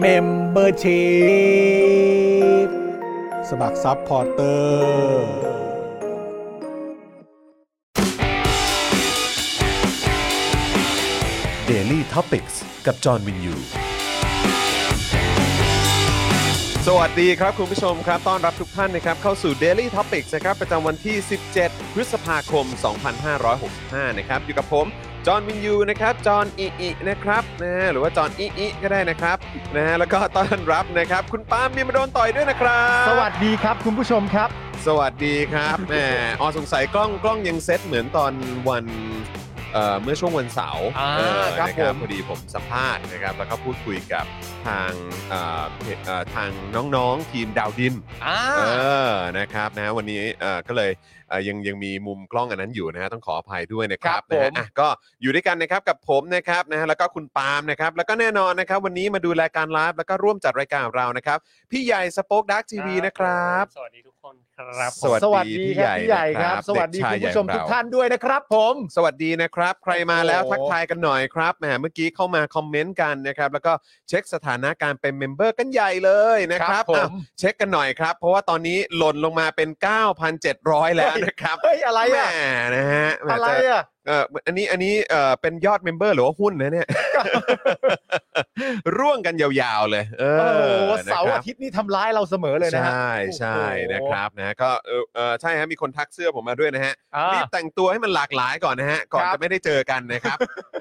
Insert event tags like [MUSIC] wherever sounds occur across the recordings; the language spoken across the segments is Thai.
เมมเบอร์ชีพสมัครซัพพอร์เตอร์ Daily t o p i c กกับจอห์นวินยู สวัสดีครับคุณผู้ชมครับต้อนรับทุกท่านนะครับเข้าสู่ Daily Topics นะครับประจำวันที่ 17 พฤษภาคม 2565 นะครับอยู่กับผม จอห์นวินยูนะครับ จอห์นอิอินะครับนะฮะหรือว่าจอห์นอิอิก็ได้นะครับนะฮะแล้วก็ต้อนรับนะครับ คุณปาล์มมีมาโดนต่อยด้วยนะครับ สวัสดีครับคุณผู้ชมครับ สวัสดีครับ [LAUGHS] แหมอ๋อสงสัยกล้องกล้องยังเซตเหมือนตอนวันเอ่อเมื่อช่วงวันเสาร์ อ่า เออ ครับ นะ ผม พอดีผมสัมภาษณ์นะครับแล้วก็พูดคุยกับทางเอ่อเพจเอ่อทางน้องๆทีมดาวดิน อ่า เออ นะครับนะวันนี้เอ่อก็เลยเอ่อยังยังมีมุมกล้องอันนั้นอยู่นะฮะต้องขออภัยด้วยนะครับ ครับผม นะฮะอ่ะก็อยู่ด้วยกันนะครับกับผมนะครับนะฮะแล้วก็คุณปาล์มนะครับแล้วก็แน่นอนนะครับวันนี้มาดูรายการไลฟ์แล้วก็ร่วมจัดรายการของเรานะครับ พี่ใหญ่สป็อคดักทีวีนะครับ สวัสดีทุกคนครับ สวัสดี สวัสดีครับ พี่ใหพี่ให ญ่ ญ่ครับ นะครับ สวัสดี เด็กชาย คุณผู้ชม ใหญ่ ทุ ข ก องเรา ท่านด้วยนะครับผม สวัสดีนะครับ ใครมาแล้ว โอ้โห ทักทายกันหน่อยครับแหมเมื่อกี้เข้ามาคอมเมนต์กันนะครับแล้วก็เช็คสถานะการเป็นเมมเบอร์กันใหญ่เลยนะครับ ผ อ้าว ม เช็คกันหน่อยครับ เพราะว่าตอนนี้หล่นลงมาเป็น 9,700 แล้วนะครับ เฮ้ยอะไร แหม อ่ะ นะฮะแหม อะไร จ อ่ะ เอ่ออันนี้อันนี้เอ่อเป็นยอดเมมเบอร์หรือว่าหุ้นนะ [LAUGHS] เนี่ย ร่วงกันยาวๆเลย เอ โอ้โ อ ห นะ เสาคร์อา รับ ทิตย์นี่ทำร้ายเราเสมอเลยนะฮะ ใช่ใช่ โอ้โห นะครับนะก็เออเออใช่ฮะมีคนทักเสื้อผมมาด้วยนะฮะ อ่า รีบแต่งตัวให้มันหลากหลายก่อนนะฮะก่อน ครับ จะไม่ได้เจอกันนะครับ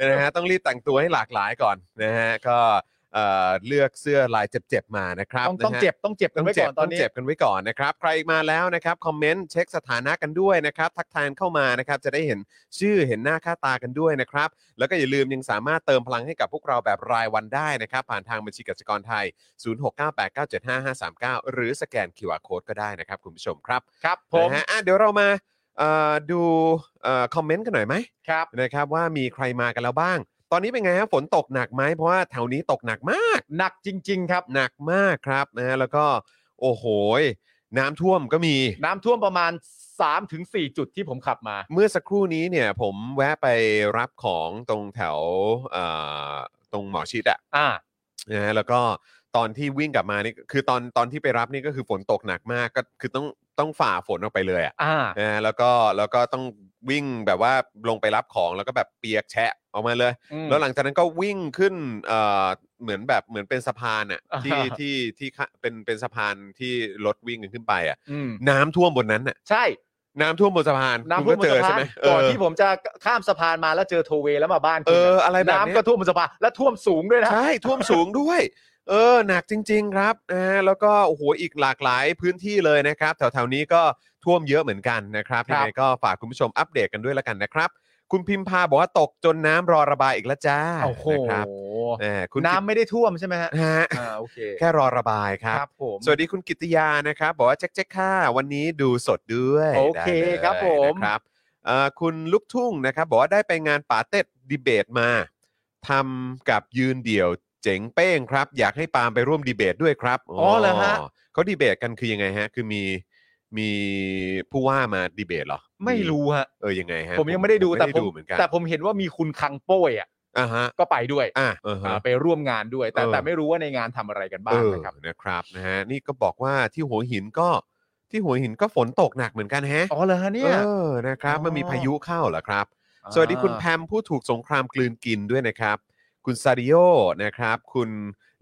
นะฮะต้องรีบแต่งตัวให้หลากหลายก่อนนะฮะก็เอ่อเลือกเสื้อลายเจ็บๆมานะครับ ต้องต้อง นะฮะ เจ็บต้องเจ็บกั ต้อนง ไว้ เจ็ ก่ บ อนต ต้ อ อน ง นี้ เจ็บกันไว้ก่อนนะครับ ใครมาแล้วนะครับคอมเมนต์เช็คสถานะกันด้วยนะครับ ทักทายเข้ามานะครับ จะได้เห็นชื่อเห็นหน้าค่าตากันด้วยนะครับ แล้วก็อย่าลืมยังสามารถเติมพลังให้กับพวกเราแบบรายวันได้นะครับ ผ่านทางบัญชีกสิกรไทย 0698975539 หรือสแกน QR Code ก็ได้นะครับ คุณผู้ชมครับ ครับผม นะฮะอ่ะเดี๋ยวเรามาเอ่อดูเอ่อคอมเมนต์กันหน่อยไหม ครับ นะครับว่ามีใครมากันแล้วบ้าง ตอนนี้เป็นไงฮะฝนตกหนักไหมเพราะว่าแถวนี้ตกหนักมาก หนักจริง ๆ ครับ หนักมากครับนะฮะแล้วก็โอ้โหยน้ำท่วมก็มี น้ำท่วมประมาณ 3-4ถึงจุดที่ผมขับมา เมื่อสักครู่นี้เนี่ยผมแวะไปรับของตรงแถวเอ่อตรงหมอชิดอะ อ่า นะฮะแล้วก็ตอนที่วิ่งกลับมานี่คือตอนตอนที่ไปรับนี่ก็คือฝนตกหนักมากก็คือต้องต้องฝ่าฝนออกไปเลยอะ อ่า นะฮะแล้วก็แล้วก็ต้องวิ่งแบบว่าลงไปรับของแล้วก็แบบเปียกแฉะออกมาเลย แล้วหลังจากนั้นก็วิ่งขึ้นเอ่อเหมือนแบบเหมือนเป็นสะพานอ่ะ อ่า ที่ที่ที่ข้าเป็นเป็นสะพานที่รถวิ่งกันขึ้นไปอ่ะ อืม น้ำท่วมบนนั้นน่ะ ใช่ น้ำท่วมบนสะพาน น้ำ คุณ ท่ว ก็ มบน เจอ สะ ใช่ พาน ไหมเอ ก่อน อ ที่ผมจะข้ามสะพานมาแล้วเจอโทเวแล้วมาบ้าน เอ คุณ อ น่ะ อะไรแบบ น้ำ เนี้ ก็ ย ท่วมบนสะพานและท่วมสูงด้วยนะ ใช่ท่วมสูงด้วย เออหนักจริง ๆ ครับนะฮะแล้วก็โอ้โหอีกหลากหลายพื้นที่เลยนะครับ แถวๆนี้ก็ท่วมเยอะเหมือนกันนะครับ ค ยั รั ง บ ไงก็ฝากคุณผู้ชมอัปเดตกันด้วยละกันนะครับ คุณพิมพาบอกว่าตกจนน้ำรอระบายอีกแล้วจ้า โอ้โห นะครับแหมคุณ น้ำไม่ได้ท่วมใช่ไหมฮะ นะฮะ อ่าโอเค แค่รอระบายครับ ครับผม สวัสดีคุณกิตติยานะครับ บอกว่าแจ็คแจ็คค่ะ วันนี้ดูสดด้วย โอเค ได้ลย ครับผม นะครับเอ่อคุณลูกทุ่งนะครับ บอกว่าได้ไปงานป่าเต็ดดีเบตมาทำกับยืนเดี่ยวเจ๋งเป้งครับ อยากให้ปาล์มไปร่วมดีเบตด้วยครับ อ๋อเหรอฮะ เขาดีเบตกันคือยังไงฮะ คือมีมีผู้ว่ามาดีเบตเหรอ ไม่รู้ฮะ เออยังไงฮะ ผมยังไม่ได้ดูแต่ ไม่ ผม ดูเหมือนกัน แต่ผมเห็นว่ามีคุณคังโป้ยอ่ะ อ่าฮะ ก็ไปด้วย อ่ะเออฮะ อ่าไปร่วมงานด้วย แต่ เออ แต่ไม่รู้ว่าในงานทำอะไรกันบ้างนะครับ เออนะครับนะฮะนี่ก็บอกว่าที่หัวหินก็ที่หัวหินก็ฝนตกหนักเหมือนกันแฮะ อ๋อเหรอฮะเนี่ย เออนะครับมันมี อ๋อ พายุเข้าเหรอครับ สวัสดีคุณแพมผู้ถูกสงครามกลืนกินด้วยนะครับ คุณซาริโอนะครับ คุณ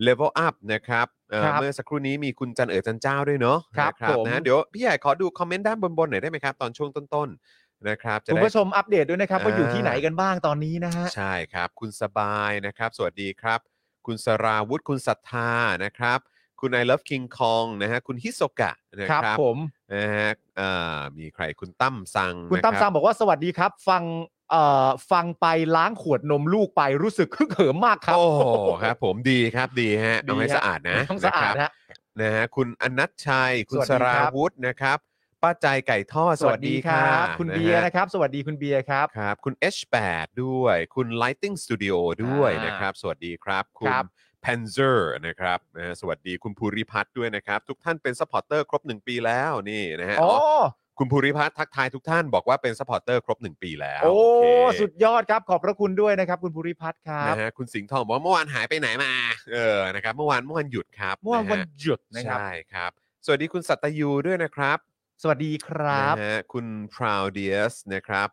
เลเวลอัพนะครับ เอ่อ ครับ เมื่อสักครู่นี้มีคุณจันเอ๋อจันเจ้าด้วยเนาะ ครับ นะ ผม นะเดี๋ยวพี่ใหญ่ขอดูคอมเมนต์ด้านบนๆหน่อยได้ไหมครับ ตอนช่วงต้นๆนะครับจะ คุณ ได้ ผู้ชมอัปเดตด้วยนะครับว่าอยู่ที่ไหนกันบ้างตอนนี้นะฮะ ใช่ครับ คุณสบายนะครับ สวัสดีครับ คุณสราวุฒิคุณศรัทธานะครับ คุณ I love King Kong นะฮะคุณฮิโซกะนะ ค ค รั รั บบ ผม นะฮะเอ่อมีใครคุณตั้มซัง คุณตั้ม นะ ซั รั งบอกว่าสวัสดีครับ ฟังเอ่อฟังไปล้างขวดนมลูกไปรู้สึกคึกเหิมมากครับ โอ้โหครับ ผมดีครับดีฮะ ดี ต้องให้ ฮะ สะอาดนะ ต้องสะอาด นครับ ฮะ นะฮะคุณอนัชชัย คุณ สวัส ส ดีครับ ราวุฒินะครับ ป้าใจไก่ทอดสวัสดีค่ะ คุณ นะฮะ เบียร์นะครับ สวัสดีคุณเบียร์ครับ ครับ คุณ H8 ด้วย คุณ Lighting Studio ด้วย อ่าน นะครับ สวัสดีครับ คุ ค ณ รับ p a n z e r นะครับนะฮะสวัสดีคุณภูริพัฒน์ด้วยนะครับ ทุกท่านเป็นซัพพอร์ตเตอร์ครบ 1 ปีแล้วนี่นะฮะ อ๋อ อ๋อคุณภูริพัฒน์ทักทายทุกท่านบอกว่าเป็นซัพพอร์ตเตอร์ครบ 1 ปีแล้ว โอ้ เค สุดยอดครับขอบพระคุณด้วยนะครับ คุณภูริพัฒน์ครับ นะฮะคุณสิงห์ทองบอกว่าเมื่อวานหายไปไหนมาเออนะครับเมื่อวานเมื่อวานหยุดครับ เมื่อวานวัน นะฮะ หยุดนะครับ ใช่ครับ สวัสดีคุณสัตยูด้วยนะครับ สวัสดีครับ นะฮะคุณ proud d i a s นะครับ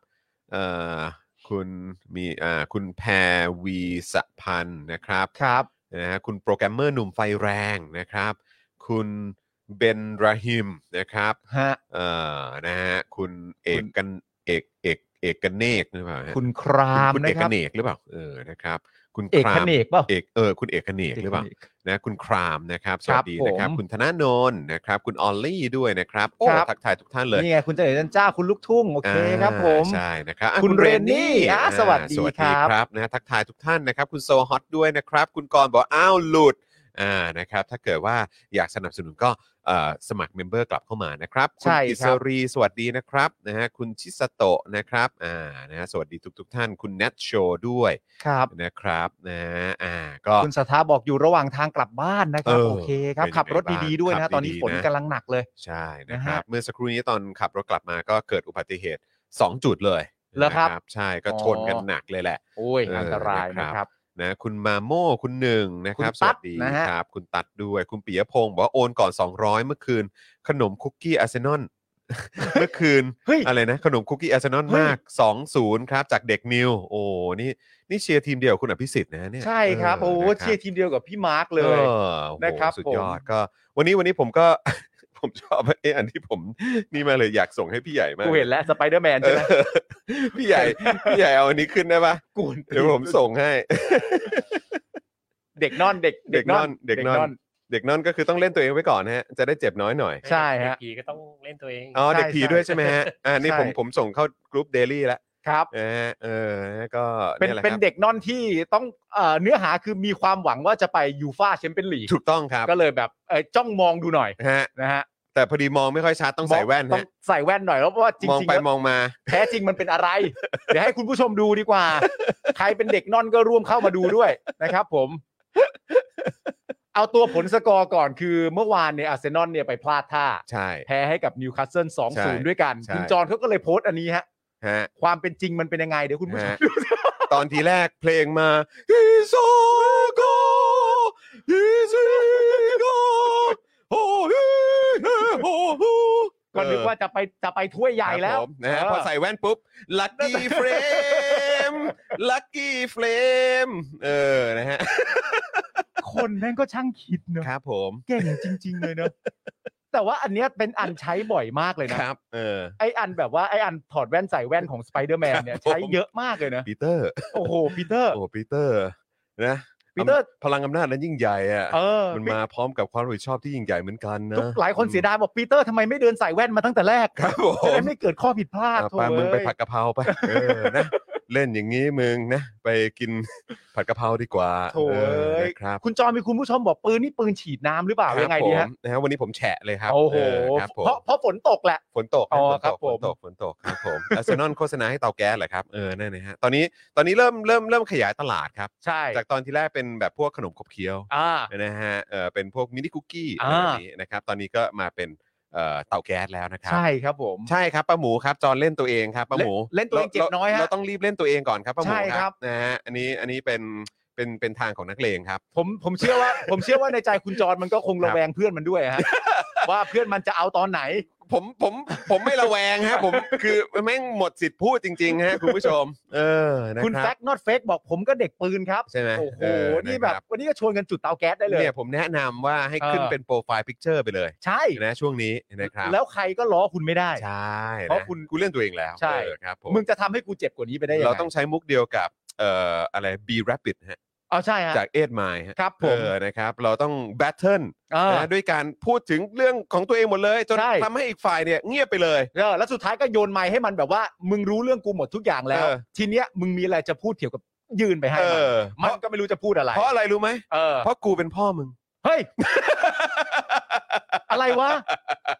เอ่อคุณมีอ่าคุณแพรวีสะพันธ์นะครับ ครับ นะฮะคุณโปรแกรมเมอร์หนุ่มไฟแรงนะครับ คุณเบนราฮิมนะครับ ฮะ เอ่อนะฮะคุณเอก คุณ กันเอกเอกเอกกันเนกหรือเปล่าฮะ คุณคราม คุณ นะ เอก ค กั รับ นเนกหรือเปล่าเออนะครับ คุณ เอก ครา ค ม เนกเปล่า เอกเออคุณเอกกันเนกหรือเปล่านะคุณครามนะครับส ครั วั บ สดีนะครับ ผม คุณธนาโนนนะครับ คุณออลลี่ด้วยนะครับโอ้ ครับ ทักทายทุกท่านเลย นี่ไงคุณเจริญจันเจ้าคุณลูกทุ่งโอเคครับผม อ่าใช่นะครับอ่ะ คุณเรนนี่อ่ะ อ่า สวัสดี สวัส ครั ดี บ ครับนะทักทายทุกท่านนะครับ คุณโซฮอตด้วยนะครับ คุณกรณ์บอกว่าอ้าวหลุดอ่านะครับถ้าเกิดว่าอยากสนับสนุนก็เอ่อสมัครเมมเบอร์กลับเข้ามานะครับ ใช่ ณ ครับ อิสรีสวัสดีนะครับนะฮะคุณชิสโตะนะครับอ่านะฮะสวัสดีทุกทท่าน คุณแนทโชด้วย ครับ นะครับนะฮะอ่าก็ คุณสถาบอกอยู่ระหว่างทางกลับบ้านนะครับ เออ โอเคครับ เป็นยังไง ขับรถดี บ้าง ๆ ด้วย ขั นะ บ ตอนนี้ ดีๆ ฝน นะ กำลังหนักเลย ใช่นะค นะ รั ฮะ บเมื่อสักครู่นี้ตอนขับรถกลับมาก็เกิดอุบัติเหตุ 2 จุดเลย เหรอครับ นะใช่ก็ อ๋อ ชนกันหนักเลยแหละ โอ้ย เอออั อันตรายนะ นะ ค ครั รับ บ นะคุณมาโม่คุณหนึ่งนะครับ คุณ ส ตั๊ วั ด สดี นะฮะ ครับ คุณตัดด้วยคุณปิยพงศ์บอกว่าโอนก่อน 200 เมื่อคืน ขนมคุกกี้อาร์เซนอล [LAUGHS] เมื่อคืน เฮ้ย อะไรนะ ขนมคุกกี้อาร์เซนอล เฮ้ย มาก 2-0 ครับ จากเด็กนิว โอ้นี่นี่เชียร์ทีมเดียวกับคุณอภิสิทธิ์นะเนี่ย ใช่ครับ โอ้ นะ เชียร์ทีมเดียวกับพี่มาร์คเลย ออโอ้โห นะครับ สุด ผม ยอดก็ วันนี้วันนี้ผมก็ [LAUGHS] ผมชอบเอออันที่ผมนี่มาเลยอยากส่งให้พี่ใหญ่มาก กูเห็นแล้วสไปเดอร์แมน เอ ใช่ อ ไหม พี่ใหญ่พี่ใหญ่เอาอันนี้ขึ้นได้ปะ กูห็น เดี๋ยวผมส่งให้ เด็กนอนเด็ก เด็กนอนเด็กนอน เด็กนอนก็คือต้องเล่นตัวเองไว้ก่อนนะฮะ จะได้เจ็บน้อยหน่อย ใช่ฮะ เด็กผีก็ต้องเล่นตัวเอง อ๋อ ใช่ เด็กผีด้วยใช่ไหมฮะ อ่า นี่ ใช่ ผมผมส่งเข้ากรุ๊ปเดลี่แล้ว ครับ นะฮะเออนะก็ เป็น ยแหละ เป็น ครับ เด็กนอนที่ต้องเอ่อเนื้อหาคือมีความหวังว่าจะไปยูฟ่าแชมเปี้ยนลีก ถูกต้องครับ ก็เลยแบบเอ่อจ้องมองดูหน่อย ฮะ นะฮะ แต่พอดีมองไม่ค่อยชัดต้องใส่แว่น ต้อ ฮะ งใส่แว่นหน่อยแล้วเพราะว่าจ มอง ริงๆ ไป แล้ว มองมา แท้จริงมันเป็นอะไร เดี๋ยวให้คุณผู้ชมดูดีกว่า ใครเป็นเด็กนอนก็ร่วมเข้ามาดูด้วยนะครับ ผม เอาตัวผลสกอร์ก่อนคือเมื่อวานเนี่ยอาร์เซนอลเนี่ยไปพลาดท่า ใช่ แพ้ให้กับนิวคาสเซิลสอง ใช่ ศูนย์ด้วยกัน ใช่ คุณจอนเขาก็เลยโพสต์อันนี้ฮะ ฮะ ความเป็นจริงมันเป็นยังไงเดี๋ยวคุณผู้ชม ฮะ ดู ตอนทีแรกเพลงมาฮิโซโกฮิซิโกโอฮิเฮโอฮู ก็นึกว่าจะไปจะไปถ้วยใหญ่แล้ว ครับผมนะฮะ เออ พอใส่แว่นปุ๊บ lucky frame lucky frame เออนะฮะ คนแม่งก็ช่างคิดเนอะ ครับผม เก่งจริง ๆ เลยเนอะแต่ว่าอันเนี้ยเป็นอันใช้บ่อยมากเลยนะครับ เออ ไออันแบบว่าไออันถอดแว่นใส่แว่นของสไปเดอร์แมนเนี่ย ครับผม ใช้เยอะมากเลยนะ ปีเตอร์ โอ้โหปีเตอร์ โอ้ปีเตอร์นะ ปีเตอร์ พลังอำนาจนั้นยิ่งใหญ่อะ เออ มันมาพร้อมกับความรับผิดชอบที่ยิ่งใหญ่เหมือนกันนะ ทุกหลายคนเสียดายบอกปีเตอร์ทำไมไม่เดินใส่แว่นมาตั้งแต่แรก ครับผ จะ ม ได้ไม่เกิดข้อผิดพลา อ่ะ ดโถ่ ไปมึงไป เอ้ย ผัดกะเพราไป [LAUGHS] เออนะเล่นอย่างนี้มึงนะไปกินผัดกะเพราดีกว่า โถ่ เออ เอ้ย นะครับ คุณจอมีคุณผู้ชมบอกปืนนี่ปืนฉีดน้ำหรือเปล่า ครับ ยังไงดีฮะ ผมนะฮะวันนี้ผมแฉะเลยครับ โอ้โห เครับผม เพราะเพราะฝนตกแหละ ฝนตก อ๋อ ฝนตก ครับผฝมนตกฝนตกครับผมอาร์เซนอลโฆษณาให้เตาแก๊สเหรอครับเออนั่นนะฮะตอนนี้ตอนนี้เริ่มเริ่มเริ่มขยายตลาดครับ ใช่ จากตอนที่แรกเป็นแบบพวกขนมขบเคี้ยว อ่า นะฮะเออเป็นพวกมินิคุกกี้อะไรอ่าแบบนี้นะครับตอนนี้ก็มาเป็นเอ่อเตาแก๊สแล้วนะครับ ใช่ครับผม ใช่ครับป้าหมูครับจอนเล่นตัวเองครับป้าหมู เล่นเล่นตัวเองราเจ็บน้อยฮะ เราต้องรีบเล่นตัวเองก่อนครับป้าหมู ใช่ครับ นะฮะอันนี้อันนี้เป็นเป็นเป็นทางของนักเลงครับ ผมผมเชื่อว่า ผมเชื่อว่าในใจคุณจรมันก็คง ครั ระ บ [LAUGHS] แวงเพื่อนมันด้วยฮะ ว่าเพื่อนมันจะเอาตอนไหน ผมผมผมไม่ระแวงฮะ ผมคือแม่งหมดสิทธิ์พูดจริง ๆ ฮะ คุณผู้ชม เออนะ คุณ ค แฟ รับ ก not fake บอกผมก็เด็กปืนครับ ใช่ไหม โอ้โห เอะ นี่แบบ ะครั วันนี้ก็ชวนกันจุดเตาแก๊สได้เลย เนี่ยผมแนะนำว่าให้ขึ้น เออ เป็นโปรไฟล์พิกเจอร์ไปเลย ใช่ นะช่วงนี้นะครับ แล้วใครก็ล้อคุณไม่ได้ ใช่น เพราะคุณ กูเล่นตัวเองแล้ว ใช่ เออครับผม มึงจะทำให้กูเจ็บกว่านี้ไปได้ยังไง เราต้องใช้มุกเดียวกับเอ่ออะไร B Rapid ฮะ เอาใช่ฮะ จากเอ็ดไมล์ฮะ ครับผ เอ ม อนะครับเราต้องแบทเทิล เออ นะด้วยการพูดถึงเรื่องของตัวเองหมดเลย จน ใช่ ทำให้อีกฝ่ายเนี่ยเงียบไปเลย เออแล้วสุดท้ายก็โยนไม้ให้มันแบบว่า มึงรู้เรื่องกูหมดทุกอย่างแล้ว เออ ทีเนี้ยมึงมีอะไรจะพูดเกี่ยวกับยืนไปให้ เอ มัน อเพ มัน ราะ ก็ไม่รู้จะพูดอะไร เพราะอะไรรู้ไหม เออ เพราะกูเป็นพ่อมึง เฮ้ย อะไรวะ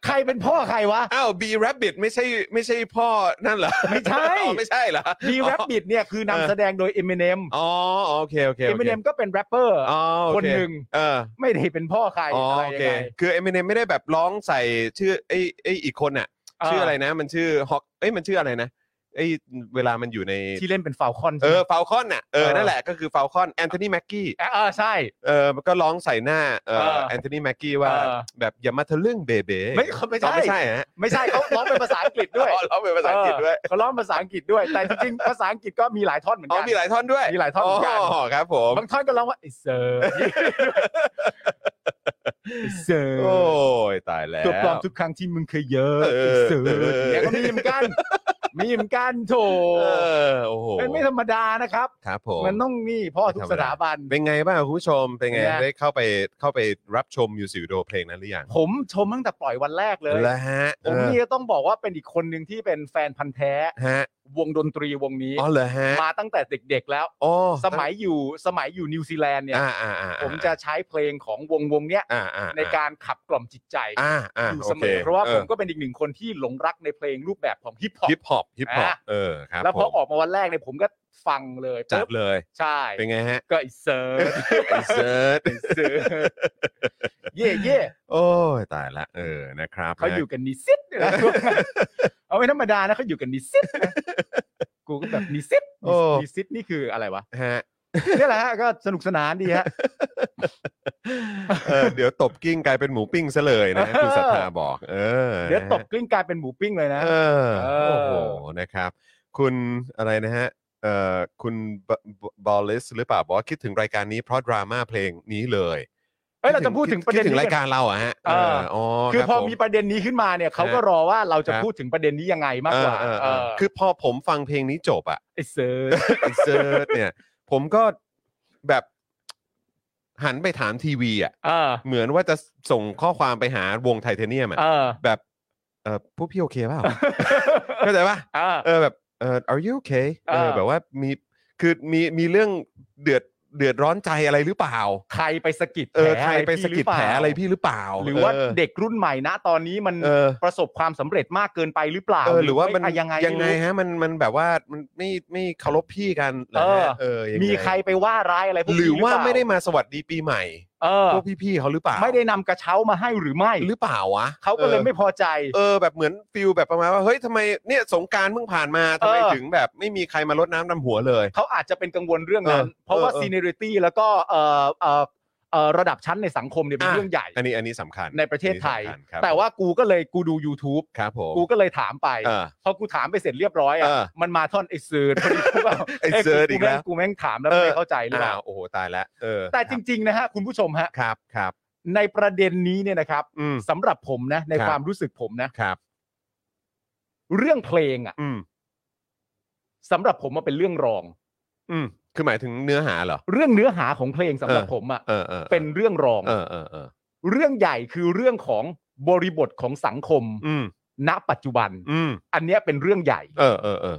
ใครเป็นพ่อใครวะ อ้าว B Rabbit ไม่ใช่ไม่ใช่พ่อนั่นเหรอ ไม่ใช่ อ๋อไม่ใช่เหรอ ดีแรปบิดเนี่ยคือนำแสดงโดย Eminem อ๋ออ๋อโอเคโอเคโอ เอมิ เค เนมก็เป็นแรปเปอร์ อ๋อโอเ คนหนึ่ง เออ ไม่ได้เป็นพ่อใคร อ๋อ อะไร โอ ยั เค งไง คือเอมิเนมไม่ได้แบบร้องใส่ชื่อไอ้ไอ้อีกคนน่ะ เ ชื่ออะไรนะ มันชื่อฮอกเอ้ยมันชื่ออะไรนะไอ้เวลามันอยู่ใน ที่เล่นเป็นฟาวคอน เออฟาคอนน่ะเออนั่นแหละก็คือฟาคอนแอนโทนีแม็กกี้ เออใช่ เออมันก็ร้องใส่หน้าเออ เออ แอนโทนีแม็กกี้ว่า เออ แบบอย่ามาทะลึ่งเบเบ้ ไม่ไม่ใช่ อ๋อไม่ใช่ฮะ ไม่ใช่เขาร้องเป็นภาษาอังกฤษด้วย อ๋อร้องเป็นภาษาอังกฤษด้วย เออเขาร้องภาษาอังกฤษด้วย แต่จริงๆภาษาอังกฤษก็มีหลายท่อนเหมือน อ๋อ กัน มีหลายท่อนด้วย มีหลายท่อนเหมือนกัน ครับผม บางท่อนก็ร้องว่าไอเซอร์ไอเซอร์ [LAUGHS] โอ้ยตายแล้ว ตัวปลอมทุกครั้งที่มึงเคยเยอะ เออ ไอเซอร์ เออ เนี่ยก็มีเหมือนกัน มีเหมือนกันโถ เออโอ้โห เป็นไม่ธรรมดานะครับ ครับผม มันต้องนี่พ่อทุกสถาบัน เป็นไงบ้างคุณผู้ชม เป็นไง เป็นไง ได้เข้าไปเข้าไปรับชมมิวสิกวิดีโอเพลงนั้นหรือยัง ผมชมตั้งแต่ปล่อยวันแรกเลย แล้วฮะ ผมนี่ก็ต้องบอกว่าเป็นอีกคนหนึ่งที่เป็นแฟนพันธ์แท้ เออฮะ วงดนตรีวงนี้ อ๋อเหรอฮะ มาตั้งแต่เด็กๆแล้ว อ๋อ สมัยอยู่สมัยอยู่นิวซีแลนด์เนี่ย อ่าอ่าอ่า ผมจะใช้เพลงของวงวงเนี้ย อ่าอ่า ในการขับกล่อมจิตใจ อ่าอ่า อยู่ โอ เสม เค อ เพราะว่าผมก็เป็นอีกหนึ่งคนที่หลงรักในเพลงรูปแบบของฮิปฮอป ฮิปฮอปฮิปฮอป อ่ะ เออครับ แล้วพอ ผม ออกมาวันแรกเนี่ยผมก็ฟังเลย จัด ปุ๊บ เลย ใช่ เป็นไงฮะ ก็ไอีเซิร์ช ไอ้เซิร์ช เซิร์ชเย่เย่ [LAUGHS] โอ้ยตายละเออนะครับ เขาอยู่กันนิสิตเลยนะ [LAUGHS] เอาไม่ธรรมดานะเขาอยู่กันนิสิตนะกูก็แบบนิสิตนิสิตนี่คืออะไรวะ ฮะ นี่แหละฮะก็สนุกสนานดีฮะ เออเดี๋ยวตบกิ้งกลายเป็นหมูปิ้งซะเลยนะ [LAUGHS] เออ คุณศรัทธาบอก เออ เดี๋ยวตบกลิ้งกลายเป็นหมูปิ้งเลยนะ เออ เออ โอ้โหนะครับ คุณอะไรนะฮะเอ่อคุณบบอลลิสหรือเปล่าบอกว่าคิดถึงรายการนี้เพราะดราม่าเพลงนี้เลย เอ้ยเราจะพูดถึงประเด็น คิถึ นี้ งราย กัน การเราอะฮะ เออ อ๋อ คือ รับ พอ ผ มีประเด็นนี้ขึ้นมาเนี่ยเขาก็ ฮะ รอว่าเราจะ ครับ พูดถึงประเด็นนี้ยังไงมากกว่า เออเออเออ คื คือ อพอผมฟังเพลงนี้จบอะ ไอ้เซิร์ช ไอ้เซิร์ชเนี่ยผมก็แบบหันไปถามทีวีอะ เออ เหมือนว่าจะส่งข้อความไปหาวงไทเทเนียมอะ เออ แบบเออพวกพี่โอเคเปล่า เข้าใจป่ะ เออ เออแบบเออ are you okay เอ เอ อ อ แบบว่ามีคือมีมีเรื่องเดือดเดือดร้อนใจอะไรหรือเปล่า ใครไปสะกิด เออ แผล ใครไปสะกิดแผลอะไรพี่หรือเปล่า หรือว่า เ เด็กรุ่นใหม่นะตอนนี้มัน เออ ประสบความสำเร็จมากเกินไปหรือเปล่า เออหรือว่ามัน ไยังไง ยังไงฮะมันมันแบบว่ามันไม่ไม่เคารพพี่กันหรฮะเออยังไง มีใครไปว่าร้ายอะไรพวกนี้ หรือว่า เปล่ ไม่ได้มาสวัสดีปีใหม่ เออ พวกพี่ๆเขาหรือเปล่า ไม่ได้นำกระเช้ามาให้หรือไม่ หรือเปล่าวะ เขาก็เลอยอ ไม่พอใจ เออแบบเหมือนฟิลแบบประมาณว่าเฮ้ยทำไมเนี่ยสงกรารเพิ่งผ่านมาทำไม เออ ถึงแบบไม่มีใครมารดน้ำดำหัวเลย เขาอาจจะเป็นกังวลเรื่องนั้น เออ เพราะว่า เออเออ ซีเนอริตี้แล้วก็เอ่อเอ่อเอ่อระดับชั้นในสังคมเนี่ยเป็น อ่ะ เรื่องใหญ่ อันนี้อันนี้สำคัญ ในประเทศไทย อันนี้สำคัญครับ แต่ว่ากูก็เลยกูดู YouTube ครับผม กูก็เลยถามไป เออ พอกูถามไปเสร็จเรียบร้อยอ่ะ เออ มันมาท่อนไอเซิร์ดพอดีกู [LAUGHS] ก็ ไอ้เซิร์ชอีกแล้ว เยกูม่งกูแม่งถามแล้วไม่เข้าใจหรือเป อ้า ล่าว โอ้โหตายแล้วเออ แต่จริง ๆ นะฮะ คุณผู้ชมฮะ ครับครับ ในประเด็นนี้เนี่ยนะครับ อืม สำหรับผมนะ ใน ครับ ความรู้สึกผมนะ ครับ เรื่องเพลงอ่ะ อืม สำหรับผมมันเป็นเรื่องรอง อืมคือหมายถึงเนื้อหาเหรอ เรื่องเนื้อหาของเพลงสำหรับ เออ ผมอ่ะ เออเออออ เป็นเรื่องรอง เออเออเออ เรื่องใหญ่คือเรื่องของบริบทของสังคม อืม ณ ปัจจุบัน อืม อันเนี้ยเป็นเรื่องใหญ่ เออเออเออ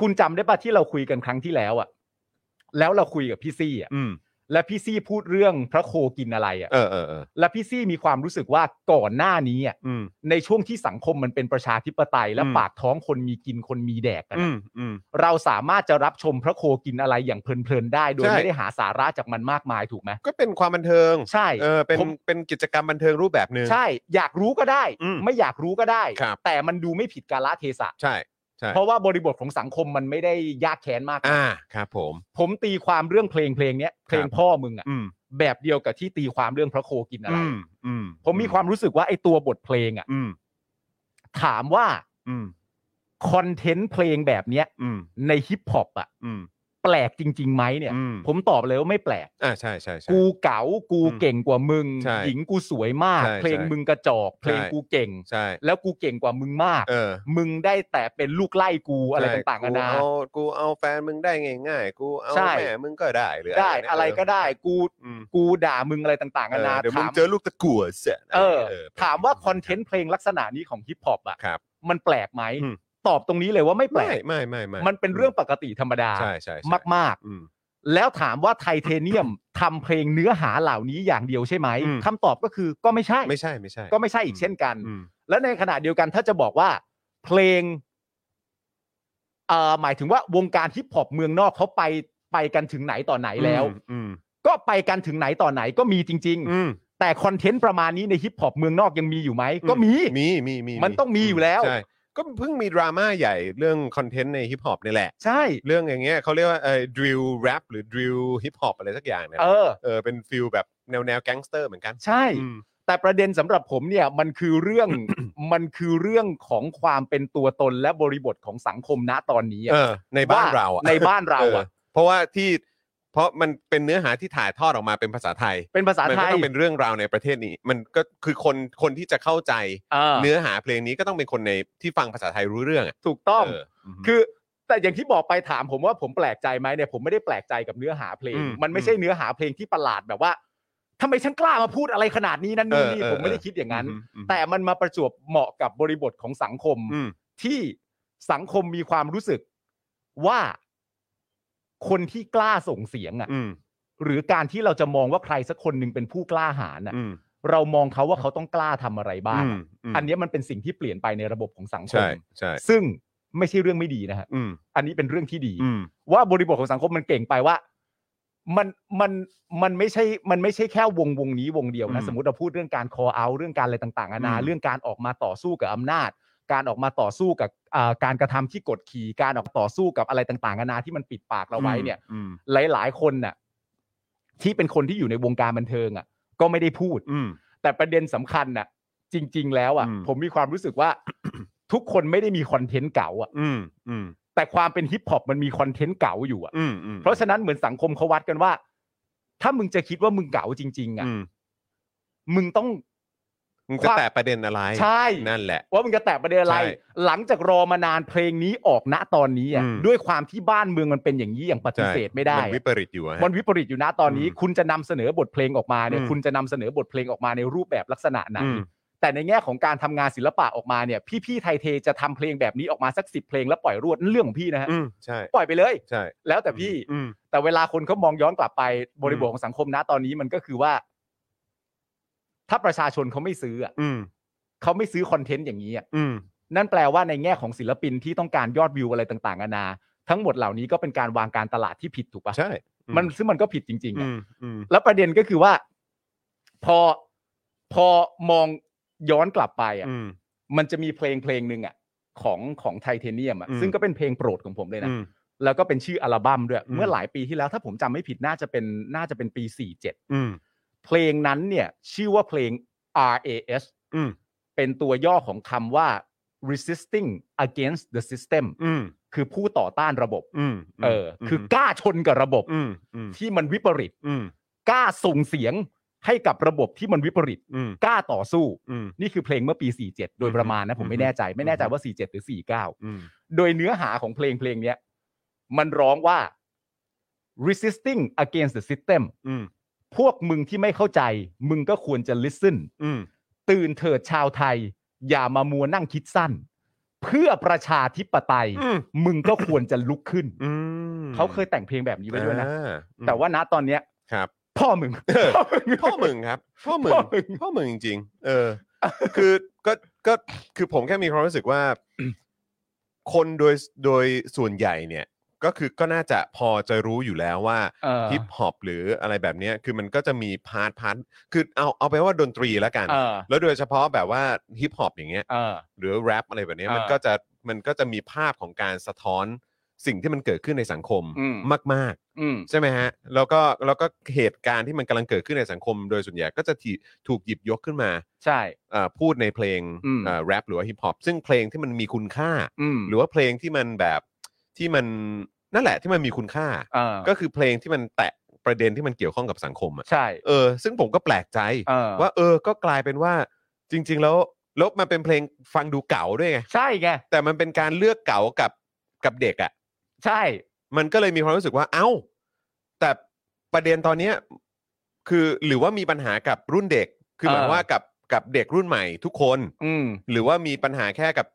คุณจำได้ปะที่เราคุยกันครั้งที่แล้วอะแล้วเราคุยกับพี่ซี่อะ อืม และพี่ซี่พูดเรื่องพระโคกินอะไรอะ เออเออเออ และพี่ซี่มีความรู้สึกว่าก่อนหน้านี้อะ อืม ในช่วงที่สังคมมันเป็นประชาธิปไตย และ อืม ปากท้องคนมีกินคนมีแดกกัน อื อะ มอืม เราสามารถจะรับชมพระโคกินอะไรอย่างเพลินๆได้ โดย ใช่ ไม่ได้หาสาระจากมันมากมายถูกไหม ก็เป็นความบันเทิง ใช่ เออเป็น ผม เป็นกิจกรรมบันเทิงรูปแบบหนึ่ง ใช่ อยากรู้ก็ได้ อืม ไม่อยากรู้ก็ได้ ครับ แต่มันดูไม่ผิดกาลเทศะ ใช่ ใช่ เพราะว่าบริบทของสังคมมันไม่ได้ยากแค้นมาก อ่าครับผม ผมตีความเรื่องเพลงเพลงเนี้ยเพลงพ่อมึงอะ อืม แบบเดียวกับที่ตีความเรื่องพระโคกินอะไร อืมอืม ผมมีความรู้สึกว่าไอ้ตัวบทเพลงอะ อืม ถามว่า อืม คอนเทนต์เพลงแบบเนี้ย อืม ในฮิปฮอปอ่ะ อืม แปลกจริงๆไหมเนี่ย อืม ผมตอบเลยว่าไม่แปลก อ่าใช่ใช่ใช่ กูเก๋ากูเก่งกว่ามึง ใช่ หญิงกูสวยมาก ใช่ เพลง ใช่ มึงกระจอกเพลง ใช่ กูเก่ง ใช่ แล้วกูเก่งกว่ามึงมาก เออ มึงได้แต่เป็นลูกไล่กูอะไร ใช่ ต่างๆนานา กูเอากูเอาแฟนมึงได้ง่าย ๆ กูเอา ใช่ แม่มึงก็ได้หรือ ได้ เนี่ย อะไรก็ได้กู อืม กูด่ามึงอะไรต่างๆ เอ นา อ นา เดี๋ยวมึ ถาง ม เจอลูกตะกั่วเสีย เออ เออ ถามว่าคอนเทนต์เพลงลักษณะนี้ของฮิปฮอปอ่ะ ครับ มันแปลกไหม อืม ตอบตรงนี้เลยว่าไม่แปล ไม่ ก ไม่ไม่ไม่ มันเป็นเรื่องปกติธรรมดา ใช่ใช่ใช่ มาก อืม ๆ แล้วถามว่าไทเทเนียมทำเพลงเนื้อหาเหล่านี้อย่างเดียวใช่ไหม อืม คำตอบก็คือก็ไม่ใช่ ไม่ใช่ไม่ใช่ ก็ไม่ใช่อีกเช่นกัน อืม และในขณะเดียวกันถ้าจะบอกว่า เพลงเอ่อหมายถึงว่าวงการฮิปฮอปเมืองนอกเขาไปไปกันถึงไหนต่อไหนแล้ว อืม ก็ไปกันถึงไหนต่อไหนก็มีจริง อืม ๆ แต่คอนเทนต์ประมาณนี้ในฮิปฮอปเมืองนอกยังมีอยู่ไหม ก็มี มีมีมี มันต้องมีอยู่แล้ว ใช่ก็เพิ่งมีดราม่าใหญ่เรื่องคอนเทนต์ในฮิปฮอปนี่แหละ ใช่ เรื่องอย่างเงี้ยเขาเรียกว่าเอ่อดริลแรปหรือดริลฮิปฮอปอะไรสักอย่างเนี่ย เออ เออเป็นฟิลแบบแนวแนวแก๊งสเตอร์เหมือนกัน ใช่ อืม แต่ประเด็นสำหรับผมเนี่ยมันคือเรื่อง มันคือเรื่องของความเป็นตัวตนและบริบทของสังคมณตอนนี้อะ เออในบ้าน ว่ เราอะ ในบ้านเราอะ เออเพราะว่าที่เพราะมันเป็นเนื้อหาที่ถ่ายทอดออกมาเป็นภาษาไทย เป็นภาษา มั ไท ก็ ย ต้องเป็นเรื่องราวในประเทศนี้ มันก็คือคนคนที่จะเข้าใจ เออ เนื้อหาเพลงนี้ก็ต้องเป็นคนในที่ฟังภาษาไทยรู้เรื่องอะ ถูกต้อง เอออืม คือแต่อย่างที่บอกไปถามผมว่าผมแปลกใจไหมเนี่ยผมไม่ได้แปลกใจกับเนื้อหาเพลง อืม มันไม่ใช่เนื้อหาเพลงที่ประหลาดแบบว่าทำไมฉันกล้ามาพูดอะไรขนาดนี้นั่นนู่นนี่ เออเออ ผมไม่ได้คิดอย่างนั้น อืมอืม แต่มันมาประจวบเหมาะกับบริบทของสังคม อืม ที่สังคมมีความรู้สึกว่าคนที่กล้าส่งเสียงอ่ะ อืม หรือการที่เราจะมองว่าใครสักคนหนึ่งเป็นผู้กล้าหาญอ่ะ อืม เรามองเขาว่าเขาต้องกล้าทำอะไรบ้างอะ ม อันเนี้ยมันเป็นสิ่งที่เปลี่ยนไปในระบบของสังคม ใช่ใช่ ซึ่งไม่ใช่เรื่องไม่ดีนะฮะ อืม อันนี้เป็นเรื่องที่ดี อืม ว่าบริบทของสังคมมันเก่งไปว่า มันมันมันไม่ใช่มันไม่ใช่แค่วงวงนี้วงเดียวนะ อืม สมมติเราพูดเรื่องการ call out เรื่องการอะไรต่างๆนานา อืม เรื่องการออกมาต่อสู้กับอำนาจ การออกมาต่อสู้กับอ่าการกระทำที่กดขี่การออกต่อสู้กับอะไรต่างๆนานาที่มันปิดปากเราไว้เนี่ย อืม หลาย ๆ คนน่ะที่เป็นคนที่อยู่ในวงการบันเทิงอ่ะ ก็ไม่ได้พูด อืม แต่ประเด็นสำคัญน่ะ จริง ๆ แล้วอ่ะ อืม ผมมีความรู้สึกว่า [COUGHS] ทุกคนไม่ได้มีคอนเทนต์เก่าอ่ะ อืมอืม แต่ความเป็นฮิปฮอปมันมีคอนเทนต์เก๋าอยู่อะ อืมอืม เพราะฉะนั้นเหมือนสังคมเขาวัดกันว่า ถ้ามึงจะคิดว่ามึงเก๋าจริง ๆอะ อืม มึงต้อง มึงจะ ความ แตะประเด็นอะไร ใช่ นั่นแหละ ว่ามึงจะแตะประเด็นอะไร ใช่ หลังจากรอมานานเพลงนี้ออกณตอนนี้อะ อืม ด้วยความที่บ้านเมืองมันเป็นอย่างนี้อย่างปฏิเสธไม่ได้ มันวิ อะ ปริตอยู่อะฮะ มันวิปริตอยู่นะตอนนี้ อืม คุณจะนำเสนอบทเพลงออกมาเนี่ย อืม คุณจะนำเสนอบทเพลงออกมาในรูปแบบลักษณะไหน อืม แต่ในแง่ของการทำงานศิลปะออกมาเนี่ย พี่ๆไทยเทจะทำเพลงแบบนี้ออกมาสักสิบเพลงแล้วปล่อยรวดนั่นเรื่องของพี่นะฮะ อืมใช่ ปล่อยไปเลย ใช่ แล้วแต่พี่ อืม แต่เวลาคนเขามองย้อนกลับไปบริบท อืม ของสังคมนะตอนนี้มันก็คือว่า ถ้าประชาชนเขาไม่ซื้ออะ อืม เขาไม่ซื้อคอนเทนต์อย่างนี้อะ อืม นั่นแปลว่าในแง่ของศิลปินที่ต้องการยอดวิวอะไรต่างๆนานาทั้งหมดเหล่านี้ก็เป็นการวางการตลาดที่ผิดถูกปะ ใช่อื มันซึ่งมันก็ผิดจริงๆ อื อะ มอืม แล้วประเด็นก็คือว่า พอพอมองย้อนกลับไปอ่ะ อืม มันจะมีเพลงเพลงหนึ่งอ่ะ ของของไทเทเนียมอ่ะ อืม ซึ่งก็เป็นเพลงโปรดของผมเลยนะ อืม แล้วก็เป็นชื่ออัลบั้มด้วย อืม เมื่อหลายปีที่แล้วถ้าผมจำไม่ผิดน่าจะเป็นน่าจะเป็นปี อืม 47 เพลงนั้นเนี่ย ชื่อว่าเพลง RAS อืม เป็นตัวย่อของคำว่า resisting against the system อืม คือผู้ต่อต้านระบบ อืม เออ คือกล้าชนกับระบบ อืมอืม ที่มันวิปริต อืม กล้าส่งเสียงให้กับระบบที่มันวิปริต อืม กล้าต่อสู้ อืม นี่คือเพลงเมื่อปี 47 โดยประมาณนะ ผมไม่แน่ใจ ไม่แน่ใจว่า 47 หรือ 49 อืม โดยเนื้อหาของเพลงเพลงเนี้ยมันร้องว่า resisting against the system อืม พวกมึงที่ไม่เข้าใจ มึงก็ควรจะ listen อืม ตื่นเถิดชาวไทย อย่ามามัวนั่งคิดสั้น เพื่อประชาธิปไตย อืม มึงก็ควรจะลุกขึ้น อืม เขาเคยแต่งเพลงแบบนี้ไว้ด้วยนะ อ่าอืม แต่ว่าณตอนเนี้ย ครับ พ่อมึง พ่อมึงครับพ่อมึง พ่อมึง พ่อมึงจริงๆเออ [LAUGHS] คือก็ก็คือผมแค่มีความรู้สึก [COUGHS] ว่า คนโดยโดยส่วนใหญ่เนี่ย ก็คือก็น่าจะพอจะรู้อยู่แล้วว่า เออ ฮิปฮอปหรืออะไรแบบเนี้ยคือมันก็จะมีพาร์ทพาร์ทคือเอาเอาไปนว่าดนตรีแล้วกัน เออ แล้วโดยเฉพาะแบบว่าฮิปฮอปอย่างเงี้ย เออ หรือแรปอะไรแบบเนี้ย เออ มันก็จะมันก็จะมีภาพของการสะท้อน สิ่งที่มันเกิดขึ้นในสังคม อืม มาก อืม ๆ ใช่ไหมฮะแล้วก็แล้วก็เหตุการณ์ที่มันกำลังเกิดขึ้นในสังคม โดยส่วนใหญ่ก็จะถีถูกหยิบยกขึ้นมา ใช่ เอ่อพูดในเพลง อืม เอ่อแรปหรือว่าฮิปฮอปซึ่งเพลงที่มันมีคุณค่า อืม หรือว่าเพลงที่มันแบบที่มันนั่นแหละที่มันมีคุณค่า เออ ก็คือเพลงที่มันแตะประเด็นที่มันเกี่ยวข้องกับสังคมอ่ะ ใช่ เออซึ่งผมก็แปลกใจ เออ ว่าเออ ก็กลายเป็นว่าจริง ๆ แล้วแล้วมันเป็นเพลงฟังดูเก่าด้วยไง ใช่ไง แต่มันเป็นการเลือกเก่ากับกับเด็กอะ่ะ ใช่ มันก็เลยมีความรู้สึกว่า เอ้า แต่ประเด็นตอนเนี้ยคือหรือว่ามีปัญหากับรุ่นเด็ก คือหมาย เออ ว่ากับกับเด็กรุ่นใหม่ทุกคน อืม หรือว่ามีปัญหาแค่กับ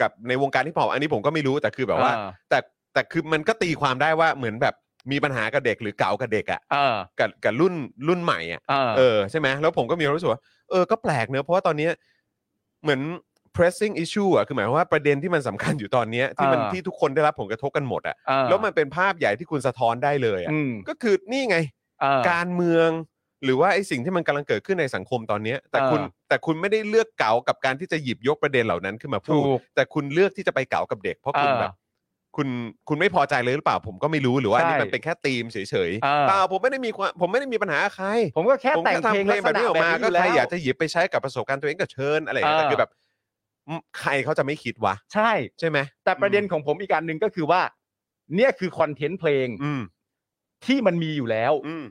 กับในวงการที่พอปอันนี้ผมก็ไม่รู้แต่คือแบบว่า เออ แต่แต่คือมันก็ตีความได้ว่าเหมือนแบบมีปัญหากับเด็กหรือเก่ากับเด็กอะ่ะ เออ กับกับรุ่นรุ่นใหม่อ่ะ เออ เออใช่ไหมแล้วผมก็มีความรู้สึกว่าเออก็แปลกเนอะเพราะว่าตอนเนี้ยเหมือน pressing issue อ่ะคือหมายความว่าประเด็นที่มันสำคัญอยู่ตอนเนี้ยที่มัน อ่า ที่ทุกคนได้รับผลกระทบกันหมดอ่ะ เออ แล้วมันเป็นภาพใหญ่ที่คุณสะท้อนได้เลยอ่ะ อืม ก็คือนี่ไง เออ การเมือง หรือว่าไอ้สิ่งที่มันกำลังเกิดขึ้นในสังคมตอนเนี้ยแต่คุณ เออ แต่คุณไม่ได้เลือกเก๋ากับการที่จะหยิบยกประเด็นเหล่านั้นขึ้นมาพู ถู ด ก แต่คุณเลือกที่จะไปเก๋ากับเด็ก เพราะคุณ เออ แบบคุณคุณไม่พอใจเลยหรือเปล่า ผมก็ไม่รู้หรือว่าอันนี้ ใช่ มันเป็นแค่ธีมเฉยๆ เออ เปล่าผมไม่ได้มีความผมไม่ได้มีปัญหากับใคร ผมก็แค่ ผม แต่ง ก็ เพลง ทำเพล ลัก ง ษ แบบ ณะ นี้ออกมาก็ ยู่ ใคร แล้ว อยากจะหยิบไปใช้กับประสบการณ์ตัวเองก็เชิญอะไรอย่างเงี้ย เออ แต่คือแบบอืมใครเขาจะไม่คิดวะ ใช่ ใช่ไหม แต่ประเด็นของผมอีกการหนึ่งก็คือว่า เนี่ยคือคอนเทนต์เพลง อืม ที่มันมีอยู่แล้ว อืม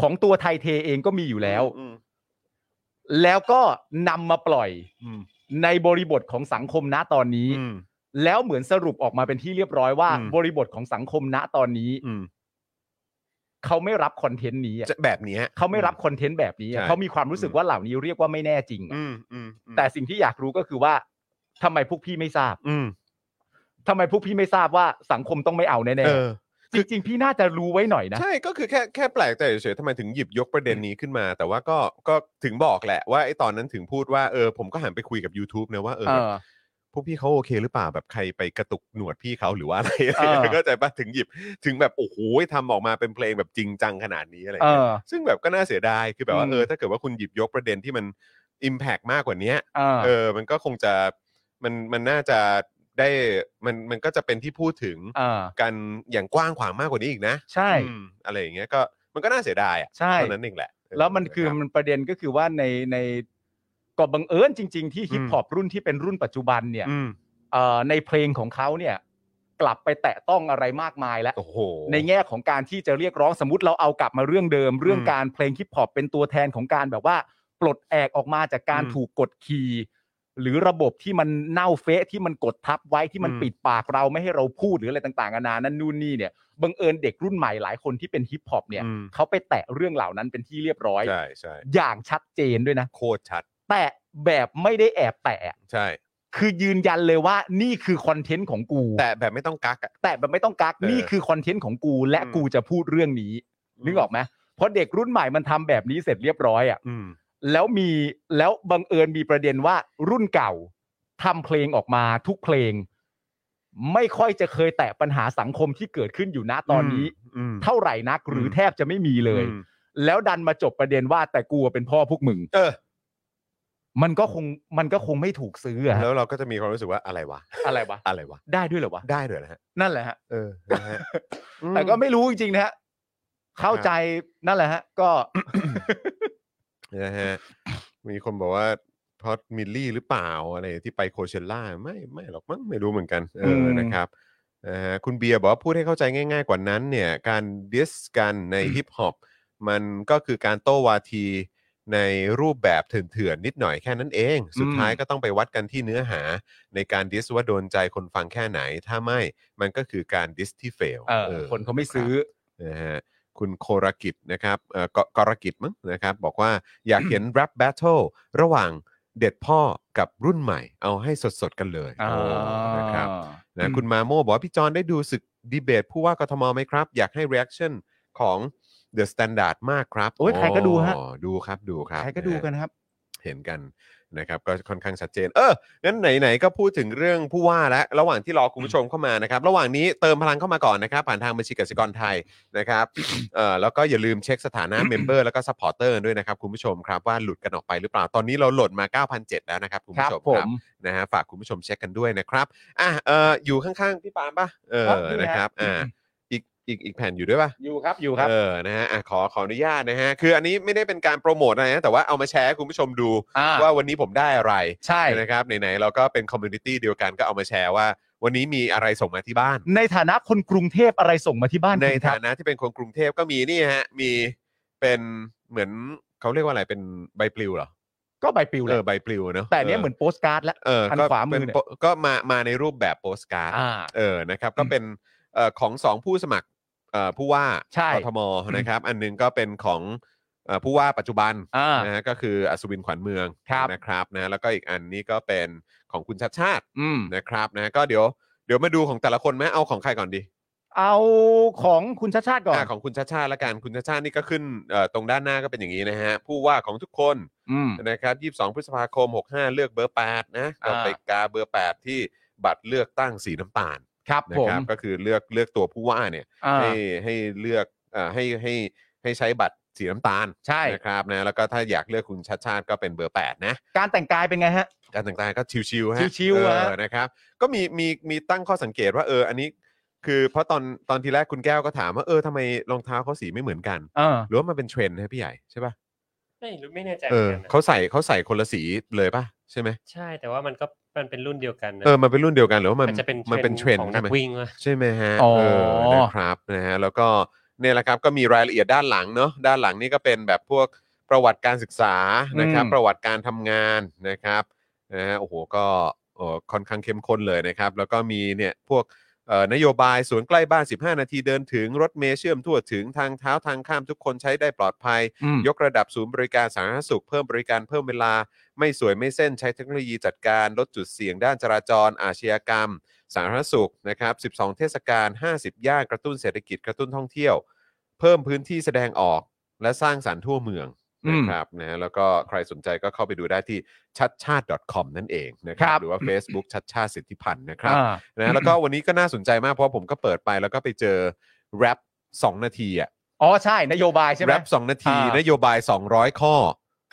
ของตัวไทยเทเองก็มีอยู่แล้ว อืม แล้วก็นำมาปล่อย อืม ในบริบทของสังคมณตอนนี้ อืม แล้วเหมือนสรุปออกมาเป็นที่เรียบร้อยว่า อืม บริบทของสังคมณตอนนี้ อืม เขาไม่รับคอนเทนต์นี้อะ จะแบบเนี้ย เขาไม่รับคอนเทนต์แบบนี้อะ ใช่ เขามีความรู้สึกว่าเหล่านี้เรียกว่าไม่แน่จริงอะ อืมอืมอืม แต่สิ่งที่อยากรู้ก็คือว่าทำไมพวกพี่ไม่ทราบ อืม ทำไมพวกพี่ไม่ทราบว่าสังคมต้องไม่เอาแน่ เออ ๆจริงๆพี่น่าจะรู้ไว้หน่อยนะ ใช่ก็คือแค่แค่แปลกใจเฉยๆทำไมถึงหยิบยกประเด็นนี้ขึ้นมา แต่ว่าก็ก็ถึงบอกแหละว่าไอ้ตอนนั้นถึงพูดว่าเออผมก็หันไปคุยกับ YouTube นะว่าเออ เอ แบ อบ พวกพี่เขาโอเคหรือเปล่าแบบใครไปกระตุกหนวดพี่เขาหรือว่าอะไร เออ ก็ใจปะถึงหยิบถึงแบบโอ้โหทำออกมาเป็นเพลงแบบจริงจังขนาดนี้อะไร เอ เงี้ย อ ซึ่งแบบก็น่าเสียดาย คือแบบว่า อืม เออถ้าเกิดว่าคุณหยิบยกประเด็นที่มัน Impact มากกว่าเนี้ย เออ เออ มันก็คงจะมันมันน่าจะได้มันมันก็จะเป็นที่พูดถึง เออ กันอย่างกว้างขวางมากกว่านี้อีกนะ ใช่ อืมอะไรอย่างเงี้ยก็มันก็น่าเสียดายอ่ะ ใช่ เท่านั้นเองแหละเ แล้วมันคือ รับ มันประเด็นก็คือว่าในในก็บังเอิญจริง ๆ ที่ฮิปฮอปรุ่นที่เป็นรุ่นปัจจุบันเนี่ย อืม เอ่อในเพลงของเขาเนี่ย กลับไปแตะต้องอะไรมากมายแล้ว โอ้โห ในแง่ของการที่จะเรียกร้องสมมติเราเอากลับมาเรื่องเดิม เรื่อง อืม การเพลงฮิปฮอปเป็นตัวแทนของการแบบว่า ปลดแอกออกมาจากการ อืม ถูกกดขี่ หรือระบบที่มันเน่าเฟะที่มันกดทับไว้ที่มัน อืม ปิดปากเราไม่ให้เราพูดหรืออะไรต่างๆนานานั่นนู่นนี่เนี่ยบังเอิญเด็กรุ่นใหม่หลายคนที่เป็นฮิปฮอปเนี่ย อืม เขาไปแตะเรื่องเหล่านั้นเป็นที่เรียบร้อย ใช่ใช่ อย่างชัดเจนด้วยนะ โคตรชัด แตะแบบไม่ได้แอบแตะ ใช่ คือยืนยันเลยว่านี่คือคอนเทนต์ของกู แต่แบบไม่ต้องกักอ่ะ แตะแบบไม่ต้องกัก เออ นี่คือคอนเทนต์ของกู และ อืม กูจะพูดเรื่องนี้นึกออกไหมเพราะเด็กรุ่นใหม่มันทำแบบนี้เสร็จเรียบร้อยอ่ะ อืม แล้วมีแล้วบังเอิญมีประเด็นว่ารุ่นเก่าทำเพลงออกมาทุกเพลง ไม่ค่อยจะเคยแตะปัญหาสังคมที่เกิดขึ้นอยู่ณตอนนี้ อืม เท่าไหร่นักหรือแทบจะไม่มีเลย อืม แล้วดันมาจบประเด็นว่าแต่กูเป็นพ่อพวกมึง เออ มันก็คงมันก็คงไม่ถูกซื้ออะฮะ แล้วเราก็จะมีความรู้สึกว่าอะไรวะ อะไรวะ อะไรวะ ได้ด้วยเหรอวะ ได้เลยนะฮะ นั่นแหละฮะ เออนะ [LAUGHS] ฮะ แต่ก็ไม่รู้จริงๆนะฮะ เข้าใจนั่นแหละฮะ ก็ นะฮะ มีคนบอกว่าเพราะมิลลี่หรือเปล่าอะไรที่ไปโคเชล่าไม่ไม่หรอกมั้งไม่รู้เหมือนกัน เออ ม นะครับนะฮะคุณเบียร์บอกว่าพูดให้เข้าใจง่ายๆกว่านั้นเนี่ย การดิสกันในฮิปฮอปมันก็คือการโต้วาทีในรูปแบบเถื่อนๆ นิดหน่อยแค่นั้นเอง สุดท้ายก็ต้องไปวัดกันที่เนื้อหา ในการดิสว่าโดนใจคนฟังแค่ไหน ถ้าไม่มันก็คือการดิสที่เฟล [COUGHS] เออคนเขาไม่ซื้อ นะฮะคุณโครกิจนะครับเอ่อกกรกิจมั้งนะครับ บอกว่าอยากเห็น แรปแบทเทิลระหว่างเด็ดพ่อกับรุ่นใหม่ เอาให้สดๆกันเลย อ่า โอ้นะครับ อื นะ ม คุณมาโมบอกว่า พี่จอนได้ดูศึกดีเบตผู้ว่ากทมไหมครับ อยากให้ reaction ของ The Standard มากครับ โอ้ยใครก็ดูฮะ อ๋อดูครับดูครับ ใครก็ดูกัน นะฮะ ครับ เห็นกันนะครับก็ค่อนข้างชัดเจน เอองั้นไหนๆก็พูดถึงเรื่องผู้ว่าและระหว่างที่รอคุณผู้ชมเข้ามานะครับ ระหว่างนี้เติมพลังเข้ามาก่อนนะครับ ผ่านทางบัญชีกสิกรไทยนะครับ เอ่อแล้วก็อย่าลืมเช็คส [COUGHS] ถานะ เมมเบอร์แล้วก็ซัพพอร์เตอร์ด้วยนะครับ คุณผู้ชมครับว่าหลุดกันออกไปหรือเปล่าตอนนี้เราหล่นมา 9,700 แล้วนะครับ คุณ ครั ผู้ชบม ผ ครับ ม นะฮะฝากคุณผู้ชมเช็คกันด้วยนะครับอ่ะเอออยู่ข้างๆ พี่ปาล์มป่ะเอ ครับ อ นี่ฮะ นะครับอ่าอีกอีกอีกแผ่นอยู่ด้วยป่ะ อยู่ครับอยู่ครับ เออ นะฮะอ่ะขอขออนุญาตนะฮะ คืออันนี้ไม่ได้เป็นการโปรโมทอะไรนะ แต่ว่าเอามาแชร์ให้คุณผู้ชมดู อ่า ว่าวันนี้ผมได้อะไร ใช่ นะครับ ไหนๆ เราก็เป็นคอมมูนิตี้เดียวกันก็เอามาแชร์ว่า วันนี้มีอะไรส่งมาที่บ้าน ในฐานะคนกรุงเทพอะไรส่งมาที่บ้าน ใน คุณครับ ฐานะที่เป็นคนกรุงเทพก็มีนี่ฮะ มีเป็นเหมือนเขาเรียกว่าอะไร เป็นใบปลิวเหรอ ก็ใบปลิวเล เอย อ ใบปลิวเนอะ แต่อันเนี้ยเหมือนโปสการ์ดแล้ว เออ อัน ก็ ขวามือ เป็น เนี่ย โปก็มา มาในรูปแบบโปสการ์ด อ่า เออ นะครับ ก็ อืม เป็นเอ่อของสองผู้สมัครเอ่อผู้ว่า ใช่ กทมนะครับ อันหนึงก็เป็นของเอ่อผู้ว่าปัจจุบัน อ่า นะฮะก็คืออัศวินขวัญเมือง ครับ นะครับนะแล้วก็อีกอันนี้ก็เป็นของคุณชัดชาติ อืม นะครับนะก็เดี๋ยวเดี๋ยวมาดูของแต่ละคนไหมเอาของใครก่อนดี เอาของคุณชาติชาติก่อน อ่ะของคุณชัดชาติละกันคุณชัดชาตินี่ก็ขึ้นเอ่อตรงด้านหน้าก็เป็นอย่างนี้นะฮะผู้ว่าของทุกคน อืม นะครับ22 พฤษภาคม 65 เลือกเบอร์ 8 นะ อ่า ก็ไปกาเบอร์ 8 ที่บัตรเลือกตั้งสีน้ำตาล ครับ นะ ผ ค ม รับก็คือเลือกเลือกตัวผู้ว่าเนี่ย อ่า ให้ให้เลือกเอ่อให้ให้ให้ใช้บัตรสีน้ำตาล ใช่ นะครับนะแล้วก็ถ้าอยากเลือกคุณชัดชาติก็เป็นเบอร์ 8 นะ การแต่งกายเป็นไงฮะ การแต่งกายก็ชิวๆฮะ ชิวๆ เอ ฮะ อนะครับ ก็มีมีมีตั้งข้อสังเกตว่าเอออันนี้ คือเพราะตอนตอนทีแรกคุณแก้วก็ถามว่าเออทำไมรองเท้าเขาสีไม่เหมือนกัน เออ หรือว่ามันเป็นเทรนด์นะพี่ใหญ่ใช่ป่ะ ไม่รู้ไม่แน่ใจ เออ หมืนกันนะ เขาใส่เขาใส่คนละสีเลยป่ะใช่ไหม ใช่แต่ว่ามันก็มันเป็นรุ่นเดียวกันนะ เออมันเป็นรุ่นเดียวกันหรือว่ามัน อาจจะเป็น มันเป็นเทรน ข ด์ อง ใช่ นัก ไหม วิ่งวะ ใช่ไหมฮะ อ๋อ เออนะครับนะฮะแล้วก็เนี่ยแหละครับก็มีรายละเอียดด้านหลังเนาะด้านหลังนี่ก็เป็นแบบพวกประวัติการศึกษานะครับ อืม ประวัติการทำงานนะครับ นะฮะโอ้โหก็เอ่อค่อนข้างเข้มข้นเลยนะครับ แล้วก็มีเนี่ยพวกเอ่อนโยบายสวนใกล้บ้าน 15 นาทีเดินถึง รถเมล์เชื่อมทั่วถึงทางเท้าทางข้ามทุกคนใช้ได้ปลอดภัย อืม ยกระดับศูนย์บริการสาธารณสุข เพิ่มบริการเพิ่มเวลา ไม่สวยไม่เส้นใช้เทคโนโลยีจัดการ ลดจุดเสี่ยงด้านจราจร อาชญากรรม สาธารณสุขนะครับ 12 เทศกาล 50 ย่านกระตุ้นเศรษฐกิจกระตุ้นท่องเที่ยว เพิ่มพื้นที่แสดงออกและสร้างสรรค์ทั่วเมือง อืม นะครับนะฮะแล้วก็ใครสนใจก็เข้าไปดูได้ที่ชัดชาติ .com นั่นเองนะครับ ครับ หรือว่า Facebook ชัดชาติสิทธิพันธ์นะครับ อ่า นะแล้วก็วันนี้ก็น่าสนใจมากเพราะผมก็เปิดไปแล้วก็ไปเจอแรป2นาทีอะ อ๋อใช่นโยบายใช่ไหม แรปสองนาที อ่าน น โยบาย 200 ข้อ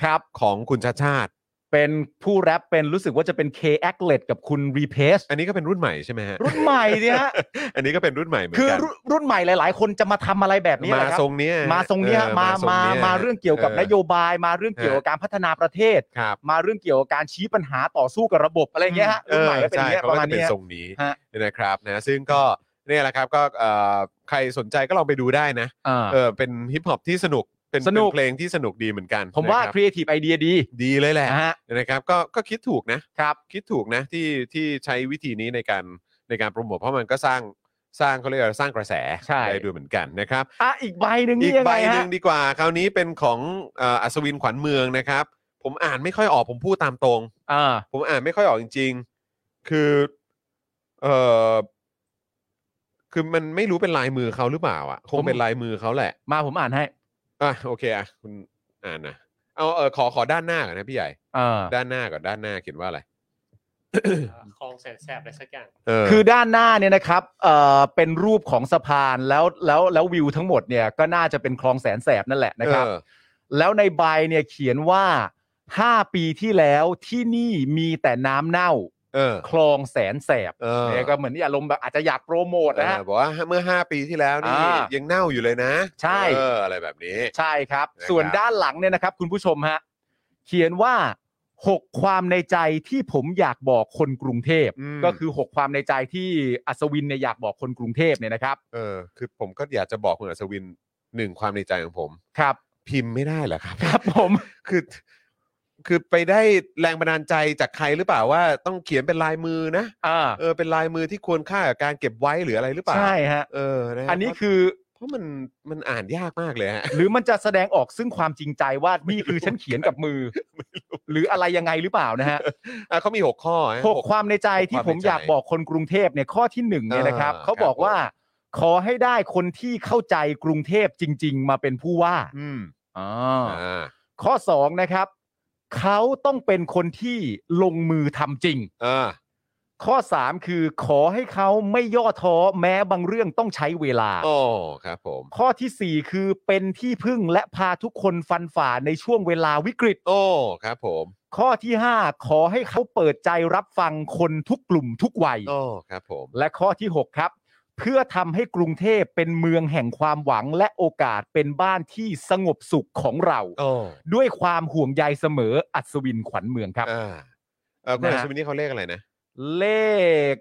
ครับ ของคุณชาติชาติ เป็นผู้แรปเป็นรู้สึกว่าจะเป็น K a c l e t กับคุณ r e p a s อันนี้ก็เป็นรุ่นใหม่ใช่ไหมฮะ รุ่นใหม่เนี่ยฮะ อันนี้ก็เป็นรุ่นใหม่เหมือน คือ กัน รุ่นรุ่นใหม่หลาย ๆ คนจะมาทำอะไรแบบนี้แห มา ละครับ ทรงเนี้ย มาทรงเนี้ย ออ มา ทง มา นี้ มาเรื่องเกี่ยวกับนโยบายมาเรื่องเกี่ยวกับการพัฒนาประเทศ ครับ มาเรื่องเกี่ยวกับการชี้ปัญหาต่อสู้กับระบบอะไรอย่างเงี้ยฮะรุ่นใหม่ก็เป็นอย่างเงี้ย ออ ป ใช่ขระมา ก็ ณ จเป็ เนี้ย นทรงนี้ ฮะ นะครับนะซึ่งก็เนี่ยแหละครับก็เอ่อใครสนใจก็ลองไปดูได้นะ อ่า เออเป็นฮิปฮอปที่สนุกเป็น สนุก เป็เพลงที่สนุกดีเหมือนกัน ผมว่า นะ ค ครับ รีเอทีฟไอเดียดี ดีเลยแหละ นะฮะ นะครับก็ก็คิดถูกนะ ครับ คิดถูกนะที่ที่ใช้วิธีนี้ในการในการโปรโมทเพราะมันก็สร้างสร้างเขาเรียกอะไรสร้างกระแส ใช่ ได้ด้วยเหมือนกันนะครับ อ่ะอีกใบหนึ่ง อี นี่ ก ยัง ใบ ไง หนึ่ ฮะ งดีกว่า คราวนี้เป็นของเอ่ออัศวินขวัญเมืองนะครับ ผมอ่านไม่ค่อยออกผมพูดตามตรง อ่า ผมอ่านไม่ค่อยออกจริง ๆ คือเอ่อคือมันไม่รู้เป็นลายมือเขาหรือเปล่าอ่ะคง ผม เป็นลายมือเขาแหละ มาผมอ่านให้ อ่ะโอเคอ่ะคุณอ่านนะเอาเออขอขอด้านหน้าก่อนนะพี่ใหญ่ อ่า ด้านหน้าก่อนด้านหน้าเขียนว่าอะไร เอ่อคลองแสนแสบอะไรสักอย่าง เออ คือด้านหน้าเนี่ยนะครับเอ่อเป็นรูปของสะพานแล้วแล้วแล้ววิวทั้งหมดเนี่ยก็น่าจะเป็นคลองแสนแสบนั่นแหละนะครับ เออ แล้วในใบเนี่ยเขียนว่า 5 ปีที่แล้วที่นี่มีแต่น้ำเน่า เออ คลองแสนแสบ เออ เนี่ยก็เหมือนอารมณ์แบบอาจจะอยากโปรโมทนะฮะ เออบอกว่าเมื่อ 5 ปีที่แล้วนี่ อ่ายั ยังเน่าอยู่เลยนะ ใช่ เอออะไรแบบนี้ ใช่ครับ นะครับ ส่วนด้านหลังเนี่ยนะครับ คุณผู้ชมฮะเขียนว่า 6 ความในใจที่ผมอยากบอกคนกรุงเทพ อืม ก็คือ 6 ความในใจที่อัศวินเนี่ยอยากบอกคนกรุงเทพเนี่ยนะครับ เออ คือผมก็อยากจะบอกคุณอัศวินหนึ่งความในใจของผม ครับ พิมพ์ไม่ได้เหรอครับ [LAUGHS] ครับผม คือ คือไปได้แรงบันดาลใจจากใครหรือเปล่าว่าต้องเขียนเป็นลายมือนะ อ่า เออเป็นลายมือที่ควรค่ากับการเก็บไว้หรืออะไรหรือเปล่า ใช่ฮะ เออนะ อันนี้คือ เพราะมันมันอ่านยากมากเลยฮะ หรือมันจะแสดงออกซึ่งความจริงใจว่านี่คือฉันเขียนกับมือ หรืออะไรยังไงหรือเปล่านะฮะ อ่ะเขามีหกข้อฮะ หกความในใจที่ ค ผ วาม ม ในใจ อยากบอกคนกรุงเทพเนี่ยข้อที่หนึ่งเนี่ยนะครับ อ่า เขาบอก ครับผม ว่า ขอให้ได้คนที่เข้าใจกรุงเทพจริง ๆ มาเป็นผู้ว่า อืม อ่า อ่า ข้อสองนะครับ เขาต้องเป็นคนที่ลงมือทำจริง เออ ข้อ 3 คือขอให้เขาไม่ย่อท้อแม้บางเรื่องต้องใช้เวลา โอ้ครับผม ข้อทีสี่ 4 คือเป็นที่พึ่งและพาทุกคนฟันฝ่าในช่วงเวลาวิกฤต โอ้ครับผม ข้อที่ 5 ขอให้เขาเปิดใจรับฟังคนทุกกลุ่มทุกวัย โอ้ครับผม และข้อที่ 6 ครับ เพื่อทำให้กรุงเทพเป็นเมืองแห่งความหวังและโอกาสเป็นบ้านที่สงบสุขของเรา โอ้ ด้วยความห่วงใยเสมออัศวินขวัญเมืองครับ อ่าเออคุณ นะ อั ฮะ ศวินนี่เขาเลขอะไรนะ เลข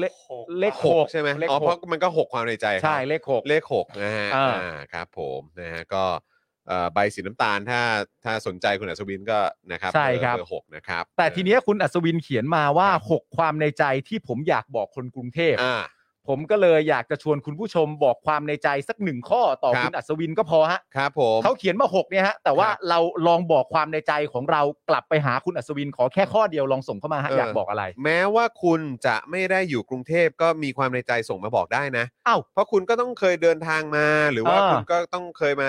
เลข หก เลข ห ห ก ก ใช่ไหม เลข อ๋อ ห เพราะ ก มันก็หกความในใจครับ ใช่เลขหก เลขหกนะฮะ อ่า อ่าครับผมนะฮะก็เอ่อใบสีน้ำตาลถ้าถ้าสนใจคุณอัศวินก็นะครับ ใช่ครับ เบอร์หกนะครับ แต่ทีเนี้ยคุณอัศวินเขียนมาว่า 6 ความในใจที่ผมอยากบอกคนกรุงเทพ อ่า ผมก็เลยอยากจะชวนคุณผู้ชมบอกความในใจสักหนึ่งข้อต่อ ครับ คุณอัศวินก็พอฮะ ครับผม เขาเขียนมาหกเนี่ยฮะแต่ว่า ครับ เราลองบอกความในใจของเรากลับไปหาคุณอัศวินขอแค่ข้อเดียวลองส่งเข้ามาฮะ เออ อ อ ยากบอกอะไร แม้ว่าคุณจะไม่ได้อยู่กรุงเทพก็มีความในใจส่งมาบอกได้นะ อ้าว เพราะคุณก็ต้องเคยเดินทางมาหรือว่า อ่า คุณก็ต้องเคยมา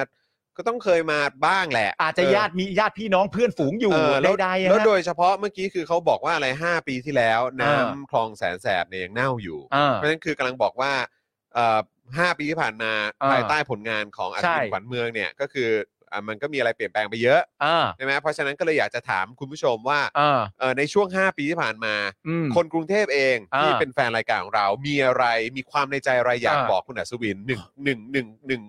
ก็ต้องเคยมาบ้างแหละ อาจจะ เออ ญาติมีญาติพี่น้องเพื่อนฝูงอยู่ เแล้ว ได้ๆฮะ แล้วโดยเฉพาะเมื่อกี้คือเขาบอกว่าอะไร 5 ปีที่แล้ว น้ำ อ่า คลองแสนแสบเนี่ยยังเน่าอยู่ อ่า เพราะฉะนั้นคือกำลังบอกว่าเอ่อห้าปีที่ผ่านมา อ่า ภายใต้ผลงานของอัศ ใช่ วินขวัญเมืองเนี่ยก็คืออ่ะมันก็มีอะไรเปลี่ยนแปลงไปเยอะ อ่า ใช่ไหมเพราะฉะนั้นก็เลยอยากจะถามคุณผู้ชมว่า อ่า เอ่อในช่วง 5 ปีที่ผ่านมา อืม คนกรุงเทพเองที่ อ่า เป็นแฟนรายการของเรา มีอะไรมีความในใจอะไรอยาก อ่า บอกคุณอัศวินหนึ่งหนึ่งหนึ่งหนึ่ง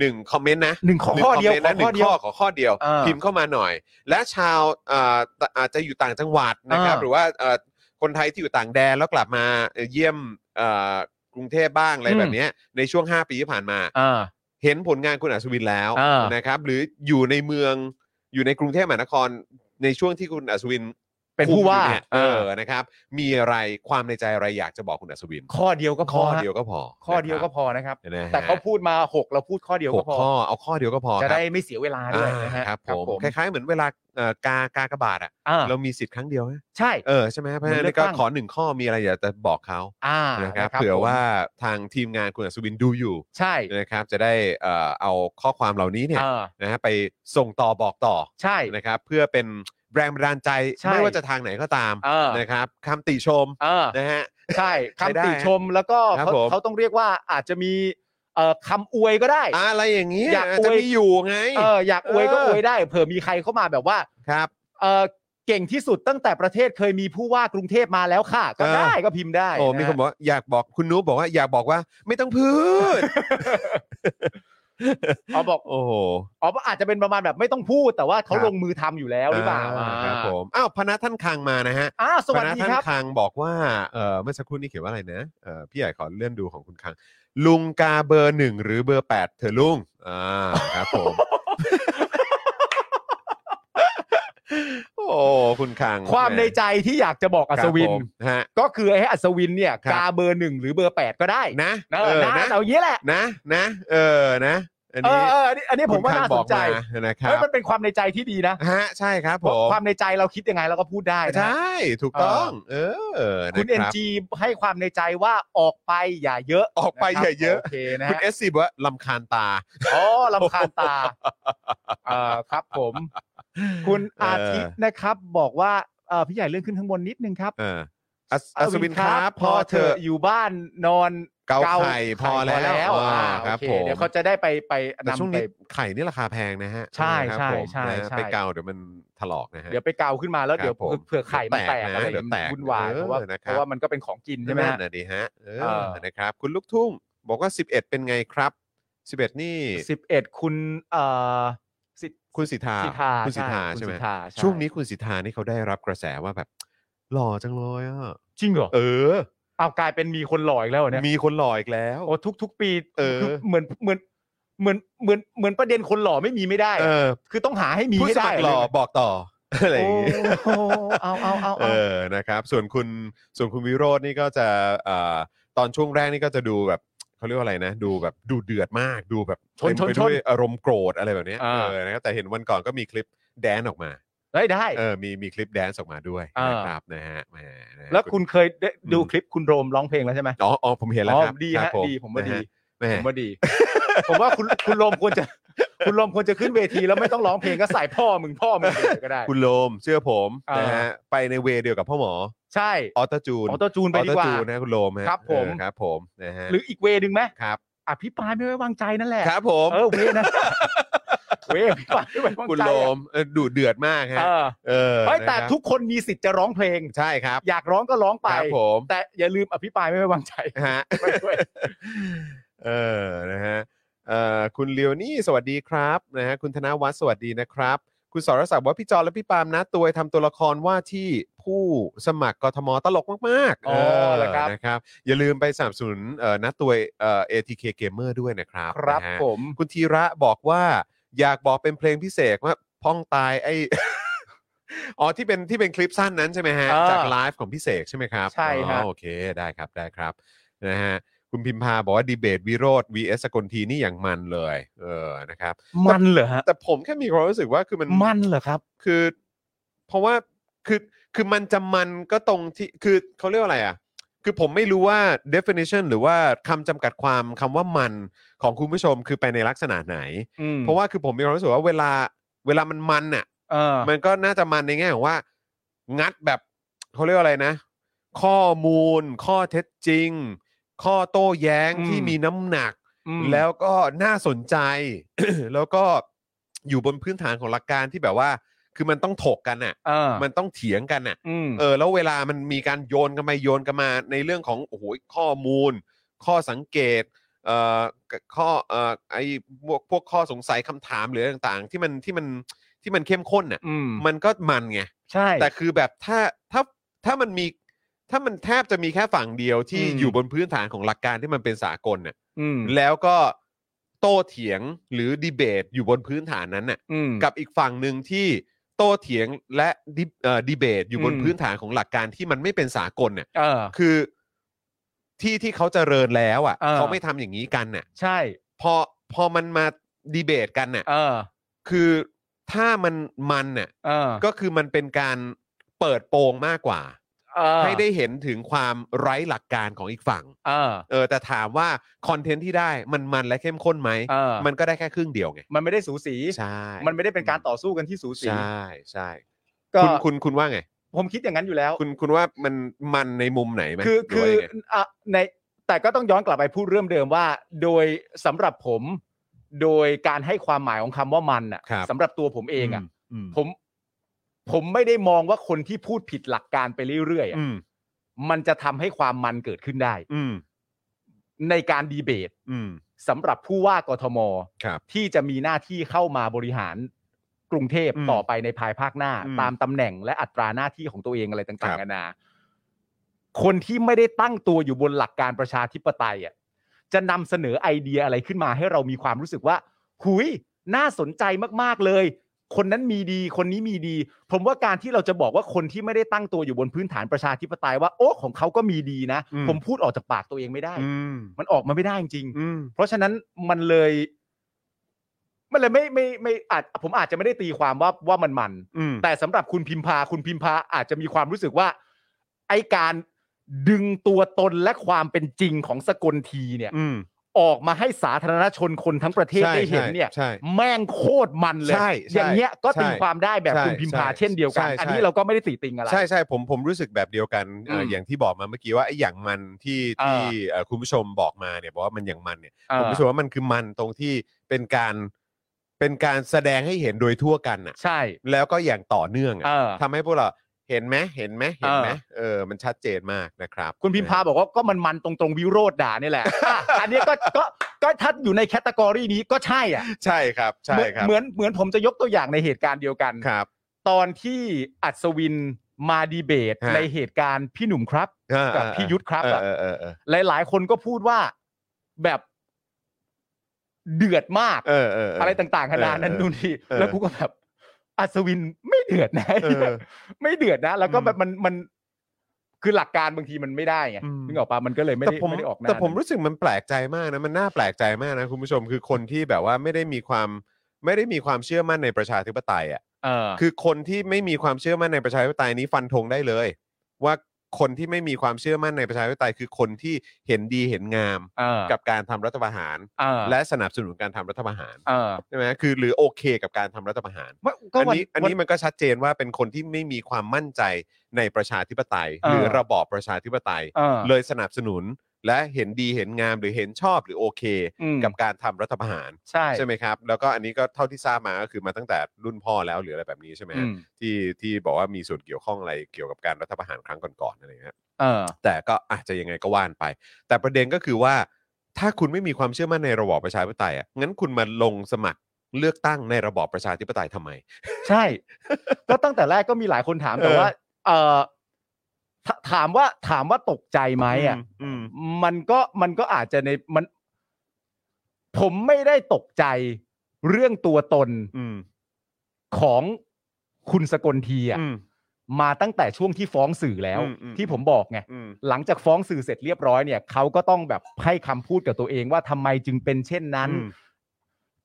หนึ่งคอมเมนต์นะ หนึ่งขอ หนึ่ง ข้อเดียว คมมนต์นะขอหนึ่ ข้องเดีข้ยวอขอข้อเดียว เออ พิมพ์เข้ามาหน่อย และชาวเอ่อตอาจจะอยู่ต่างจังหวัดนะครับ เออ หรือว่าเอ่อคนไทยที่อยู่ต่างแดนแล้วกลับมาเยี่ยมเอ่อกรุงเทพบ้างอะไร อืม แบบเนี้ยในช่วง 5 ปีที่ผ่านมา อ่า เห็นผลงานคุณอัศวินแล้ว เออ นะครับ หรืออยู่ในเมืองอยู่ในกรุงเทพมหานครในช่วงที่คุณอัศวิน เป็นผู้ว่า คุมอยู่เนี่ยเออ เออ นะครับ มีอะไรความในใจอะไรอยากจะบอกคุณอัศวิน ข้อเดียวก็พ ข้ อ อ ฮะ เดียวก็พอ ข้อเดียวก็พอนะครับ นะฮะ แต่เขาพูดมาหกเราพูดข้อเดียว ห ก็ ก พอ ข้อเอาข้อเดียวก็พอคจะรับ ได้ไม่เสียเวลาด้วยนะฮะ อ่าครับผมคล้ายๆเหมือนเวลาเอ่อกากากบาทอ่ะ อ่า เรามีสิทธิ์ครั้งเดียวไหม ใช่ เออใช่ไหมเพราะ เหมื ฉะนั้อนน เลือก ก็ ตั้ง ขอหนึ่งข้อมีอะไรอยากจะบอกเขา อ่า นะครับ นะ เผื่อ ผม ว่าทางทีมงานคุณอัศวินดูอยู่ ใช่ นะครับ จะได้เอ่อเอาข้อความเหล่านี้เนี่ย เออ นะฮะไปส่งต่อบอกต่อ ใช่ นะครับ เพื่อเป็นแรงบันดาลใจ ใช่ ไม่ว่าจะทางไหนก็ตาม เออ นะครับคำติชม เออ นะฮะ ใช่ ใช้ได้ [LAUGHS] คำติชมแล้วก็ ครับ เขา ผม เขาต้องเรียกว่าอาจจะมีเอ่อคำอวยก็ได้ อะไรอย่างเงี้ย อยากอวย จะมีอยู่ไง เอออยากอวยก็ เออ อ อ วยได้ เผื่อมีใครเข้ามาแบบว่า ครับ เออเก่งที่สุดตั้งแต่ประเทศเคยมีผู้ว่ากรุงเทพมาแล้วค่ะ ก็ เออ ได้ก็พิมพ์ได้ โอ้มี ะ คนบอกว่าอยากบอกคุณนุ๊กบอกว่าอยากบอกว่าไม่ต้องพูด อ๋อบอก โอ้โห อ๋ออาจจะเป็นประมาณแบบไม่ต้องพูดแต่ว่าเขา ครับ ลงมือทำอยู่แล้วหรือเปล่า อ่ครับ อ่า ผมอ้าวพนัทท่านคังมานะฮะ อ่าสวัส พนัท ดี ท่า คน รับ คังบอกว่าเออเมื่อสักครู่นี้เขียนว่าอะไรนะเออพี่ใหญ่ขอเลื่อนดูของคุณคัง ลุงกาเบอร์หนึ่งหรือเบอร์แปดเธอะลุงอ่าครับผม [LAUGHS] โอ้คุณคัง ความในใจที่อยากจะบอกอัศวิ คน รับผมฮะ ก็คือให้อัศวินเนี่ย ครับ กาเบอร์หนึ่งหรือเบอร์แปดก็ได้ นะ นะ เออ นะ นะ เอาอย่างนี้แหละ นะนะเออนะอัน เอ นี้ อเอออันนี้อันนี้ผมว่า คุณคัง น่า บ ส อก นใจ มานะครับ เฮ้ยมันเป็นความในใจที่ดีนะ ฮะใช่ครับผ ว่าม ความในใจเราคิดยังไงเราก็พูดได้ ใช นะ ่ถูกต้อง เออ คุณเอ็ นะ น รับ จีให้ความในใจว่าออกไปอย่าเยอะ ออกไปอย่าเยอะ นะครับโอเคนะ คุณ ฮะ เอสซีบอกว่าลำคาญตา อ๋อลำคาญตาเออครับผม คุณ เอออ อาทิตย์นะครับ บอกว่าเอ่อพี่ใหญ่เลื่อนขึ้นข้างบนนิดนึงครับ เอออัศอัศวินครับพ พ อ อ เธ เธ อะ อะอยู่บ้านนอน เกาไข่พอแล้ว อ่า อ่า โอ ครับ เ ผม เดี๋ยวเขาจะได้ไปไป แต่ช่วง นำไป นี้ไข่นี่ราคาแพงนะฮะ ใช่ ครับ ใช่ ผม ใช่ นะฮะ ใช่ ไปเกาเดี๋ยวมันถลอกนะฮะ เดี๋ยวไปเกาขึ้นมาแล้ว ครับ เดี๋ยว ผม เผื่อไข่มันแตก เดี๋ยวแตกนะเดี๋ยวแตกอะไรวุ่นวาย เออ เพราะว่า นะครับ เพราะว่ามันก็เป็นของกินใช่ไหม นั่ ฮะ นนะดีฮะเออ เออ นะครับ คุณลูกทุ่งบอกว่า 11 เป็นไงครับ 11 นี่ สิบเอ็ดคุณเอ่อสิท คุณสิทธา สิทธา คุณสิทธาใช่ไหม คุณสิทธาใ ช่วงนี้คุณสิทธานี่เขาได้รับกระแสว่าแบบ หล่อจังเลยอ่ะ จริงเหรอ เออ เอากลายเป็นมีคนหล่ออีกแล้วเหรอเนี่ย มีคนหล่ออีกแล้ว โอ้ทุกทุกปี เออ คือเหมือนเหมือนเหมือนเหมือนเหมือนประเด็นคนหล่อไม่มีไม่ได้อะ เออ คือต้องหาให้มี ผู้ ให้ ส ได้ มัครหล่อบอกต่อ [LAUGHS] อะไรอย่างงี้ โอ้โหเอาเอาเอา เอ เอา อ นะครับ ส่วนคุณ ส่วนคุณวิโรจน์นี่ก็จะเอ่อตอนช่วงแรกนี่ก็จะดูแบบเขาเรียกว่าอะไรนะ ดูแบบดูเดือดมาก ดูแบบ ชน เต็มไป ชน ด้วยอารมณ์โกรธอะไรแบบเนี้ย อ่า เออ นะครับ แต่เห็นวันก่อนก็มีคลิปแดนซ์ออกมา ได้ได้ เออ มี มีคลิปแดนซ์ออกมาด้วย อ่าน นะครับ นะฮะ แหมนะฮะ แล้วคุณเคยได้ดู อืม คลิปคุณโรมร้องเพลงแล้วใช่ไหม อ๋ออ๋อผมเห็นแล้ว อ๋อ ครับ ดี ครั ฮะ บผม ดีผมว่า นะ ดี ฮะแหม ผมว่าดี ผมว่าคุณคุณโรมควรจะ คุณลมควรจะขึ้นเวทีแล้วไม่ต้องร้องเพลงก็ใส่พ่อมึงพ่อมึงเลยก็ได้ คุณโลมเชื่อผม เออ นะฮะไปในเวย์เดียวกับพ่อหมอ ใช่ ออโตจูน ออโต้จูนไปดีกว่า จูนนะคุณโลมฮะ ครับผม เออครับผมนะฮะ หรืออีกเวย์หนึ่งไหม ครับ อภิปรายไม่ไว้วางใจนั่นแหละ ครับผม เออเวย์นนแหละเวย์อภิปรายไม่ไว้วางใจ คุณโลมเออดูเดือดมากฮะ เออ เออ เฮ้ย นะ แต่ ครับ ทุกคนมีสิทธิ์จะร้องเพลง ใช่ครับ อยากร้องก็ร้องไป ครับผม แต่อย่าลืมอภิปรายไม่ไว้วางใจ ฮะ ไปด้วย เออ นะฮะ เอ่อ คุณเลียวนี่สวัสดีครับ นะฮะ คุณธนวัฒน์สวัสดีนะครับ คุณสรศักดิ์บอกว่าพี่จอนและพี่ปาล์มนะตัวยทำตัวละครว่าที่ผู้สมัครกทมตลกมากๆ อ๋อเหรอครับ นะครับ อย่าลืมไปสนับสนุนเอ่อนัดตัวยเอ่อ ATK Gamer ด้วยนะครับ ครับ นะฮะ ผม คุณธีระบอกว่าอยากบอกเป็นเพลงพิเศษว่าพ้ [LAUGHS] องตายไอ อ๋อที่เป็นที่เป็นคลิปสั้นนั้นใช่ไหมฮะ อ่า จากไลฟ์ของพี่เสกใช่ไหมครับ ใช่ฮะ อ๋อโอเคได้ครับได้ครับ นะฮะคุณพิมพาบอกว่าดีเบตวิโรธ vs สกลทีนี่อย่างมันเลย เออนะครับ มันเหรอฮะ แต่ผมแค่มีความรู้สึกว่าคือมัน มันเหรอครับ คือ เพราะว่าคือคือมันจะมันก็ตรงที่คือเขาเรียกว่าอะไรอ่ะ คือผมไม่รู้ว่า definition หรือว่าคำจำกัดความคำว่ามันของคุณผู้ชมคือไปในลักษณะไหน อืม เพราะว่าคือผมมีความรู้สึกว่าเวลาเวลามันมันอ่ะ เออ มันก็น่าจะมันในแง่ของว่า งัดแบบเขาเรียกว่าอะไรนะ ข้อมูล ข้อเท็จจริง ข้อโต้แย้ง อืม ที่มีน้ำหนัก อืม แล้วก็น่าสนใจ [COUGHS] แล้วก็อยู่บนพื้นฐานของหลักการที่แบบว่า คือมันต้องถกกันอ่ะ เออ มันต้องเถียงกันอ่ะ อืม เออแล้วเวลามันมีการโยนกันไปโยนกันมาในเรื่องของโอ้โหข้อมูล ข้อสังเกตเอ่อข้อเอ่อไอ้พวกพวกข้อสงสัยคำถามหรืออะไรต่างๆ ที่มันที่มันที่มันเข้มข้นน่ะ อืม มันก็มันไง ใช่ แต่คือแบบถ้าถ้าถ้ามันมีถ้ามันแทบจะมีแค่ฝั่งเดียวที่ อืม อยู่บนพื้นฐานของหลักการที่มันเป็นสากลน่ะ อืม แล้วก็โต้เถียงหรือดีเบตอยู่บนพื้นฐานนั้นน่ะ อืม กับอีกฝั่งหนึ่งที่โต้เถียงและดิเอ่อดีเบตอยู่บน อืม พื้นฐานของหลักการที่มันไม่เป็นสากลเนี่ย เออ คือที่ที่เขาเจริญแล้วอ่ะ เออ เขาไม่ทำอย่างนี้กันน่ะ ใช่ พอพอมันมาดีเบตกันน่ะ เออ คือถ้ามันมันน่ะ เออ ก็คือมันเป็นการเปิดโปงมากกว่า เออ ให้ได้เห็นถึงความไร้หลักการของอีกฝั่ง เออ เออแต่ถามว่าคอนเทนต์ที่ได้มันมันและเข้มข้นไหม เออ มันก็ได้แค่ครึ่งเดียวไง มันไม่ได้สูสี ใช่ มันไม่ได้เป็นการต่อสู้กันที่สูสี ใช่ใช่ ก็ คุณคุณคุณว่าไง ผมคิดอย่างนั้นอยู่แล้ว คุณคุณว่ามันมันในมุมไหนไหม คือ หรื คือ ว่ายังไง อ่ะในแต่ก็ต้องย้อนกลับไปพูดเรื่องเดิมว่า โดยสำหรับผม โดยการให้ความหมายของคำว่ามันอ่ะ ครับ สำหรับตัวผมเองอ่ะ อืม ผมผมไม่ได้มองว่าคนที่พูดผิดหลักการไปเรื่อยๆอะ อืม มันจะทำให้ความมันเกิดขึ้นได้ อืม ในการดีเบต อืม สำหรับผู้ว่ากทม ครับ ที่จะมีหน้าที่เข้ามาบริหารกรุงเทพ อืม ต่อไปในภายภาคหน้า อืม ตามตำแหน่งและอัตราหน้าที่ของตัวเองอะไรต่าง ค ๆ รับ นานา คนที่ไม่ได้ตั้งตัวอยู่บนหลักการประชาธิปไตยอ่ะจะนำเสนอไอเดียอะไรขึ้นมาให้เรามีความรู้สึกว่า หุยน่าสนใจมากๆเลย คนนั้นมีดี คนนี้มีดี ผมว่าการที่เราจะบอกว่าคนที่ไม่ได้ตั้งตัวอยู่บนพื้นฐานประชาธิปไตยว่าโอ้ของเขาก็มีดีนะ อืม ผมพูดออกจากปากตัวเองไม่ได้ อืม มันออกมาไม่ได้จริงๆ อืม เพราะฉะนั้นมันเลย มันเลยไม่ไม่ไม่อาจผมอาจจะไม่ได้ตีความว่าว่ามันมัน อืม แต่สำหรับคุณพิมพาคุณพิมพาอาจจะมีความรู้สึกว่า ไอการดึงตัวตนและความเป็นจริงของสกลทีเนี่ย อืม ออกมาให้สาธารณชนคนทั้งประเทศ ใช่ ได้เห็นเนี่ย ใช่ใช่ แม่งโคตรมันเลย ใช่ใช่ อย่างเงี้ยก็ ใช่ ตีความได้แบบ ใช่ คุณพิมพา ใช่ เช่นเดียวกัน ใช่ อันนี้ ใช่ เราก็ไม่ได้ติติงอะไร ใช่ใช่ผมผมรู้สึกแบบเดียวกันเอ่ออ ม อย่างที่บอกมาเมื่อกี้ว่าไอ้อย่างมันที่ อ่า ที่เอ่อคุณผู้ชมบอกมาเนี่ยบอกว่ามันอย่างมันเนี่ย เออ ผมรู้สึกว่ามันคือมันตรงที่เป็นการเป็นการแสดงให้เห็นโดยทั่วกันอ่ะ ใช่ แล้วก็อย่างต่อเนื่อง เอ อ่ะ อ ทำให้พวกเราเห็นไหมเห็นไหมเห็นไหม เออ เออมันชัดเจนมากนะครับ คุณพิมพาบอกว่าก็มันมันๆตรงตรงๆวิโรดด่าเนี่ยแหละอ่ะอันเนี้ยก็ก็ก็ถ้าอยู่ในแคตตากรีนี้ก็ใช่อ่ะ ใช่ครับใช่ครับ เหมือนเหมือนผมจะยกตัวอย่างในเหตุการณ์เดียวกัน ครับ ตอนที่อัศวินมาดีเบต ฮะ ในเหตุการณ์พี่หนุ่มครับ เออ กับพี่ยุทธครับ เออ อะ เออเออเออ หลาย ๆ คนก็พูดว่าแบบเดือดมาก เออเออเอออ อะไรต่างๆขนาดนั้น เออเออ นู่นนี่ เออ แล้วกูก็แบบ อัศวินไม่เดือดนะ เออ [LAUGHS] ไม่เดือดนะ แล้วก็ อืม แบบมันมัน คือหลักการบางทีมันไม่ได้ไง อืม นึกออกปะมันก็เลยไม่ แต่ ได้ ผม ไม่ได้ออกหน้า แต่ผม นั้น รู้สึกมันแปลกใจมากนะมันน่าแปลกใจมากนะคุณผู้ชมคือคนที่แบบว่าไม่ได้มีความไม่ได้มีความเชื่อมั่นในประชาธิปไตยอ่ะ เออ คือคนที่ไม่มีความเชื่อมั่นในประชาธิปไตยนี้ฟันธงได้เลย ว่า คนที่ไม่มีความเชื่อมั่นในประชาธิปไตยคือคนที่เห็นดีเห็นงาม เออ กับการทำรัฐประหาร เออ และสนับสนุนการทำรัฐประหาร เออ ใช่ไหมคือหรือโอเคกับการทำรัฐประหาร ไม่ก็ อัน วัน นี้อันนี้ วั มันก็ชัดเจนว่าเป็นคนที่ไม่มีความมั่นใจในประชาธิปไตย เออ หรือระบอบประชาธิปไตย เออ เลยสนับสนุนและเห็นดีเห็นงามหรือเห็นชอบหรือโอเค อืม กับการทำรัฐประหาร ใช่ ใช่ไหมครับ แล้วก็อันนี้ก็เท่าที่ทราบมาก็คือมาตั้งแต่รุ่นพ่อแล้วหรืออะไรแบบนี้ใช่ไหม อื ฮะ ม ที่ที่บอกว่ามีส่วนเกี่ยวข้องอะไรเกี่ยวกับการรัฐประหารครั้งก่อนๆอะไรอย่างเงี้ย เออ แต่ก็อาจจะยังไงก็ว่านไป แต่ประเด็นก็คือว่า ถ้าคุณไม่มีความเชื่อมั่นในระบอบประชาธิปไตยอ่ะงั้นคุณมาลงสมัครเลือกตั้งในระบอบประชาธิปไตยทำไม ใช่ [LAUGHS] ก็ตั้งแต่แรกก็มีหลายคนถามแต่ เออ ว่า เออถถามว่าถามว่าตกใจไหมอ่ะ อืม มันก็มันก็อาจจะในมัน ผมไม่ได้ตกใจเรื่องตัวตน อืม ของคุณสกลทีอ่ะ อืม มาตั้งแต่ช่วงที่ฟ้องสื่อแล้ว อืมอืม ที่ผมบอกไง อืม หลังจากฟ้องสื่อเสร็จเรียบร้อยเนี่ยเขาก็ต้องแบบให้คำพูดกับตัวเองว่าทำไมจึงเป็นเช่นนั้น อืม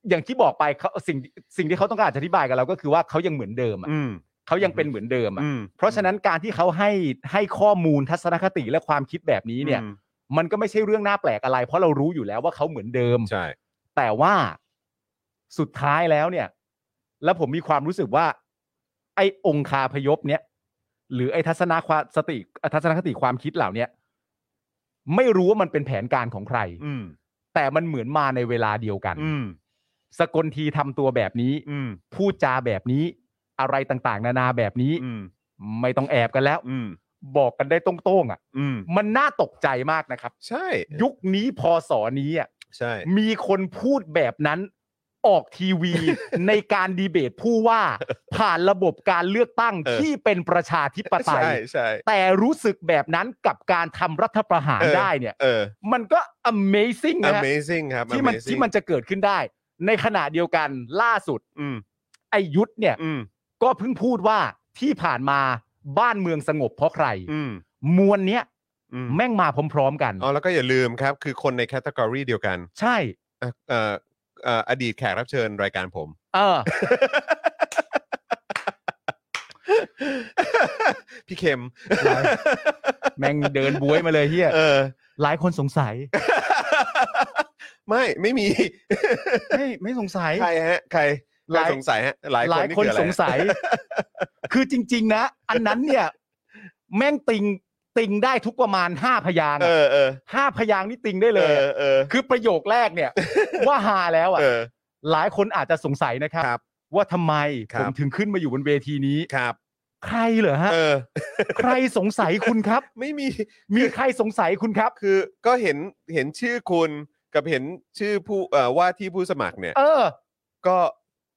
อย่างที่บอกไปเขาสิ่งสิ่งที่เขาต้องการอธิบายกับเราก็คือว่าเขายังเหมือนเดิมอะ อืม เขายังเป็นเหมือนเดิมอะ อืม เพราะฉะนั้นการที่เขาให้ให้ข้อมูลทัศนคติและความคิดแบบนี้เนี่ย อืม มันก็ไม่ใช่เรื่องน่าแปลกอะไร เพราะเรารู้อยู่แล้วว่าเขาเหมือนเดิม ใช่ แต่ว่าสุดท้ายแล้วเนี่ย แล้วผมมีความรู้สึกว่า ไอ้องคาพยพเนี่ย หรือไอ้ทัศนคสติทัศนคติความคิดเหล่าเนี้ยไม่รู้ว่ามันเป็นแผนการของใคร อืม แต่มันเหมือนมาในเวลาเดียวกัน อืม สกลทีทำตัวแบบนี้ อืม พูดจาแบบนี้ อะไรต่างๆ นานาแบบนี้ อืม ไม่ต้องแอบกันแล้ว อืม บอกกันได้ตรงๆอ่ะ อืม มันน่าตกใจมากนะครับ ใช่ ยุคนี้พศนี้อ่ะ ใช่ มีคนพูดแบบนั้นออกที [LAUGHS] วี ในการดีเบตผู้ว่า ผ่านระบบการเลือกตั้งที่เป็นประชาธิปไตย ใช่ใช่ แต่รู้สึกแบบนั้นกับการทำรัฐประหาร เออ ได้เนี่ย เออ มันก็ amazing นะฮะ amazing ครับ ที่มัน amazing ที่มันจะเกิดขึ้นได้ ในขณะเดียวกันล่าสุด อืม ไอยุทธเนี่ย อืม ก็เพิ่งพูดว่าที่ผ่านมาบ้านเมืองสงบเพราะใคร อืม มวลเนี้ย อืม แม่งมาพร้อม ๆ กัน อ๋อแล้วก็อย่าลืมครับ คือคนในแคตตากรีเดียวกัน ใช่ เอ่อเอ่อเอ่ออดีตแขกรับเชิญรายการผม [LAUGHS] เออ พี่เข็ม หลายแม่งเดินบวยมาเลยเฮีย เออ หลายคนสงสัย ไม่ไม่มี ไม่ไม่สงสัย ใครฮะ ใคร ห ใคร ลาย สงสัยฮะ หลายคนหลาย นี่ คน คืออะไร สงสัย คือจริง ๆ นะ อันนั้นเนี่ย แม่งติงติงได้ทุกประมาณห้าพยางค์ เอ อะ อเออ ห้าพยางค์นี่ติงได้เลย เออเออ คือประโยคแรกเนี่ย ว่าฮาแล้วอ่ะ เออ หลายคนอาจจะสงสัยนะครับ ครับ ว่าทำไม ครั ผ บ มถึงขึ้นมาอยู่บนเวทีนี้ ครับ ใครเหรอฮะ เออ ใครสงสัยคุณครับ ไม่มี มีใครสงสัยคุณครับ คือก็เห็นเห็นชื่อคุณกับเห็นชื่อผู้เอ่อว่าที่ผู้สมัครเนี่ย เออ ก็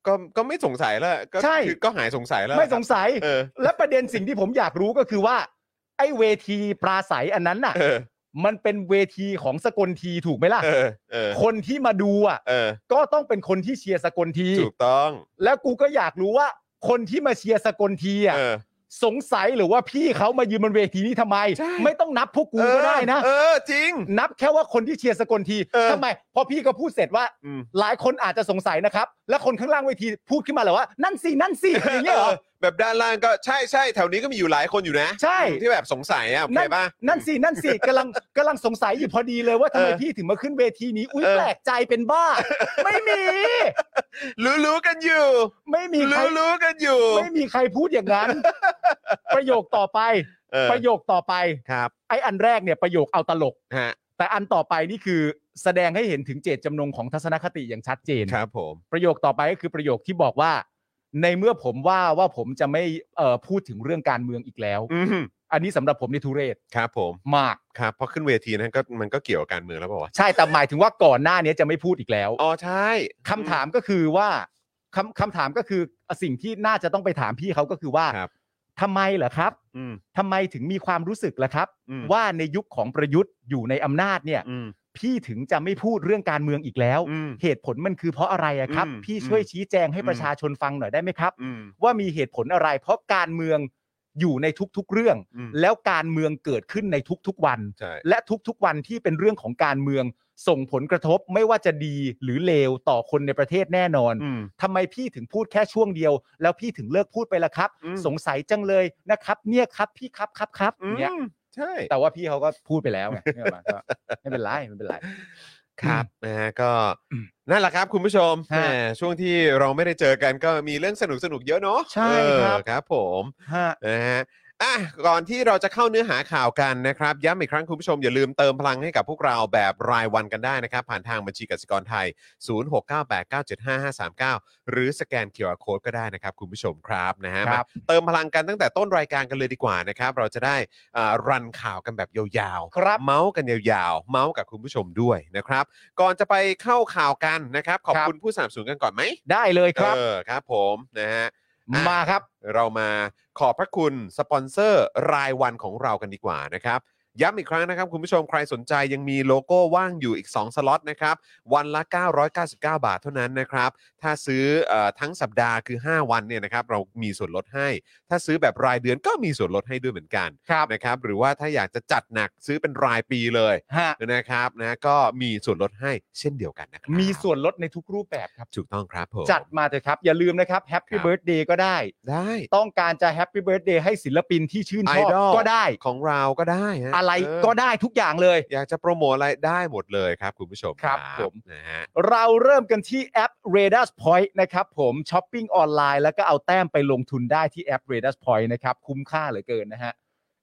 ก็ก็ไม่สงสัยแล้วก็ ใช่ คือก็หายสงสัยแล้ว ไม่สงสัย เออ และประเด็นสิ่งที่ผมอยากรู้ก็คือว่า ไอ้เวทีปราศัยอันนั้นน่ะ เออ มันเป็นเวทีของสกลทีถูกไหมล่ะ เออเออ คนที่มาดูอ่ะ เออ ก็ต้องเป็นคนที่เชียร์สกลที ถูกต้อง แล้วกูก็อยากรู้ว่า คนที่มาเชียร์สกลทีอ่ะ เออ สงสัยหรือว่าพี่เขามายืนบนเวทีนี้ทำไม ใช่ ไม่ต้องนับพวกกูก็ได้นะ เออ จริง นับแค่ว่าคนที่เชียร์สกลที เออ ทำไมพอพี่ก็พูดเสร็จว่า อืม หลายคนอาจจะสงสัยนะครับ และคนข้างล่างเวทีพูดขึ้นมาเลยว่า นั่นสินั่นสิอย่างเงี้ยเหรอ เออแบบด้านล่างก็ใช่ใช่แถวนี้ก็มีอยู่หลายคนอยู่นะ ใช่ ที่แบบสงสัยอ่ะโอเค นั่น ป่ะ นั่นสิ นั่นสิกำลังกำลังสงสัยอยู่พอดีเลยว่าทำไม เออ พี่ถึงมาขึ้นเวทีนี้ อุ้ย เออ แปลกใจเป็นบ้า ไม่มี รู้รู้ๆกันอยู่ ไม่มีใคร รู้รู้ๆกันอยู่ ไม่มีใครพูดอย่างนั้น ประโยคต่อไป เออ ประโยคต่อไป ครับ ไอ้อันแรกเนี่ยประโยคเอาตลก ฮะ แต่อันต่อไปนี่คือแสดงให้เห็นถึงเจตจำนงของทัศนคติอย่างชัดเจน ครับผม ประโยคต่อไปก็คือประโยคที่บอกว่า ในเมื่อผมว่าว่าผมจะไม่เอ่อพูดถึงเรื่องการเมืองอีกแล้ว อืม อันนี้สำหรับผมในทุเรศ ครับผม มาก ครับเพราะขึ้นเวทีนั้นก็มันก็เกี่ยวกับการเมืองแล้วเปล่าวะ ใช่แต่หมายถึงว่าก่อนหน้านี้จะไม่พูดอีกแล้ว อ๋อใช่ คำถามก็คือว่าคำคำถามก็คือสิ่งที่น่าจะต้องไปถามพี่เขาก็คือว่า ครับ ทำไมเหรอครับ อืม ทำไมถึงมีความรู้สึกล่ะครับ อืม ว่าในยุคของประยุทธ์อยู่ในอำนาจเนี่ย อืม พี่ถึงจะไม่พูดเรื่องการเมืองอีกแล้ว อืม เหตุผลมันคือเพราะอะไรอะครับ อืม พี่ช่วยชี้แจงให้ อืม ประชาชนฟังหน่อยได้ไหมครับ อืม ว่ามีเหตุผลอะไร เพราะการเมืองอยู่ในทุกๆเรื่อง อืม แล้วการเมืองเกิดขึ้นในทุกๆวัน ใช่ และทุกๆวันที่เป็นเรื่องของการเมืองส่งผลกระทบไม่ว่าจะดีหรือเลวต่อคนในประเทศแน่นอน อืม ทำไมพี่ถึงพูดแค่ช่วงเดียว แล้วพี่ถึงเลิกพูดไปละครับ อืม สงสัยจังเลยนะครับ เนี่ยครับพี่ครับครับครับ อืม เนี่ย ใช่ แต่ว่าพี่เขาก็พูดไปแล้วไงเนี่ยมาก็ไม่เป็นไรไม่เป็นไร ครับนะฮะก็นั่นแหละครับคุณผู้ชม ฮะ แหมช่วงที่เราไม่ได้เจอกันก็มีเรื่องสนุกสนุกๆเยอะเนาะ ใช่ เออ ครับ ครับผม ฮะ นะฮะอ่ะก่อนที่เราจะเข้าเนื้อหาข่าวกันนะครับ ย้ำอีกครั้งคุณผู้ชมอย่าลืมเติมพลังให้กับพวกเราแบบรายวันกันได้นะครับ ผ่านทางบัญชีกสิกรไทย 0698975539 หรือสแกน QR Code ก็ได้นะครับ คุณผู้ชมครับนะฮะ ค มา รับ เติมพลังกันตั้งแต่ต้นรายการกันเลยดีกว่านะครับ เราจะได้อ่ารันข่าวกันแบบยาวๆ ครับ เมาส์กันยาวๆ เมาส์กับคุณผู้ชมด้วยนะครับ ก่อนจะไปเข้าข่าวกันนะครับ ขอบ ครับ คุณผู้สนับสนุนกันก่อนไหม ได้เลยครับ เออครับผมนะฮะ อ่ะ มาครับ เรามาขอบพระคุณสปอนเซอร์รายวันของเรากันดีกว่านะครับ ย้ำอีกครั้งนะครับ คุณผู้ชมใครสนใจยังมีโลโก้ว่างอยู่อีก 2 สล็อตนะครับ วันละ 999 บาทเท่านั้นนะครับ ถ้าซื้อเออทั้งสัปดาห์คือ 5 วันเนี่ยนะครับ เรามีส่วนลดให้ ถ้าซื้อแบบรายเดือนก็มีส่วนลดให้ด้วยเหมือนกัน ครับ นะครับ หรือว่าถ้าอยากจะจัดหนักซื้อเป็นรายปีเลย ฮะ นะครับนะก็มีส่วนลดให้เช่นเดียวกันนะครับ มีส่วนลดในทุกรูปแบบครับ ถูกต้องครับผม จัดมาเถอะครับ อย่าลืมนะครับแฮปปี้เบิร์ดเดย์ก็ได้ ได้ ต้องการจะแฮปปี้เบิร์ดเดย์ให้ศิลปินที่ชื่น ไอ ชอบ ดอล ก็ได้ ของเราก็ได้ฮะ อะไร เออ ก็ได้ทุกอย่างเลย อยากจะโปรโมทอะไรได้หมดเลยครับ คุณผู้ชม ครับผม นะฮะ เราเริ่มกันที่แอป r a d a r Point นะครับผมช้อปปิ้งออนไลน์แล้วก็เอาแต้มไปลงทุนได้ที่แอป r a d a r Point นะครับ คุ้มค่าเหลือเกินนะฮะ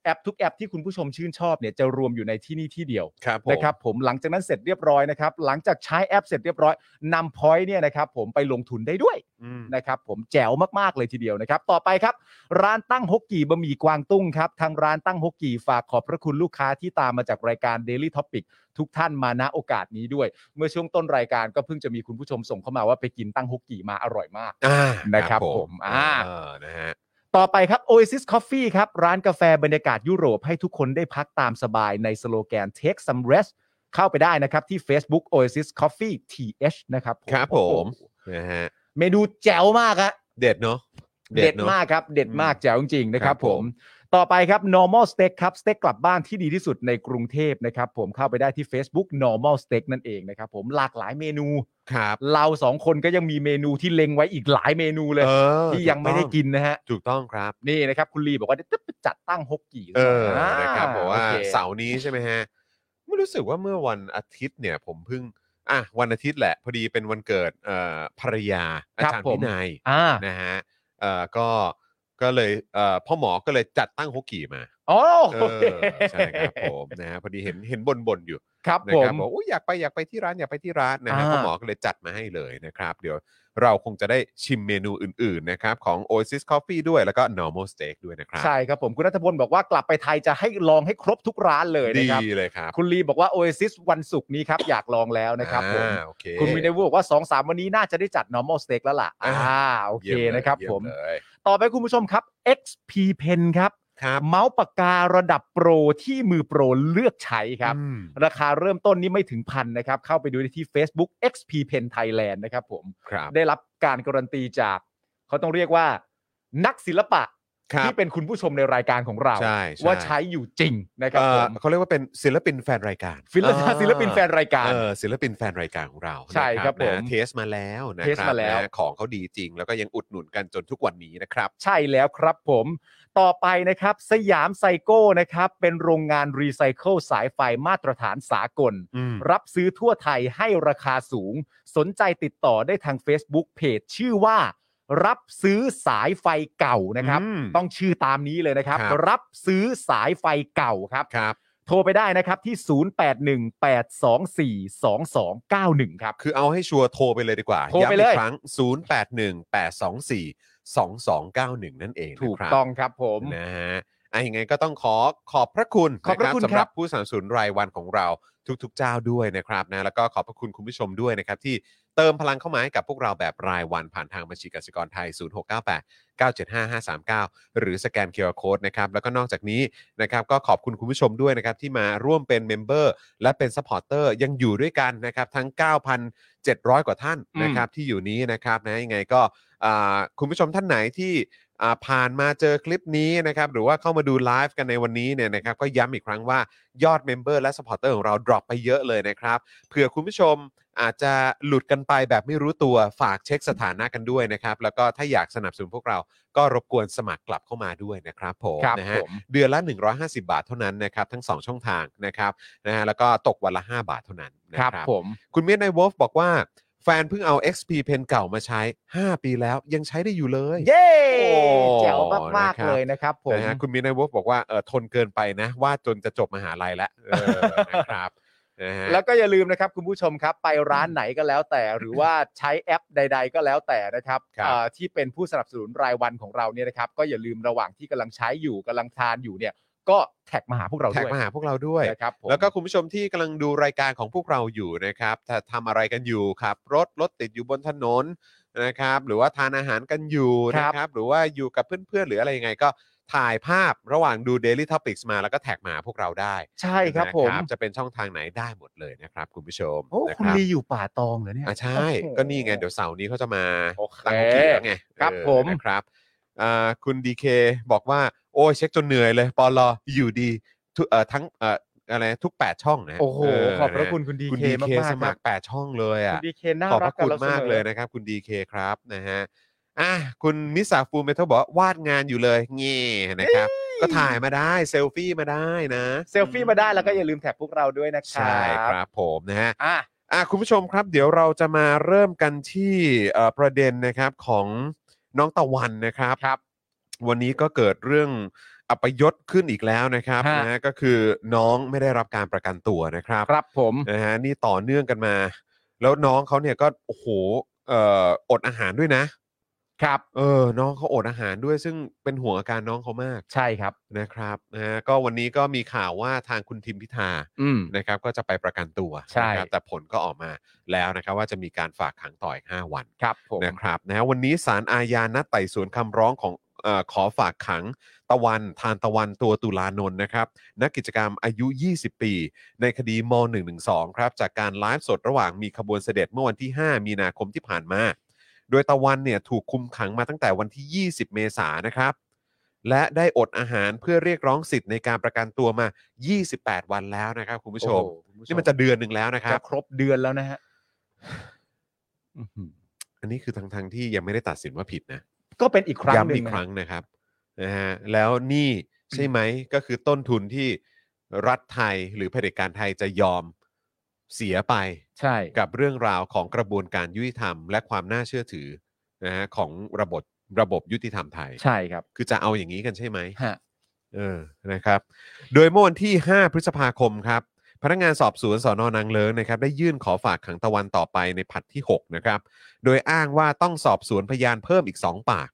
แอปทุกแอปที่คุณผู้ชมชื่นชอบเนี่ยจะรวมอยู่ในที่นี่ที่เดียว ครับผม นะครับผมหลังจากนั้นเสร็จเรียบร้อยนะครับ หลังจากใช้แอปเสร็จเรียบร้อยนำ Point เนี่ยนะครับผมไปลงทุนได้ด้วย อืม นะครับผมแจ๋วมาก ๆ เลยทีเดียวนะครับ ต่อไปครับ ร้านตั้งฮกกี่บะหมี่กวางตุ้งครับ ทางร้านตั้งฮกกี่ฝากขอบพระคุณลูกค้าที่ตามมาจากรายการ Daily Topic ทุกท่านมาณโอกาสนี้ด้วย เมื่อช่วงต้นรายการก็เพิ่งจะมีคุณผู้ชมส่งเข้ามาว่าไปกินตั้งฮกกี่มาอร่อยมาก อ่า นะครับผมอ่า เออนะฮะ ต่อไปครับ Oasis Coffee ครับ ร้านกาแฟบรรยากาศยุโรปให้ทุกคนได้พักตามสบายในสโลแกน Take some rest เข้าไปได้นะครับที่ Facebook Oasis Coffee TH นะครับผม ครับผม โอ้โห นะฮะ เมนูแจ๋วมากอะ เด็ดเนาะ เด็ด นอะ มากครับ เด็ดมากแจ๋วจริงๆนะค ครั รับบ ผ ผม ม ต่อไปครับ normal steak ครับ สเต็กกลับบ้านที่ดีที่สุดในกรุงเทพนะครับผมเข้าไปได้ที่ Facebook normal steak นั่นเองนะครับผมหลากหลายเมนู ครับ เราสองคนก็ยังมีเมนูที่เล็งไว้อีกหลายเมนูเลย เออ ที่ยังไม่ได้กินนะฮะ ถูกต้องครับ นี่นะครับ คุณลีบอกว่าเดี๋ยวจะไปจัดตั้งฮกกี่ เออ อ่า นะครับบอกว่า โอค เสาร์นี้ใช่ไหมฮะไม่รู้สึกว่าเมื่อวันอาทิตย์เนี่ย ผมเพิ่งอ่ะวันอาทิตย์แหละ พอดีเป็นวันเกิดเอ่อภรรยาอา ครับ จารย์ ผม พินัย อ่า นะฮะเอ่อก็ก็เลยเอ่อพ่อหมอก็เลยจัดตั้งฮกกี่มา อ๋อ เอ โอ อ เค ใช่ครับผมนะฮะพอดีเห็นเห็นบนบนๆอยู่ ครับ นะ ผ ครั ม บบอกอุ๊ยอยากไปอยากไปที่ร้านอยากไปที่ร้านนะฮะ อ่า คุณหมอก็เลยจัดมาให้เลยนะครับ เดี๋ยวเราคงจะได้ชิมเมนูอื่นๆนะครับของ Oasis Coffee ด้วยแล้วก็ normal steak ด้วยนะครับ ใช่ครับผมคุณนัทพลบอกว่ากลับไปไทยจะให้ลองให้ครบทุกร้านเลย ดี นะครับ เลยครับ คุณลีบอกว่า Oasis วันศุกร์นี้ครับ อยากลองแล้วนะครับผม อ่าโอเค คุณมินเดวูบอกว่า 2 3 วันนี้น่าจะได้จัด normal steak แล้วล่ะ อ่าโอเค ยี่ยลย นะครับ เยี่ย ผม เลย ต่อไปคุณผู้ชมครับ XP Pen ครับ ครับ เมาส์ปากการะดับโปรที่มือโปรเลือกใช้ครับ อืม ราคาเริ่มต้นนี้ไม่ถึงพันนะครับ เข้าไปดูได้ที่ Facebook XP Pen Thailand นะครับผม ครับ ได้รับการการันตีจาก เขาต้องเรียกว่า นักศิลปะ ครับ ที่เป็นคุณผู้ชมในรายการของเรา ใช่ใช่ ว่าใช้อยู่จริงนะครับ เอ่ ผ อ ม เขาเรียกว่าเป็นศิลปินแฟนรายการ ศิลปิน อ่า ศิลปินแฟนรายการ เออศิลปินแฟนรายการของเรา ใช่ครับ นะ ผม เทสมาแล้วนะ เทส ครับ มาแล้ว นะของเขาดีจริง แล้วก็ยังอุดหนุนกันจนทุกวันนี้นะครับ ใช่แล้วครับผม ต่อไปนะครับ สยามไซโก้นะครับ เป็นโรงงานรีไซเคิลสายไฟมาตรฐานสากล รับซื้อทั่วไทยให้ราคาสูง สนใจติดต่อได้ทาง Facebook เพจชื่อว่า รับซื้อสายไฟเก่านะครับ อืม ต้องชื่อตามนี้เลยนะครับ ครับ รับซื้อสายไฟเก่าครับ ครับ โทรไปได้นะครับที่ 0818242291 ครับ คือเอาให้ชัวร์โทรไปเลยดีกว่า โทรไปเลย ย้ำอีกครั้ง 0818242291 นั่นเอง ถูก นะครับ ต้องครับผม นะฮะอ่ะยังไงก็ต้องขอขอบพระคุณ ขอบพระคุณ นสำห ครั รับบ ผู้สนับสนุนรายวันของเราทุกๆเจ้าด้วยนะครับนะแล้วก็ขอบพระคุณคุณผู้ชมด้วยนะครับ ที่เติมพลังเข้ามาให้กับพวกเราแบบรายวันผ่านทางบัญชีกสิกรไทย 0698 9755539 หรือสแกนเคอร์โคดนะครับ แล้วก็นอกจากนี้นะครับก็ขอบคุณคุณผู้ชมด้วยนะครับ ที่มาร่วมเป็นเมมเบอร์และเป็นซัพพอร์เตอร์ยังอยู่ด้วยกันนะครับ ทั้ง 9,700 กว่าท่านนะครับที่อยู่นี้นะครับนะยังไงก็อ่าคุณผู้ชมท่านไหนที่ อ่าผ่านมาเจอคลิปนี้นะครับหรือว่าเข้ามาดูไลฟ์กันในวันนี้เนี่ยนะครับก็ย้ำอีกครั้งว่ายอดเมมเบอร์และสปอร์เตอร์ของเราดรอปไปเยอะเลยนะครับเผื่อคุณผู้ชมอาจจะหลุดกันไปแบบไม่รู้ตัวฝากเช็คสถานะกันด้วยนะครับแล้วก็ถ้าอยากสนับสนุนพวกเราก็รบกวนสมัครกลับเข้ามาด้วยนะครับผม ครับ นะ ผ ฮะ ม เดือนละ 150 บาทเท่านั้นนะครับ ทั้ง 2 ช่องทางนะครับนะฮะแล้วก็ตกวันละ 5 บาทเท่านั้นนะครับ ผม คุณเมียนาย w ว l f บอกว่า แฟนเพิ่งเอา XP Pen เก่ามาใช้ 5 ปีแล้วยังใช้ได้อยู่เลย เย้ โอ้ แจ๋วมานะครับกๆเลยนะครับผม นะฮะคุณเมียนาย w ว l f บอกว่าเออทนเกินไปนะ ว่าจนจะจบมหาลัยแล้วเอ [LAUGHS] อ นะครับนะฮะ แล้วก็อย่าลืมนะครับคุณผู้ชมครับไปร้านไหนก็แล้วแต่ หรือว่าใช้แอปใด ๆ ก็แล้วแต่นะครับ ครับ เอ่อที่เป็นผู้สนับสนุนรายวันของเราเนี่ยนะครับ ก็อย่าลืมระหว่างที่กำลังใช้อยู่กำลังทานอยู่เนี่ย ก็แท็กมาหาพวกเรา แท็กด้วย มาหาพวกเราด้วย นะครับผม แล้วก็คุณผู้ชมที่กำลังดูรายการของพวกเราอยู่นะครับถ้าทำอะไรกันอยู่ครับรถรถติดอยู่บนถนนนะครับ หรือว่าทานอาหารกันอยู่ ครั นะ บ ครับ หรือว่าอยู่กับเพื่อนๆ หรืออะไรยังไงก็ถ่ายภาพระหว่างดู Daily Topics มาแล้วก็แท็กมาหาพวกเราได้ ใช่ครับ นะ ผม จะเป็นช่องทางไหนได้หมดเลยนะครับ คุณผู้ชม โอ้ นะ คุณ รับ ลีอยู่ป่าตองเหรอเนี่ย อ่ะใช่ ก็นี่ไงเดี๋ยวเสาร์นี้เขาจะมา โอเค ตั้งเขียงไง ครับ เออ ผม นะครับอ่าคุณดีเคบอกว่าโอ้ยเช็คจนเหนื่อยเลยปอลออยู่ดีทุเอ่อทั้งเอ่ออะไรทุก 8 ช่องนะฮะ โอ้โห เ ขอบพระ น คุณคุณดี คุณ เค ดี มา เค ก ส ๆค มั รั ค บ รแปดช่องเลย คุ อ่ะ ณดีเคน่า ขอบพ รัก ระ กับ คุณ เรา มาก สอ เลยนะครับ คุณดีเคครับนะฮะอ่ะคุณมิสาฟูเมทัลบอกว่าวาดงานอยู่เลยเงี้นะครับ ก็ถ่ายมาได้เซลฟี่มาได้นะ เซลฟี่มาได้แล้วก็อย่าลืมแท็กพวกเราด้วยนะครั ใช่ค บ รับผมนะฮะ อ่ะ อ่ะคุณผู้ชมครับ เดี๋ยวเราจะมาเริ่มกันที่เอ่อประเด็นนะครับของน้องตะวันนะครับ วันนี้ก็เกิดเรื่องอัปยศขึ้นอีกแล้วนะครับ ฮะ นะฮะก็คือน้องไม่ได้รับการประกันตัวนะครับ ครับผม นะฮะนี่ต่อเนื่องกันมา แล้วน้องเขาเนี่ยก็โอ้โหเอ่ออดอาหารด้วยนะ ครับ เออ น้องเขาอดอาหารด้วย ซึ่งเป็นห่วงอาการน้องเขามาก ใช่ครับ นะครับนะฮะก็วันนี้ก็มีข่าวว่าทางคุณทิมพิธา อืม นะครับ ก็จะไปประกันตัว ใช่ นะครับแต่ผลก็ออกมาแล้วนะครับ ว่าจะมีการฝากขังต่ออีก5วัน ครับผม นะครับนะฮะวันนี้ศาลอาญานัดไต่สวนคำร้องของเออขอฝากขังตะวันทานตะวันตัวตุลานนท์นะครับ นักกิจกรรมอายุ 20 ปี ในคดีม .112 ครับ จากการไลฟ์สดระหว่างมีขบวนเสด็จเมื่อวันที่ 5 มีนาคมที่ผ่านมา โดยตะวันเนี่ยถูกคุมขังมาตั้งแต่วันที่ 20 เมษายนนะครับ และได้อดอาหารเพื่อเรียกร้องสิทธิ์ในการประกันตัวมา 28 วันแล้วนะครับคุณผู้ชม โอ้โหคุณผู้ช นี่มันจะเดือนหนึ่งแล้วนะครับ จะครบเดือนแล้วนะฮะอื้อหือ อันนี้คือทางทางๆที่ยังไม่ได้ตัดสินว่าผิดนะ ก็เป็นอีกครั้งห ย้ำ นึ่ อี ง กคนะรั้งนะครับนะฮะแล้วนี่ใช่ไหมก็คือต้นทุนที่รัฐไทยหรือเผด็จการไทยจะยอมเสียไป ใช่ กับเรื่องราวของกระบวนการยุติธรรม และความน่าเชื่อถือนะฮะของระบบระบบยุติธรรมไทย ใช่ครับ คือจะเอาอย่างนี้กันใช่ไหม ฮะ เออ นะครับ โดยเมื่อวันที่ 5 พฤษภาคมครับ พนักงานสอบสวนสอนอนางเลิงนะครับ ได้ยื่นขอฝากขังตะวันต่อไปในผัดที่ 6 นะครับ โดยอ้างว่าต้องสอบสวนพยานเพิ่มอีก 2 ปาก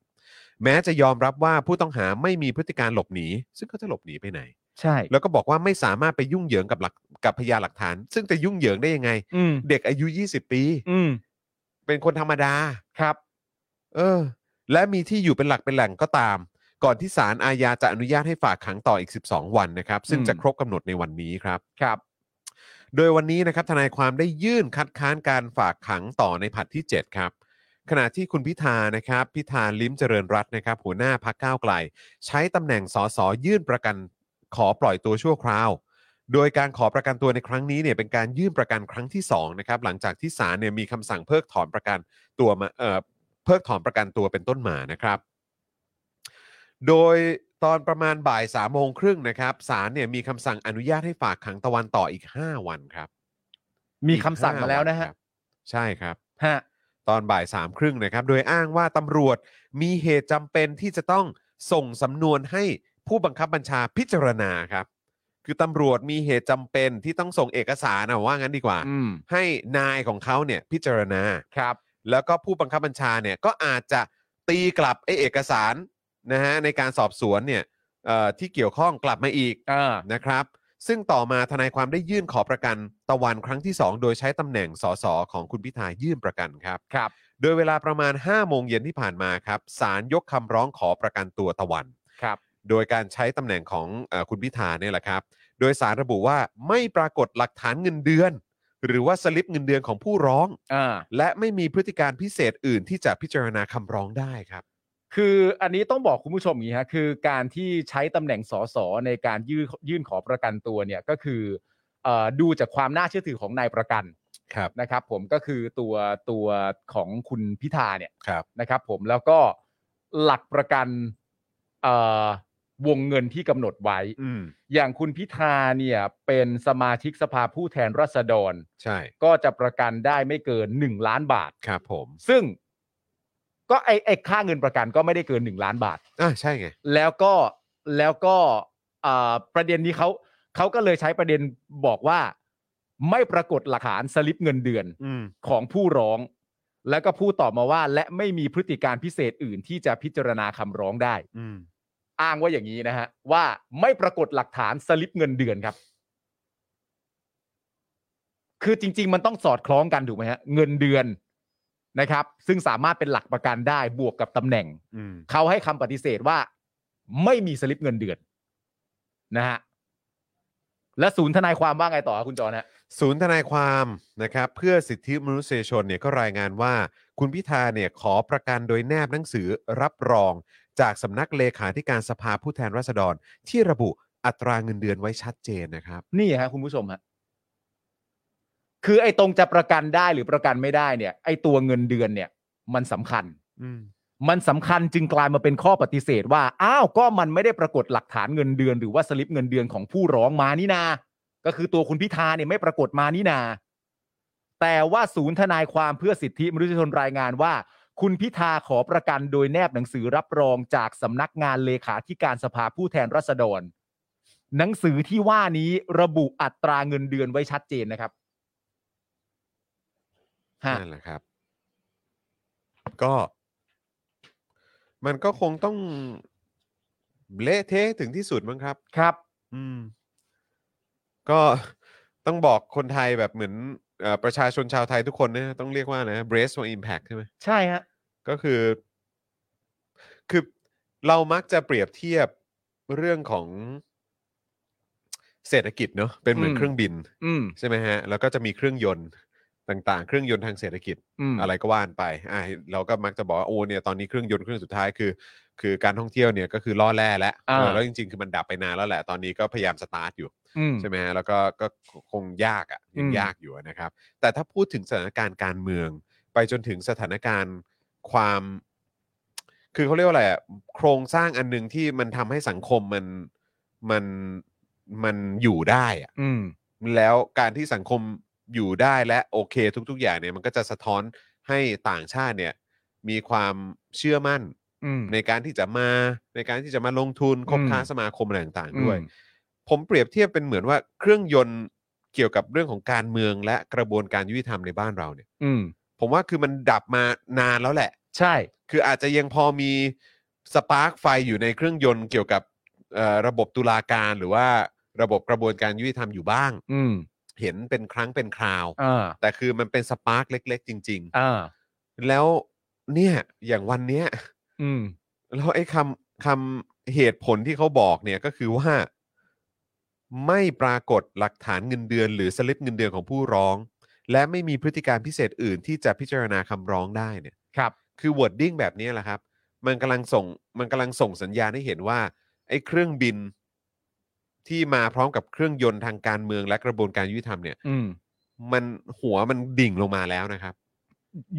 แม้จะยอมรับว่าผู้ต้องหาไม่มีพฤติการหลบหนี ซึ่งเขาจะหลบหนีไปไหน ใช่ แล้วก็บอกว่าไม่สามารถไปยุ่งเหยิงกับหลักกับพยานหลักฐาน ซึ่งจะยุ่งเหยิงได้ยังไง อืม เด็กอายุ 20 ปี อืม เป็นคนธรรมดา ครับ เออ และมีที่อยู่เป็นหลักเป็นแหล่งก็ตาม ก่อนที่ศาลอาญาจะอนุญาตให้ฝากขังต่ออีก 12 วันนะครับ ซึ่ง อืม จะครบกำหนดในวันนี้ครับ ครับ โดยวันนี้นะครับทนายความได้ยื่นคัดค้านการฝากขังต่อในผลัดที่ 7 ครับ ขณะที่คุณพิธานะครับ พิธาลิ้มเจริญรัตน์นะครับ หัวหน้าพักก้าวไกล ใช้ตำแหน่งสสยื่นประกันขอปล่อยตัวชั่วคราว โดยการขอประกันตัวในครั้งนี้เนี่ยเป็นการยื่นประกันครั้งที่สองนะครับหลังจากที่ศาลเนี่ยมีคำสั่งเพิกถอนประกันตัวมาเอ่อเพิกถอนประกันตัวเป็นต้นมานะครับ โดยตอนประมาณบ่ายสามโมงครึ่งนะครับศาลเนี่ยมีคำสั่งอนุญาตให้ฝากขังตะวันต่ออีก 5 วันครับ มี อีก คำสั่งมาแล้วนะฮะ ห้วันครับใช่ครับ ฮะ ตอนบ่ายสามครึ่งนะครับ โดยอ้างว่าตำรวจมีเหตุจำเป็นที่จะต้องส่งสำนวนให้ผู้บังคับบัญชาพิจารณาครับ คือตำรวจมีเหตุจำเป็นที่ต้องส่งเอกสารนะว่างั้นดีกว่า อืม ให้นายของเขาเนี่ยพิจารณา ครับ แล้วก็ผู้บังคับบัญชาเนี่ยก็อาจจะตีกลับไอเอกสารนะฮะในการสอบสวนเนี่ยเอ่อที่เกี่ยวข้องกลับมาอีก เออ นะครับ ซึ่งต่อมาทนายความได้ยื่นขอประกันตะวันครั้งที่ 2 โดยใช้ตำแหน่งสสของคุณพิธายื่นประกันครับ ครับ โดยเวลาประมาณ 5 โมงเย็นที่ผ่านมาครับศาลยกคำร้องขอประกันตัวตะวัน ครับ โดยการใช้ตำแหน่งของเออคุณพิธาเนี่ยแหละครับ โดยสารระบุว่าไม่ปรากฏหลักฐานเงินเดือน หรือว่าสลิปเงินเดือนของผู้ร้อง เออ และไม่มีพฤติการพิเศษอื่นที่จะพิจารณาคำร้องได้ครับ คืออันนี้ต้องบอกคุณผู้ชมอย่างนี้ฮะคือการที่ใช้ตำแหน่งสสในการยื่นยื่นขอประกันตัวเนี่ยก็คือเอ่อดูจากความน่าเชื่อถือของนายประกัน ครับ นะครับ ผมก็คือตัวตัวของคุณพิธาเนี่ย ครับ นะครับ ผมแล้วก็หลักประกันเอ่อวงเงินที่กำหนดไว้ อืม อย่างคุณพิธาเนี่ยเป็นสมาชิกสภาผู้แทนราษฎร ใช่ ก็จะประกันได้ไม่เกิน 1 ล้านบาท ครับผม ซึ่งก็ไอ้ไอ้ค่าเงินประกันก็ไม่ได้เกิน 1 ล้านบาท อ่าใช่ไง แล้วก็แล้วก็อ่าประเด็นนี้เขาเขาก็เลยใช้ประเด็นบอกว่า ไม่ปรากฏหลักฐานสลิปเงินเดือน อืม ของผู้ร้อง แล้วก็พูดต่อมาว่า และไม่มีพฤติการพิเศษอื่นที่จะพิจารณาคำร้องได้ อืม อ้างว่าอย่างนี้นะฮะ ว่าไม่ปรากฏหลักฐานสลิปเงินเดือนครับ คือจริง ๆ มันต้องสอดคล้องกันถูกไหมฮะเงินเดือนนะครับ ซึ่งสามารถเป็นหลักประกันได้บวกกับตำแหน่ง อืม เขาให้คำปฏิเสธว่า ไม่มีสลิปเงินเดือนนะฮะและศูนย์ทนายความว่าไงต่อครับคุณจอนะฮะ ศูนย์ทนายความนะครับเพื่อสิทธิมนุษยชนเนี่ยก็รายงานว่า คุณพิธาเนี่ยขอประกันโดยแนบหนังสือรับรอง จากสำนักเลขาธิการสภาผู้แทนราษฎร ที่ระบุอัตราเงินเดือนไว้ชัดเจนนะครับ นี่ฮะคุณผู้ชมฮะคือไอ้ตรงจะประกันได้หรือประกันไม่ได้เนี่ย ไอ้ตัวเงินเดือนเนี่ย มันสำคัญ อืม มันสำคัญจึงกลายมาเป็นข้อปฏิเสธว่า อ้าวก็มันไม่ได้ปรากฏหลักฐานเงินเดือน หรือว่าสลิปเงินเดือนของผู้ร้องมานี่นา ก็คือตัวคุณพิธาเนี่ยไม่ปรากฏมานี่นา แต่ว่าศูนย์ทนายความเพื่อสิทธิมนุษยชนรายงานว่า คุณพิธาขอประกันโดยแนบหนังสือรับรองจากสำนักงานเลขาธิการสภาผู้แทนราษฎร หนังสือที่ว่านี้ระบุอัตราเงินเดือนไว้ชัดเจนนะครับฮะ นั่นแหละครับ ก็ มันก็คงต้องเละเทะถึงที่สุดมั้งครับ ครับ อืม ก็ต้องบอกคนไทยแบบเหมือนเออประชาชนชาวไทยทุกคนเนะต้องเรียกว่านะ brace for impact ใช่ไหม ใช่ฮะ ก็คือ คือเรามักจะเปรียบเทียบเรื่องของเศรษฐกิจเนอะเป็นเหมือน อืม เครื่องบิน อืม ใช่ไหมฮะ แล้วก็จะมีเครื่องยนต์ต่างๆ เครื่องยนต์ทางเศรษฐกิจ อืม อะไรก็ว่านไปอ่ะเราก็มักจะบอกว่าโอ้เนี่ยตอนนี้เครื่องยนต์เครื่องสุดท้ายคือ คือการท่องเที่ยวเนี่ยก็คือล่อแร่แล้ว อ่า เออแล้วจริงๆ คือมันดับไปนานแล้วแหละ ตอนนี้ก็พยายามสตาร์ทอยู่ อืม ใช่ไหมฮะ แล้วก็ก็คงยากอะ่ะยัง อืม ยากอยู่นะครับ แต่ถ้าพูดถึงสถานการณ์การเมือง ไปจนถึงสถานการณ์ความ คือเขาเรียกว่าอะไรอะโครงสร้างอันหนึ่งที่มันทำให้สังคมมันมันมันอยู่ได้อะ อืม แล้วการที่สังคมอยู่ได้และโอเคทุก ๆ อย่างเนี่ยมันก็จะสะท้อนให้ต่างชาติเนี่ยมีความเชื่อมั่น อืม ในการที่จะมาในการที่จะมาลงทุนคบ อืม ค้าสมาคมอะไรต่างๆด้วย อืม ผมเปรียบเทียบเป็นเหมือนว่าเครื่องยนต์เกี่ยวกับเรื่องของการเมืองและกระบวนการยุติธรรมในบ้านเราเนี่ย อืม ผมว่าคือมันดับมานานแล้วแหละ ใช่ คืออาจจะยังพอมีสปาร์กไฟอยู่ในเครื่องยนต์เกี่ยวกับเอ่อระบบตุลาการหรือว่าระบบกระบวนการยุติธรรมอยู่บ้าง อืม เห็นเป็นครั้งเป็นคราว อ่า แต่คือมันเป็นสปาร์กเล็ก ๆ จริง อ่า ๆ แล้วเนี่ยอย่างวันเนี้ย อืม แล้วไอ้คำคำเหตุผลที่เขาบอกเนี่ยก็คือว่า ไม่ปรากฏหลักฐานเงินเดือน หรือสลิปเงินเดือนของผู้ร้อง และไม่มีพฤติการพิเศษอื่นที่จะพิจารณาคำร้องได้เนี่ย ครับ คือวอร์ดดิ้งแบบนี้แหละครับ มันกำลังส่งมันกำลังส่งสัญญาณให้เห็นว่า ไอ้เครื่องบินที่มาพร้อมกับเครื่องยนต์ทางการเมืองและกระบวนการยุติธรรมเนี่ย อืม มันหัวมันดิ่งลงมาแล้วนะครับ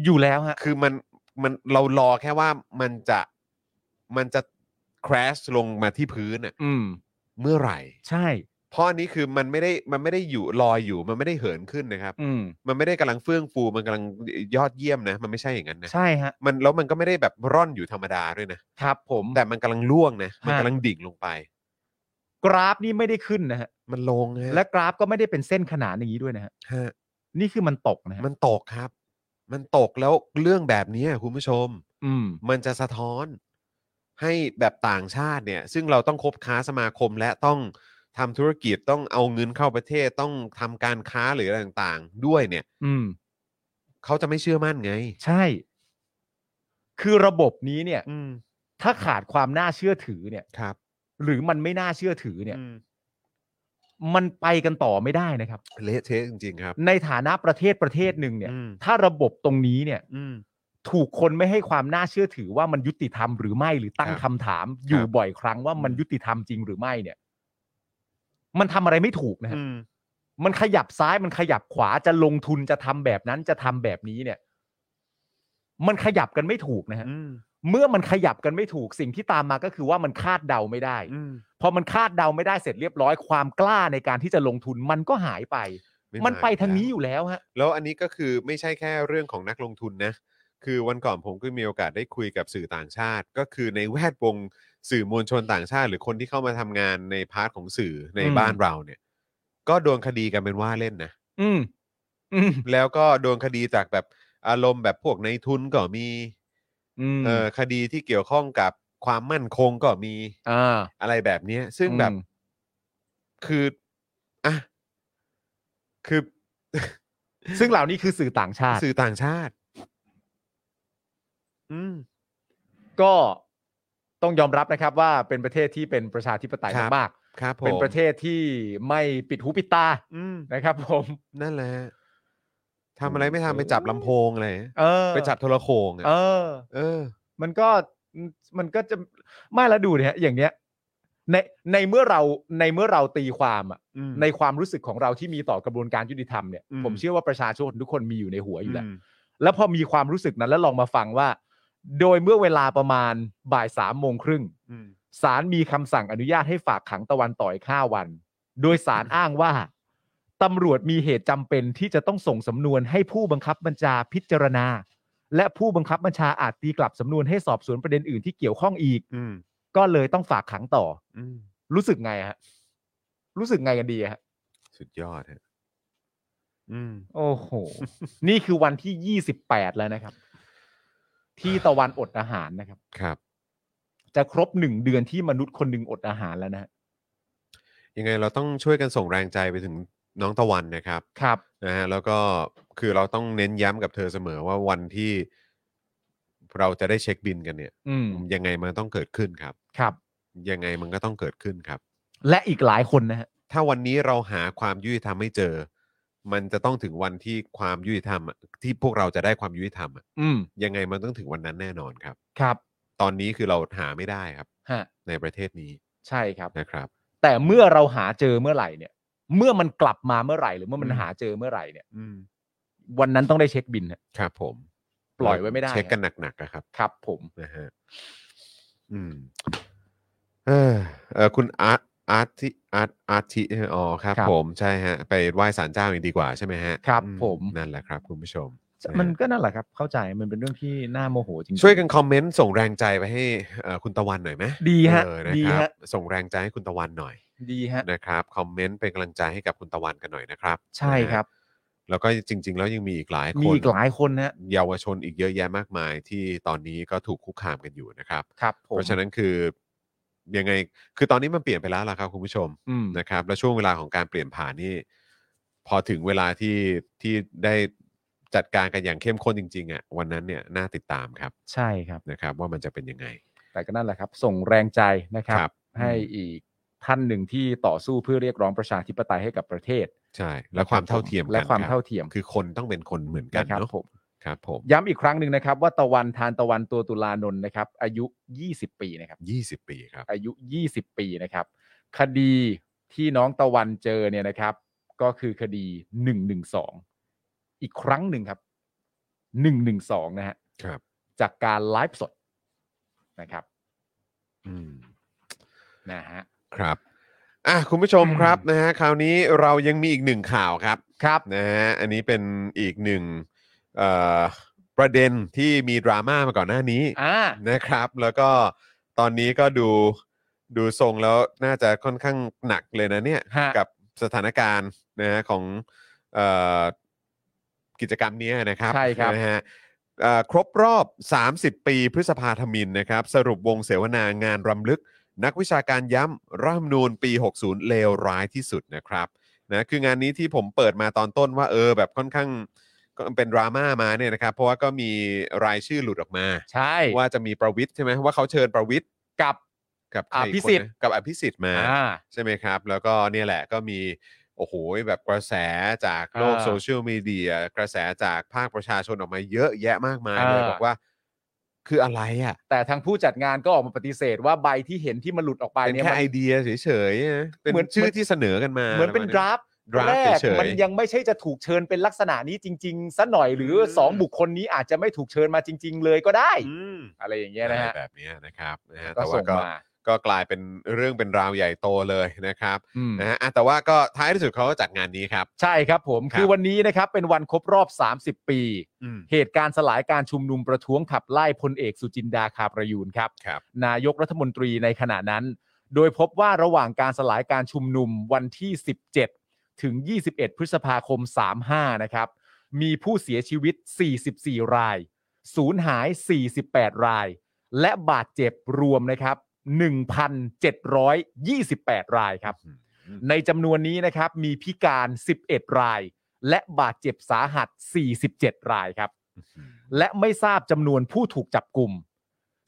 อยู่แล้วฮะ คือมันมันเรารอแค่ว่ามันจะมันจะ crash ลงมาที่พื้นน่ะ อืม เมื่อไหร่ ใช่ เพราะอันนี้คือมันไม่ได้มันไม่ได้อยู่ลอยอยู่มันไม่ได้เหินขึ้นนะครับ อืม มันไม่ได้กำลังเฟื่องฟูมันกำลังยอดเยี่ยมนะ มันไม่ใช่อย่างนั้นนะ ใช่ฮะ มันแล้วมันก็ไม่ได้แบบร่อนอยู่ธรรมดาด้วยนะครับ ผม แต่มันกำลังล่วงนะมัน ฮะ กำลังดิ่งลงไป กราฟนี่ไม่ได้ขึ้นนะฮะ มันลงฮะ และกราฟก็ไม่ได้เป็นเส้นขนานอย่างนี้ด้วยนะฮะ ฮะ นี่คือมันตกนะฮะ มันตกครับ มันตกแล้วเรื่องแบบนี้คุณผู้ชม อืม มันจะสะท้อนให้แบบต่างชาติเนี่ย ซึ่งเราต้องคบค้าสมาคมและต้องทำธุรกิจต้องเอาเงินเข้าประเทศต้องทำการค้าหรืออะไรต่างๆ ด้วยเนี่ย อืม เขาจะไม่เชื่อมั่นไง ใช่ คือระบบนี้เนี่ย อืม ถ้าขาดความน่าเชื่อถือเนี่ย ครับ หรือมันไม่น่าเชื่อถือเนี่ย อืม มันไปกันต่อไม่ได้นะครับ เละเทะจริง ๆ ครับ ในฐานะประเทศประเทศหนึ่งเนี่ย อืม ถ้าระบบตรงนี้เนี่ย อืม ถูกคนไม่ให้ความน่าเชื่อถือว่ามันยุติธรรมหรือไม่หรือตั้ง ครับ คำถาม อยู่ ครับ บ่อยครั้งว่ามันยุติธรรมจริงหรือไม่เนี่ย มันทำอะไรไม่ถูกนะฮะ อืม มันขยับซ้ายมันขยับขวาจะลงทุนจะทำแบบนั้นจะทำแบบนี้เนี่ย มันขยับกันไม่ถูกนะฮะ อืม เมื่อมันขยับกันไม่ถูกสิ่งที่ตามมาก็คือว่ามันคาดเดาไม่ได้ อืม พอมันคาดเดาไม่ได้เสร็จเรียบร้อยความกล้าในการที่จะลงทุนมันก็หายไป มันไปทางนี้อยู่แล้วฮะ แล้วอันนี้ก็คือไม่ใช่แค่เรื่องของนักลงทุนนะ คือวันก่อนผมก็มีโอกาสได้คุยกับสื่อต่างชาติ ก็คือในแวดวงสื่อมวลชนต่างชาติ หรือคนที่เข้ามาทำงานในพาร์ทของสื่อใน อืม บ้านเราเนี่ย ก็โดนคดีกันเป็นว่าเล่นนะ อืม อืม แล้วก็โดนคดีจากแบบอารมณ์แบบพวกในทุนก็มี อืม เออคดีที่เกี่ยวข้องกับความมั่นคงก็มี อ่า อะไรแบบเนี้ย ซึ่งแบบ อืม คืออ่ะคือ ซึ่งเหล่านี้คือสื่อต่างชาติ สื่อต่างชาติ อืม ก็ต้องยอมรับนะครับ ว่าเป็นประเทศที่เป็นประชาธิปไตย ครับ มาก ครับผมๆเป็นประเทศที่ไม่ปิดหูปิดตา อืม นะครับ ผม นั่นแหละทำอะไรไม่ทำไปจับลำโพงอะไร เออ ไปจับโทรโขงอะ เออ เออ มันก็มันก็จะไม่ละดูเนี่ยอย่างเนี้ยในในเมื่อเราในเมื่อเราตีความอะ อืม ในความรู้สึกของเราที่มีต่อกระบวนการยุติธรรมเนี่ย อืม ผมเชื่อว่าประชาชนทุกคนมีอยู่ในหัวอยู่แล้ว อืม แล้วพอมีความรู้สึกนั้นแล้วลองมาฟังว่า โดยเมื่อเวลาประมาณบ่ายสามโมงครึ่ง อืม ศาลมีคำสั่งอนุญาตให้ฝากขังตะวันต่อยห้าวัน โดยศาลอ้างว่าตำรวจมีเหตุจำเป็นที่จะต้องส่งสำนวนให้ผู้บังคับบัญชาพิจารณา และผู้บังคับบัญชาอาจตีกลับสำนวนให้สอบสวนประเด็นอื่นที่เกี่ยวข้องอีก อืม ก็เลยต้องฝากขังต่อ อืม รู้สึกไงฮะ รู้สึกไงกันดีฮะ สุดยอดฮะอืม โอ้โห [LAUGHS] นี่คือวันที่ 28 แล้วนะครับ ที่ตะวันอดอาหารนะครับ ครับ จะครบหนึ่งเดือนที่มนุษย์คนหนึ่งอดอาหารแล้วนะฮะ ยังไงเราต้องช่วยกันส่งแรงใจไปถึงน้องตะวันนะครับ ครับ นะฮะแล้วก็คือเราต้องเน้นย้ำกับเธอเสมอว่าวันที่เราจะได้เช็คบินกันเนี่ย อืม ยังไงมันต้องเกิดขึ้นครับ ครับ ยังไงมันก็ต้องเกิดขึ้นครับ และอีกหลายคนนะฮะ ถ้าวันนี้เราหาความยุติธรรมไม่เจอ มันจะต้องถึงวันที่ความยุติธรรมอะที่พวกเราจะได้ความยุติธรรมอะ อืม ยังไงมันต้องถึงวันนั้นแน่นอนครับ ครับ ตอนนี้คือเราหาไม่ได้ครับ ฮะ ในประเทศนี้ ใช่ครับ นะครับ แต่เมื่อเราหาเจอเมื่อไหร่เนี่ย เมื่อมันกลับมาเมื่อไหร่ หรือเมื่อมัน อืม หาเจอเมื่อไหร่เนี่ย อืม วันนั้นต้องได้เช็คบินฮะ ครับผม ปล่อยไว้ไม่ได้ เช็คกันหนักๆอะครับ ครับ ผม นะฮะ อืม เออเออคุณอาร์ตอาร์ติอาร์ตอาร์ติอ๋อครับ ครับ ผมใช่ฮะ ไปไหว้ศาลเจ้าอย่างดีกว่าใช่ไหมฮะ ครับ อื ผม นั่นแหละครับ คุณผู้ชมะฮะ มันก็นั่นแหละครับ เข้าใจมันเป็นเรื่องที่น่าโมโหจริงๆ ช่วยกันคอมเมนต์ส่งแรงใจไปให้เอ่อคุณตะวันหน่อยไหม ดีฮะ เออนะ ดี ครับ ฮะ ส่งแรงใจให้คุณตะวันหน่อย ดีฮะ นะครับคอมเมนต์เป็นกำลังใจให้กับคุณตะวันกันหน่อยนะครับ ใช่ นะฮะ ครับ แล้วก็จริง ๆ แล้วยังมีอีกหลายคน มีอีกหลายคนนะ เยาวชนอีกเยอะแยะมากมาย ที่ตอนนี้ก็ถูกคุกคามกันอยู่นะครับ ครับ ผม เพราะฉะนั้นคือยังไงคือตอนนี้มันเปลี่ยนไปแล้วล่ะครับคุณผู้ชม อืม นะครับ แล้วช่วงเวลาของการเปลี่ยนผ่านนี่พอถึงเวลาที่ที่ได้จัดการกันอย่างเข้มข้นจริงๆอะ่ะวันนั้นเนี่ยน่าติดตามครับ ใช่ครับ นะครับ ว่ามันจะเป็นยังไง แต่ก็นั่นแหละครับ ส่งแรงใจนะครับ ครับ ให้อีกท่านหนึ่งที่ต่อสู้เพื่อเรียกร้องประชาธิปไตยให้กับประเทศ ใช่ และความเท่าเทียมกัน และความ รับ เท่าเทียม คือคนต้องเป็นคนเหมือนกัน นะครับ เนาะ ผม ครับผม ย้ำอีกครั้งหนึ่งนะครับ ว่าตะวันทานตะวันตัวตุลานนท์นะครับ อายุ 20 ปีนะครับ ยี่สิบปีครับ อายุ 20 ปีนะครับ คดีที่น้องตะวันเจอเนี่ยนะครับ ก็คือคดี 112 อีกครั้งหนึ่งครับ 112 นะฮะ ครับ จากการไลฟ์สดนะครับ อืม นะฮะ ครับอ่ะคุณผู้ชมครับนะฮะคราวนี้เรายังมีอีกหนึ่งข่าวครับครับนะฮะอันนี้เป็นอีกหนึ่งเอ่อประเด็นที่มีดราม่ามาก่อนหน้านี้ อ่า นะครับ แล้วก็ตอนนี้ก็ดูดูทรงแล้วน่าจะค่อนข้างหนักเลยนะเนี่ย ฮะ กับสถานการณ์นะฮะของเอ่อกิจกรรมเนี้ยนะครับ ใช่ครับ นะฮะเอ่อครบรอบ 30 ปีพฤษภาธมินนะครับ สรุปวงเสวนางานรำลึก นักวิชาการย้ำรัฐธรรมนูญปี 60 เลวร้ายที่สุดนะครับนะคืองานนี้ที่ผมเปิดมาตอนต้นว่าเออแบบค่อนข้างก็เป็นดราม่ามาเนี่ยนะครับ เพราะว่าก็มีรายชื่อหลุดออกมา ใช่ ว่าจะมีประวิทย์ใช่ไหมว่าเขาเชิญประวิทย์ กับ กับใครกคนนะ อภิสิทธิ์ กับอภิสิทธิ์มา อ่า ใช่ไหมครับ แล้วก็เนี่ยแหละก็มี โอ้โหแบบกระแสจากโลก อ่า โซเชียลมีเดียกระแสจากภาคประชาชนออกมาเยอะแยะมากมายเลย อ่า บอกว่า คืออะไรอ่ะ แต่ทางผู้จัดงานก็ออกมาปฏิเสธว่าใบที่เห็นที่มันหลุดออกไป เป็น เนี่ย แค่ มัน ไอเดียเฉยๆนะเป็น เหมือน ชื่อที่เสนอกันมา เหมือนเป็นดราฟ ดรา แร ฟ ก เฉยๆ มันยังไม่ใช่จะถูกเชิญเป็นลักษณะนี้จริง ๆซะหน่อยหรือ ม สองบุคคลนี้อาจจะไม่ถูกเชิญมาจริง ๆ เลยก็ได้ อืม อะไรอย่างเงี้ยนะฮะ แบบเนี้ยนะครับนะฮะ ก็ แต่ว่า ส่ง ก็ มา ก็กลายเป็นเรื่องเป็นราวใหญ่โตเลยนะครับ อืม นะฮะอ่ะแต่ว่าก็ท้ายที่สุดเขาก็จัดงานนี้ครับ ใช่ครับผม ครับ คือวันนี้นะครับเป็นวันครบรอบ 30 ปี อืม เหตุการณ์สลายการชุมนุมประท้วงขับไล่พลเอกสุจินดาคาประยูนครับ ครับ นายกรัฐมนตรีในขณะนั้น โดยพบว่าระหว่างการสลายการชุมนุมวันที่ 17 ถึง 21 พฤษภาคม 35 นะครับ มีผู้เสียชีวิต 44 ราย สูญหาย 48 ราย และบาดเจ็บรวมนะครับ 1,728 รายครับ ในจำนวนนี้นะครับมีพิการ 11 ราย และบาดเจ็บสาหัส 47 รายครับ และไม่ทราบจำนวนผู้ถูกจับกลุ่ม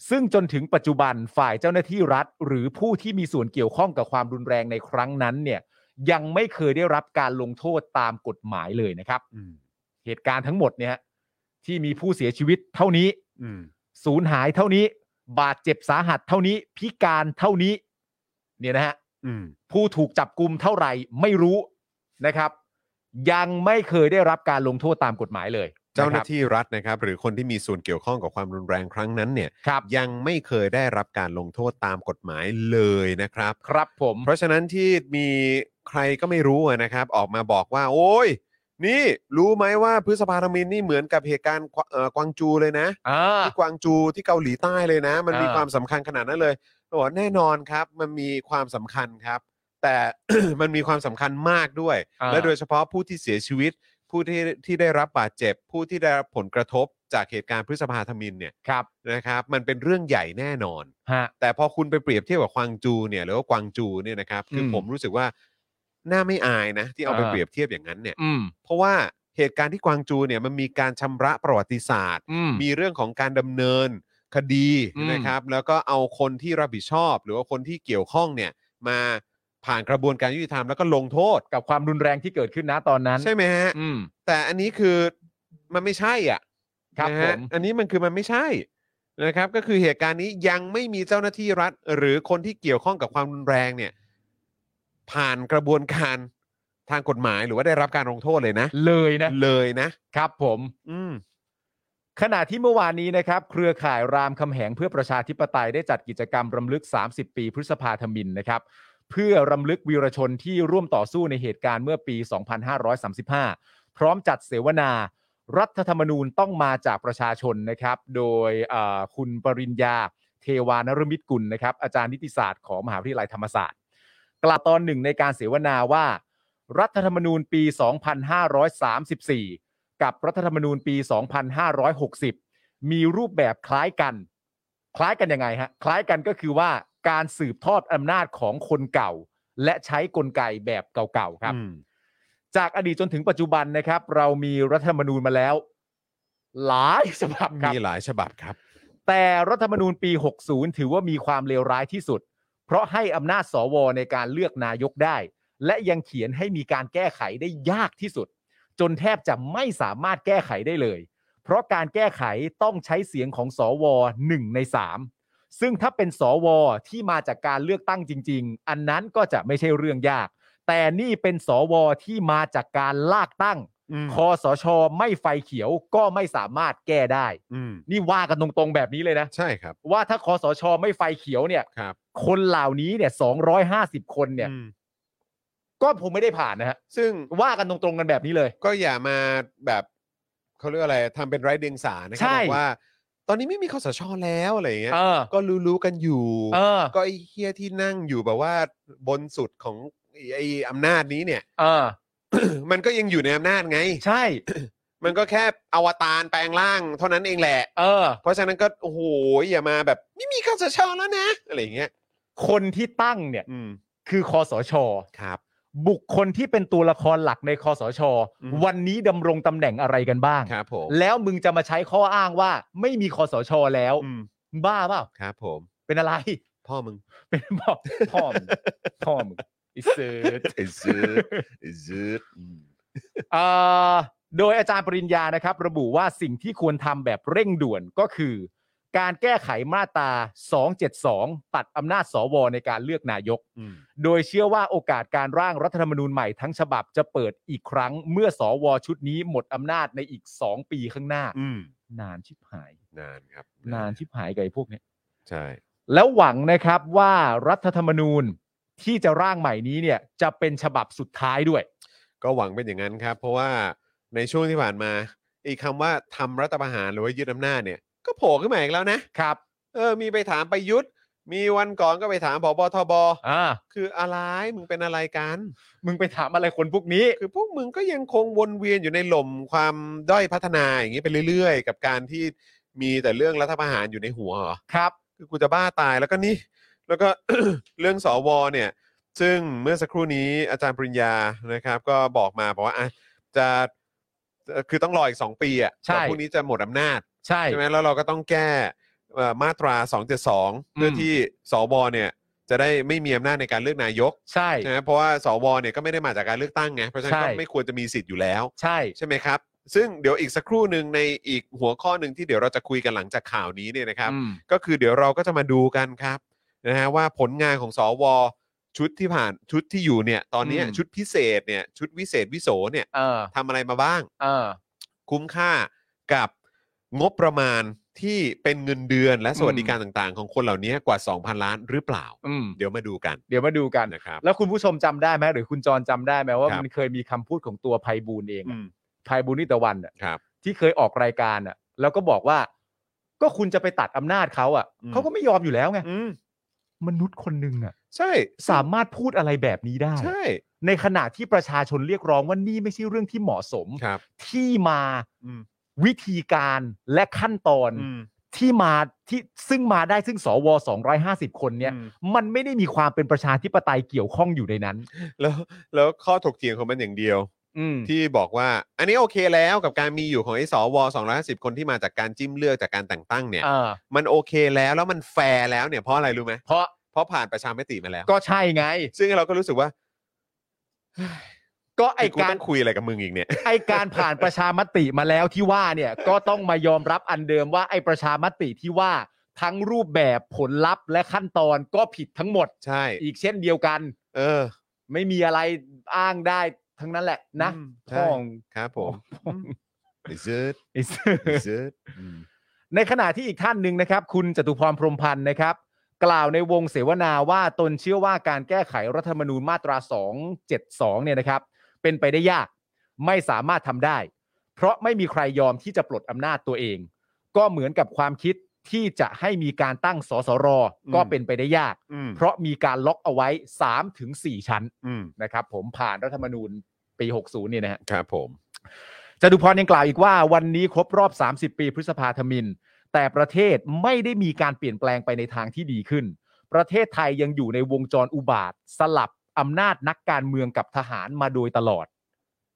ซึ่งจนถึงปัจจุบันฝ่ายเจ้าหน้าที่รัฐ หรือผู้ที่มีส่วนเกี่ยวข้องกับความรุนแรงในครั้งนั้นเนี่ยยังไม่เคยได้รับการลงโทษตามกฎหมายเลยนะครับ อืม เหตุการณ์ทั้งหมดเนี่ยที่มีผู้เสียชีวิตเท่านี้ อืม สูญหายเท่านี้ บาดเจ็บสาหัสเท่านี้ พิการเท่านี้เนี่ยนะฮะ อืม ผู้ถูกจับกลุ่มเท่าไหร่ไม่รู้นะครับ ยังไม่เคยได้รับการลงโทษตามกฎหมายเลย เจ้าหน้าที่รัฐนะครับ หรือคนที่มีส่วนเกี่ยวข้องกับความรุนแรงครั้งนั้นเนี่ย ครับ ยังไม่เคยได้รับการลงโทษตามกฎหมายเลยนะครับ ครับผม เพราะฉะนั้นที่มีใครก็ไม่รู้อะนะครับ ออกมาบอกว่า โอ้ย นี่รู้ไหมว่าพฤษภาธมินนี่เหมือนกับเหตุการณ์กวเอ่อกวางจูเลยนะ อ่า ที่กวางจูที่เกาหลีใต้เลยนะ มันมี อ่า ความสำคัญขนาดนั้นเลยบอกว่าแน่นอนครับ มันมีความสำคัญครับ แต่ [COUGHS] มันมีความสำคัญมากด้วย อ่า และโดยเฉพาะผู้ที่เสียชีวิต ผู้ที่ที่ได้รับบาดเจ็บ ผู้ที่ได้รับผลกระทบจากเหตุการณ์พฤษภาธมินเนี่ย ครับ นะครับ มันเป็นเรื่องใหญ่แน่นอน ฮะ แต่พอคุณไปเปรียบเทียบกับควางจูเนี่ยหรือว่ากวางจูเนี่ยนะครับ คือ ม ผมรู้สึกว่าน่าไม่อายนะ ที่เอาไป อ่า เปรียบเทียบอย่างนั้นเนี่ย อืม เพราะว่าเหตุการณ์ที่กวางจูเนี่ยมันมีการชำระประวัติศาสตร์ อืม มีเรื่องของการดำเนินคดี อืม นะครับ แล้วก็เอาคนที่รับผิดชอบ หรือว่าคนที่เกี่ยวข้องเนี่ยมาผ่านกระบวนการยุติธรรมแล้วก็ลงโทษ กับความรุนแรงที่เกิดขึ้นนะตอนนั้น ใช่ไหมฮะ อืม แต่อันนี้คือมันไม่ใช่อ่ะ ครับ นะฮะ ผม อันนี้มันคือมันไม่ใช่นะครับ ก็คือเหตุการณ์นี้ยังไม่มีเจ้าหน้าที่รัฐ หรือคนที่เกี่ยวข้องกับความรุนแรงเนี่ย ผ่านกระบวนการ [LAUGHS] ทางกฎหมายหรือว่าได้รับการลงโทษเลยนะ เลยนะ เลยนะ ครับผม อืม ขณะที่เมื่อวานนี้นะครับ เครือข่ายรามคำแหงเพื่อประชาธิปไตยได้จัดกิจกรรมรำลึก 30 ปีพฤษภาธมินนะครับ เพื่อรำลึกวีรชนที่ร่วมต่อสู้ในเหตุการณ์เมื่อปี 2535 พร้อมจัดเสวนา รัฐธรรมนูญต้องมาจากประชาชนนะครับ โดยเอ่อคุณปริญญา เทวานรมิตกุลนะครับ อาจารย์นิติศาสตร์ของมหาวิทยาลัยธรรมศาสตร์ กล่าวตอนหนึ่งในการเสวนาว่า รัฐธรรมนูญปี 2534 กับรัฐธรรมนูญปี 2560 มีรูปแบบคล้ายกัน คล้ายกันยังไงฮะ คล้ายกันก็คือว่าการสืบทอดอำนาจของคนเก่า และใช้กลไกแบบเก่าๆครับ อืม จากอดีตจนถึงปัจจุบันนะครับ เรามีรัฐธรรมนูญมาแล้ว หลายฉบับครับ มีหลายฉบับครับ แต่รัฐธรรมนูญปี 60 ถือว่ามีความเลวร้ายที่สุด เพราะให้อำนาจสวในการเลือกนายกได้ และยังเขียนให้มีการแก้ไขได้ยากที่สุด จนแทบจะไม่สามารถแก้ไขได้เลย เพราะการแก้ไขต้องใช้เสียงของสวหนึ่งในสามซึ่งถ้าเป็นสวที่มาจากการเลือกตั้งจริง ๆ อันนั้นก็จะไม่ใช่เรื่องยาก แต่นี่เป็นสวที่มาจากการลากตั้ง อืม คอสชไม่ไฟเขียวก็ไม่สามารถแก้ได้ อืม นี่ว่ากันตรงๆแบบนี้เลยนะ ใช่ครับ ว่าถ้าคอสชไม่ไฟเขียวเนี่ย ครับ คนเหล่านี้เนี่ย250 คนเนี่ย อืม ก็ผมไม่ได้ผ่านนะฮะ ซึ่ง ว่ากันตรงๆกันแบบนี้เลย ก็อย่ามาแบบเขาเรียกอะไรทำเป็นไร้เดียงสานะครั ใช่ บอกว่า ตอนนี้ไม่มีคอสชแล้วอะไรอย่างเงี้ย เออ ก็รู้ๆกันอยู่ เออ ก็ไอ้เฮียที่นั่งอยู่แบบว่าบนสุดของไอ้ไอ้อำนาจนี้เนี่ย [COUGHS] เออ มันก็ยังอยู่ในอำนาจไง ใช่ มันก็แค่อวตารแปลงร่างเท่านั้นเองแหละ เออ เพราะฉะนั้นก็โอ้โหอย่ามาแบบไม่มีข้าสชแล้วนะ อะไรอย่างเงี้ย คนที่ตั้งเนี่ย อืม คือคอสช ครับ บุคคลที่เป็นตัวละครหลักในคอสช อืม วันนี้ดำรงตำแหน่งอะไรกันบ้าง ครับผม แล้วมึงจะมาใช้ข้ออ้างว่า ไม่มีคอสชแล้ว อืม บ้าเปล่า ครับผม เป็นอะไร [LAUGHS] พ่อมึง เป็นพ่อพ่อมึงพ่อมึง อิสเตอร์ ไอ้ซื้อไอ้ซื้ออืม เอ่อโดยอาจารย์ปริญญานะครับ ระบุว่าสิ่งที่ควรทำแบบเร่งด่วนก็คือ การแก้ไขมาตรา 272 ตัดอำนาจสวในการเลือกนายก อืม โดยเชื่อว่าโอกาสการร่างรัฐธรรมนูญใหม่ทั้งฉบับจะเปิดอีกครั้งเมื่อสวชุดนี้หมดอำนาจในอีก 2 ปีข้างหน้า อืม นานชิบหาย นานครับ นานชิบหายกับไอ้พวกเนี้ย ใช่ แล้วหวังนะครับว่ารัฐธรรมนูญที่จะร่างใหม่นี้เนี่ยจะเป็นฉบับสุดท้ายด้วย ก็หวังเป็นอย่างนั้นครับ เพราะว่าในช่วงที่ผ่านมาไอีกคำว่าทำรัฐประหารหรือว่ายึดอำนาจเนี่ย ก็โผล่ขึ้นมาอีกแล้วนะครับ เออมีไปถามประยุทธ์มีวันก่อนก็ไปถามผบทบ อ่า คืออะไรมึงเป็นอะไรกัน มึงไปถามอะไรคนพวกนี้ คือพวกมึงก็ยังคงวนเวียนอยู่ในหล่มความด้อยพัฒนาอย่างนี้ไปเรื่อยๆ กับการที่มีแต่เรื่องรัฐประหารอยู่ในหัวเหรอ ครับ คือกูจะบ้าตายแล้วก็นี่ แล้วก็ [COUGHS] เรื่องสอวอเนี่ย ซึ่งเมื่อสักครู่นี้อาจารย์ปริญญานะครับ ก็บอกมาบอกว่าอ่ะจะเอ่อคือต้องรออีก 2 ปีอ่ะกใช่ว่าพวกนี้จะหมดอำนาจ ใช่ ใช่ไหมแล้วเราก็ต้องแก้เอ่อมาตรา 272 เพื่ออ ม ที่สวเนี่ยจะได้ไม่มีอำนาจในการเลือกนายก ใช่ ใช่ไหมเพราะว่าสวเนี่ยก็ไม่ได้มาจากการเลือกตั้งไงเพราะฉะนั้นก็ ใช่ ไม่ควรจะมีสิทธิ์อยู่แล้ว ใช่ ใช่ไหมครับ ซึ่งเดี๋ยวอีกสักครู่หนึ่งในอีกหัวข้อหนึ่งที่เดี๋ยวเราจะคุยกันหลังจากข่าวนี้เนี่ยนะครับ อืม ก็คือเดี๋ยวเราก็จะมาดูกันครับนะฮะว่าผลงานของสวชุดที่ผ่านชุดที่อยู่เนี่ยตอนเนี้ย อืม ชุดพิเศษเนี่ยชุดวิเศษวิโสเนี่ย เออ ทำอะไรมาบ้าง เออ คุ้มค่ากับงบประมาณที่เป็นเงินเดือนและสวัสดิการต่างๆ ของคนเหล่านี้กว่า 2,000 ล้านหรือเปล่า อืม เดี๋ยวมาดูกัน เดี๋ยวมาดูกัน นะครับ แล้วคุณผู้ชมจำได้ไหมหรือคุณจรจำได้ไหมว่า ครับ มันเคยมีคำพูดของตัวไพบูลย์เอง อื อะ ม ไพบูลย์นิตะวันอะ ครับ ที่เคยออกรายการอะแล้วก็บอกว่า ก็คุณจะไปตัดอำนาจเขาอะ อืม เขาก็ไม่ยอมอยู่แล้วไง อืม มนุษย์คนหนึ่งอะ ใช่ สามารถพูดอะไรแบบนี้ได้ ใช่ ในขณะที่ประชาชนเรียกร้องว่านี่ไม่ใช่เรื่องที่เหมาะสม ครับ ที่มา อืม วิธีการและขั้นตอน อืม ที่มาที่ซึ่งมาได้ซึ่งสว250 คนเนี่ย อืม มันไม่ได้มีความเป็นประชาธิปไตยเกี่ยวข้องอยู่ในนั้น แล้วแล้วข้อถกเถียงของมันอย่างเดียว อืม ที่บอกว่า อันนี้โอเคแล้วกับการมีอยู่ของไอ้สวสองร้อยห้าสิบคนที่มาจากการจิ้มเลือกจากการแต่งตั้งเนี่ย อ่า มันโอเคแล้วแล้วมันแฟร์แล้วเนี่ยเพราะอะไรรู้ไหม เพราะ เพราะผ่านประชามติมาแล้ว ก็ใช่ไง ซึ่งเราก็รู้สึกว่า ก็ไอ กู การ ต้องคุยอะไรกับมึงอีกเนี่ย ไอการผ่านประชามติมาแล้วที่ว่าเนี่ย ก็ต้องมายอมรับอันเดิมว่าไอประชามติที่ว่าทั้งรูปแบบผลลัพธ์และขั้นตอนก็ผิดทั้งหมด ใช่ อีกเช่นเดียวกัน เออ ไม่มีอะไรอ้างได้ทั้งนั้นแหละนะ อืมใช่ พ่อง ครับผมไอ้เซิร์ด ไอ้ ไอ้เซิร์ดอืม ในขณะที่อีกท่านหนึ่งนะครับ คุณจตุพรพรหมพันธ์นะครับ กล่าวในวงเสวนาว่าตนเชื่อว่าการแก้ไขรัฐธรรมนูญมาตรา 272 เนี่ยนะครับ เป็นไปได้ยากไม่สามารถทำได้ เพราะไม่มีใครยอมที่จะปลดอำนาจตัวเอง ก็เหมือนกับความคิดที่จะให้มีการตั้งสสรก็เป็นไปได้ยาก อื [LAUGHS] ม เพราะมีการล็อกเอาไว้3ถึง4ชั้น อืม นะครับ ผมผ่านรัฐธรรมนูญปี 60 เนี่ยนะฮะ ครับผม จตุพรยังกล่าวอีกว่าวันนี้ครบรอบ 30 ปีพฤษภาธมิน แต่ประเทศไม่ได้มีการเปลี่ยนแปลงไปในทางที่ดีขึ้น ประเทศไทยยังอยู่ในวงจรอุบาท สลับอำนาจนักการเมืองกับทหารมาโดยตลอด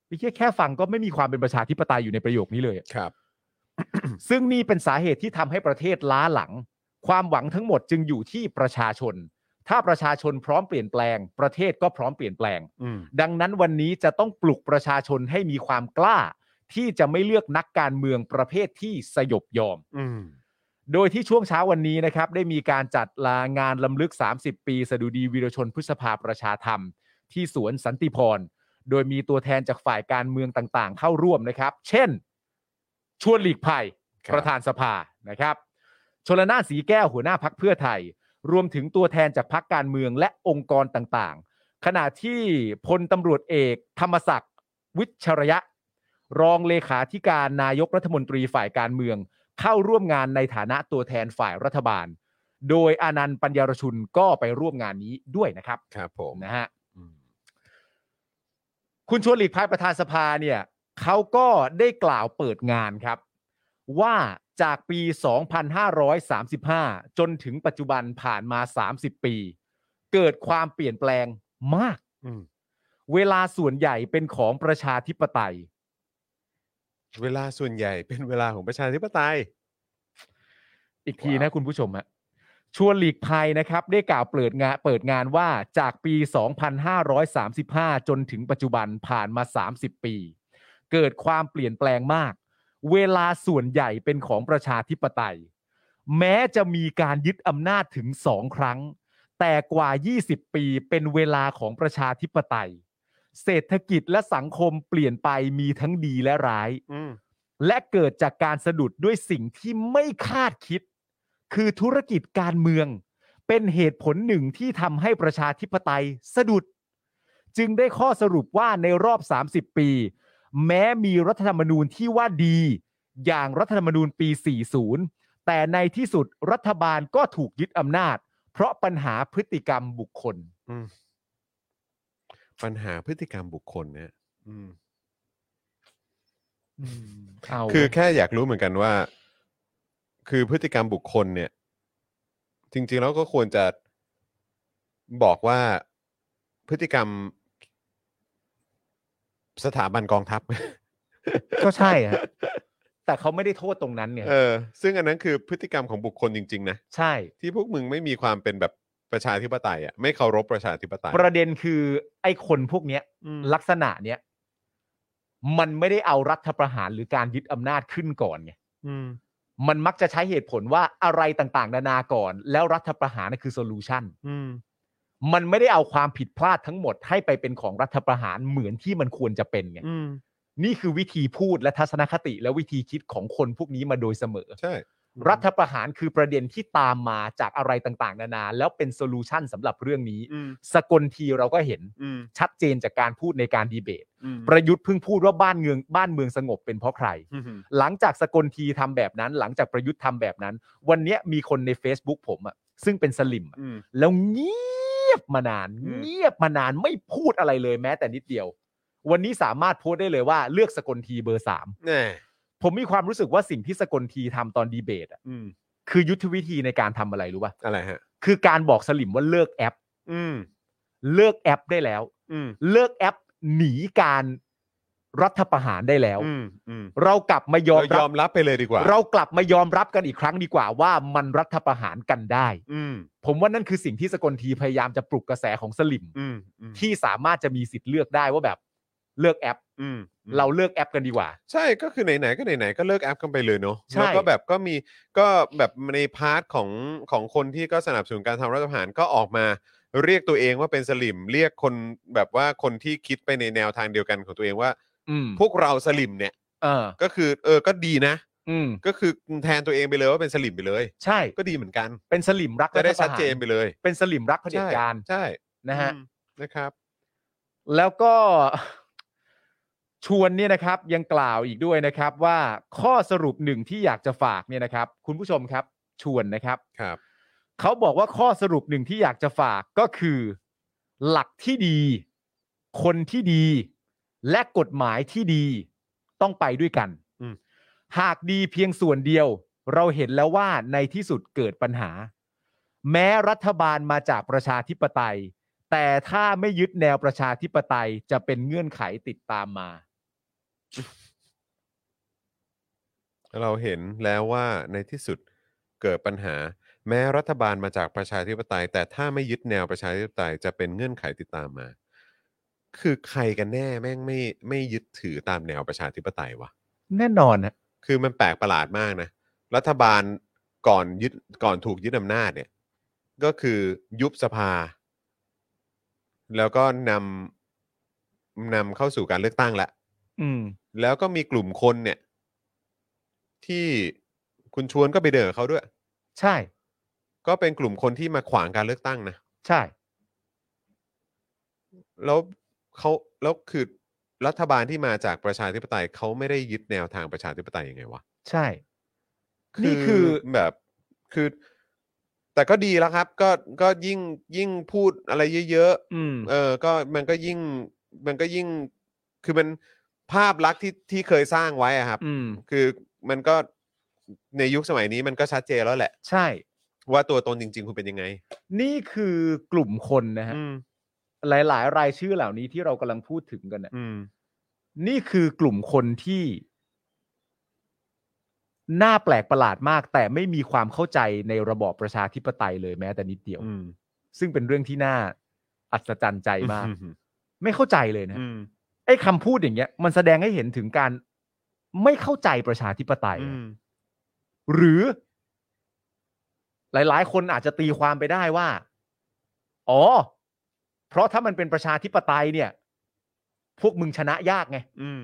ไม่ใช่แค่ฟังก็ไม่มีความเป็นประชาธิปไตยอยู่ในประโยคนี้เลย ครับ ซึ่งนี่เป็นสาเหตุที่ทำให้ประเทศล้าหลัง ความหวังทั้งหมดจึงอยู่ที่ประชาชน ถ้าประชาชนพร้อมเปลี่ยนแปลง ประเทศก็พร้อมเปลี่ยนแปลง อืม ดังนั้นวันนี้จะต้องปลุกประชาชนให้มีความกล้า ที่จะไม่เลือกนักการเมืองประเภทที่สยบยอม อืม โดยที่ช่วงเช้าวันนี้นะครับ ได้มีการจัดลางานลำลึก 30 ปีสดุดีวีรชนพฤษภาประชาธรรม ที่สวนสันติพร โดยมีตัวแทนจากฝ่ายการเมืองต่างๆ เข้าร่วมนะครับ เช่น ชวนหลีกภัย คบ ประธานสภานะครับ ชลนานสีแก้วหัวหน้าพักเพื่อไทย รวมถึงตัวแทนจากพักการเมืองและองค์กรต่างๆ ขณะที่พลตำรวจเอก ธรรมศักดิ์วิชระยะ รองเลขาธิการนายกรัฐมนตรีฝ่ายการเมือง เข้าร่วมงานในฐานะตัวแทนฝ่ายรัฐบาล โดยอานันต์ปัญญารชุนก็ไปร่วมงานนี้ด้วยนะครับ ครับผม นะฮะ อืม คุณชวนหลีกภัยประธานสภาเนี่ยเขาก็ได้กล่าวเปิดงานครับ ว่าจากปี 2535 จนถึงปัจจุบันผ่านมา 30 ปี เกิดความเปลี่ยนแปลงมาก อืม เวลาส่วนใหญ่เป็นของประชาธิปไตย เวลาส่วนใหญ่เป็นเวลาของประชาธิปไตย อีกที ว้าว นะคุณผู้ชมฮะ ชวนหลีกภัยนะครับได้กล่าวเปิดงานเปิดงานว่าจากปี 2535 จนถึงปัจจุบันผ่านมา 30 ปี เกิดความเปลี่ยนแปลงมาก เวลาส่วนใหญ่เป็นของประชาธิปไตย แม้จะมีการยึดอำนาจถึงสองครั้ง แต่กว่า 20 ปีเป็นเวลาของประชาธิปไตย เศรษฐกิจและสังคมเปลี่ยนไปมีทั้งดีและร้าย อืม และเกิดจากการสะดุดด้วยสิ่งที่ไม่คาดคิด คือธุรกิจการเมือง เป็นเหตุผลหนึ่งที่ทำให้ประชาธิปไตยสะดุด จึงได้ข้อสรุปว่าในรอบ 30 ปี แม้มีรัฐธรรมนูญที่ว่าดี อย่างรัฐธรรมนูญปี 40 แต่ในที่สุดรัฐบาลก็ถูกยึดอำนาจ เพราะปัญหาพฤติกรรมบุคคล ปัญหาพฤติกรรมบุคคลเนี่ยอืม เอา คือแค่อยากรู้เหมือนกันว่า คือพฤติกรรมบุคคลเนี่ย จริง ๆ แล้วก็ควรจะบอกว่าพฤติกรรมสถาบันกอง [LAUGHS] ทัพ ก็ใช่ฮะแต่เขาไม่ได้โทษตรงนั้นเนี่ย เออ ซึ่งอันนั้นคือพฤติกรรมของบุคคลจริง ๆ นะ ใช่ ที่พวกมึงไม่มีความเป็นแบบประชาธิปไตยอ่ะไม่เคารพประชาธิปไตย ประเด็นคือไอ้คนพวกเนี้ย ลักษณะเนี้ยมันไม่ได้เอารัฐประหารหรือการยึดอำนาจขึ้นก่อนไงมันมักจะใช้เหตุผลว่าอะไรต่างๆ นานาก่อน แล้วรัฐประหารน่ะคือโซลูชันมันไม่ได้เอาความผิดพลาดทั้งหมดให้ไปเป็นของรัฐประหารเหมือนที่มันควรจะเป็นไงนี่คือวิธีพูดและทัศนคติและวิธีคิดของคนพวกนี้มาโดยเสมอ ใช่ รัฐประหารคือประเด็นที่ตามมาจากอะไรต่างๆ นานา แล้วเป็นโซลูชันสำหรับเรื่องนี้ อืม สกลทีเราก็เห็น อืม ชัดเจนจากการพูดในการดีเบต อืม ประยุทธ์เพิ่งพูดว่าบ้านเมืองบ้านเมืองสงบเป็นเพราะใคร อืม หลังจากสกลทีทำแบบนั้น หลังจากประยุทธ์ทำแบบนั้น วันเนี้ยมีคนใน Facebook ผมอะซึ่งเป็นสลิมอะ อืม แล้วเงียบมานาน อืม เงียบมานานไม่พูดอะไรเลยแม้แต่นิดเดียว วันนี้สามารถโพสต์ได้เลยว่าเลือกสกลทีเบอร์สาม แน่ ผมมีความรู้สึกว่าสิ่งที่สกลทีทำตอนดีเบตอะ อืม คือยุทธวิธีในการทำอะไรรู้ป่ะ อะไรฮะ คือการบอกสลิมว่าเลิกแอป อืม เลิกแอปได้แล้ว อืม เลิกแอปหนีการรัฐประหารได้แล้ว อืม อืม เรากลับมายอม เราย รั อบ มรับไปเลยดีกว่า เรากลับมายอมรับกันอีกครั้งดีกว่าว่ามันรัฐประหารกันได้ อืม ผมว่านั่นคือสิ่งที่สกลทีพยายามจะปลุกกระแสของสลิม อืม อืม ที่สามารถจะมีสิทธิ์เลือกได้ว่าแบบเลือกแอป อืม เราเลือกแอปกันดีกว่า ใช่ก็คือไหนๆก็ไหนๆก็เลิกแอปกันไปเลยเนอะ ใช่ แล้วก็แบบก็มีก็แบบในพาร์ทของของคนที่ก็สนับสนุนการทำรัฐประหารก็ออกมา เรียกตัวเองว่าเป็นสลิม เรียกคนแบบว่าคนที่คิดไปในแนวทางเดียวกันของตัวเองว่า อืม พวกเราสลิมเนี่ย เออ ก็คือเออก็ดีนะ อืม ก็คือแทนตัวเองไปเลยว่าเป็นสลิมไปเลย ใช่ ก็ดีเหมือนกัน เป็นสลิมรัก จะได้ รัฐป ชั ระ ด หาร เจนไปเลย เป็นสลิมรักเผด็จ ใช่ การ ใช่ นะฮะ อืมนะครับ แล้วก็ ชวนเนี่ยนะครับยังกล่าวอีกด้วยนะครับว่าข้อสรุปหนึ่งที่อยากจะฝากเนี่ยนะครับ คุณผู้ชมครับชวนนะครับ ครับ เขาบอกว่าข้อสรุปหนึ่งที่อยากจะฝากก็คือ หลักที่ดี คนที่ดี และกฎหมายที่ดีต้องไปด้วยกัน อืม หากดีเพียงส่วนเดียว เราเห็นแล้วว่าในที่สุดเกิดปัญหา แม้รัฐบาลมาจากประชาธิปไตย แต่ถ้าไม่ยึดแนวประชาธิปไตยจะเป็นเงื่อนไขติดตามมา เราเห็นแล้วว่าในที่สุดเกิดปัญหา แม้รัฐบาลมาจากประชาธิปไตย แต่ถ้าไม่ยึดแนวประชาธิปไตยจะเป็นเงื่อนไขติดตามมา คือใครกันแน่แม่งไม่ไม่ยึดถือตามแนวประชาธิปไตยวะ แน่นอนนะ คือมันแปลกประหลาดมากนะ รัฐบาลก่อนยึดก่อนถูกยึดอำนาจเนี่ย ก็คือยุบสภา แล้วก็นำนำเข้าสู่การเลือกตั้งละ อืม แล้วก็มีกลุ่มคนเนี่ย ที่คุณชวนก็ไปเดินกับเขาด้วย ใช่ ก็เป็นกลุ่มคนที่มาขวางการเลือกตั้งนะ ใช่ แล้วเขาแล้วคือรัฐบาลที่มาจากประชาธิปไตยเขาไม่ได้ยึดแนวทางประชาธิปไตยยังไงวะ ใช่ นี่คือ แบบคือ แต่ก็ดีแล้วครับ ก็ก็ยิ่งยิ่งพูดอะไรเยอะ อืม ๆเออ ก็มันก็ยิ่งมันก็ยิ่งคือมันภาพลักษณ์ที่ที่เคยสร้างไว้อะครับ อืม คือมันก็ในยุคสมัยนี้มันก็ชัดเจนแล้วแหละ ใช่ ว่าตัวตนจริง ๆ คุณเป็นยังไง นี่คือกลุ่มคนนะฮะ อืม หลาย ๆ รายชื่อเหล่านี้ที่เรากำลังพูดถึงกันเนี่ย อืม นี่คือกลุ่มคนที่ น่าแปลกประหลาดมาก แต่ไม่มีความเข้าใจในระบอบประชาธิปไตยเลยแม้แต่นิดเดียว อืม ซึ่งเป็นเรื่องที่น่าอัศจรรย์ใจมาก อืม ไม่เข้าใจเลยนะ อืม ไอ้คำพูดอย่างเงี้ย มันแสดงให้เห็นถึงการไม่เข้าใจประชาธิปไตย อื อะ ม หรือหลายๆ คนอาจจะตีความไปได้ว่า อ๋อ เพราะถ้ามันเป็นประชาธิปไตยเนี่ย พวกมึงชนะยากไง อืม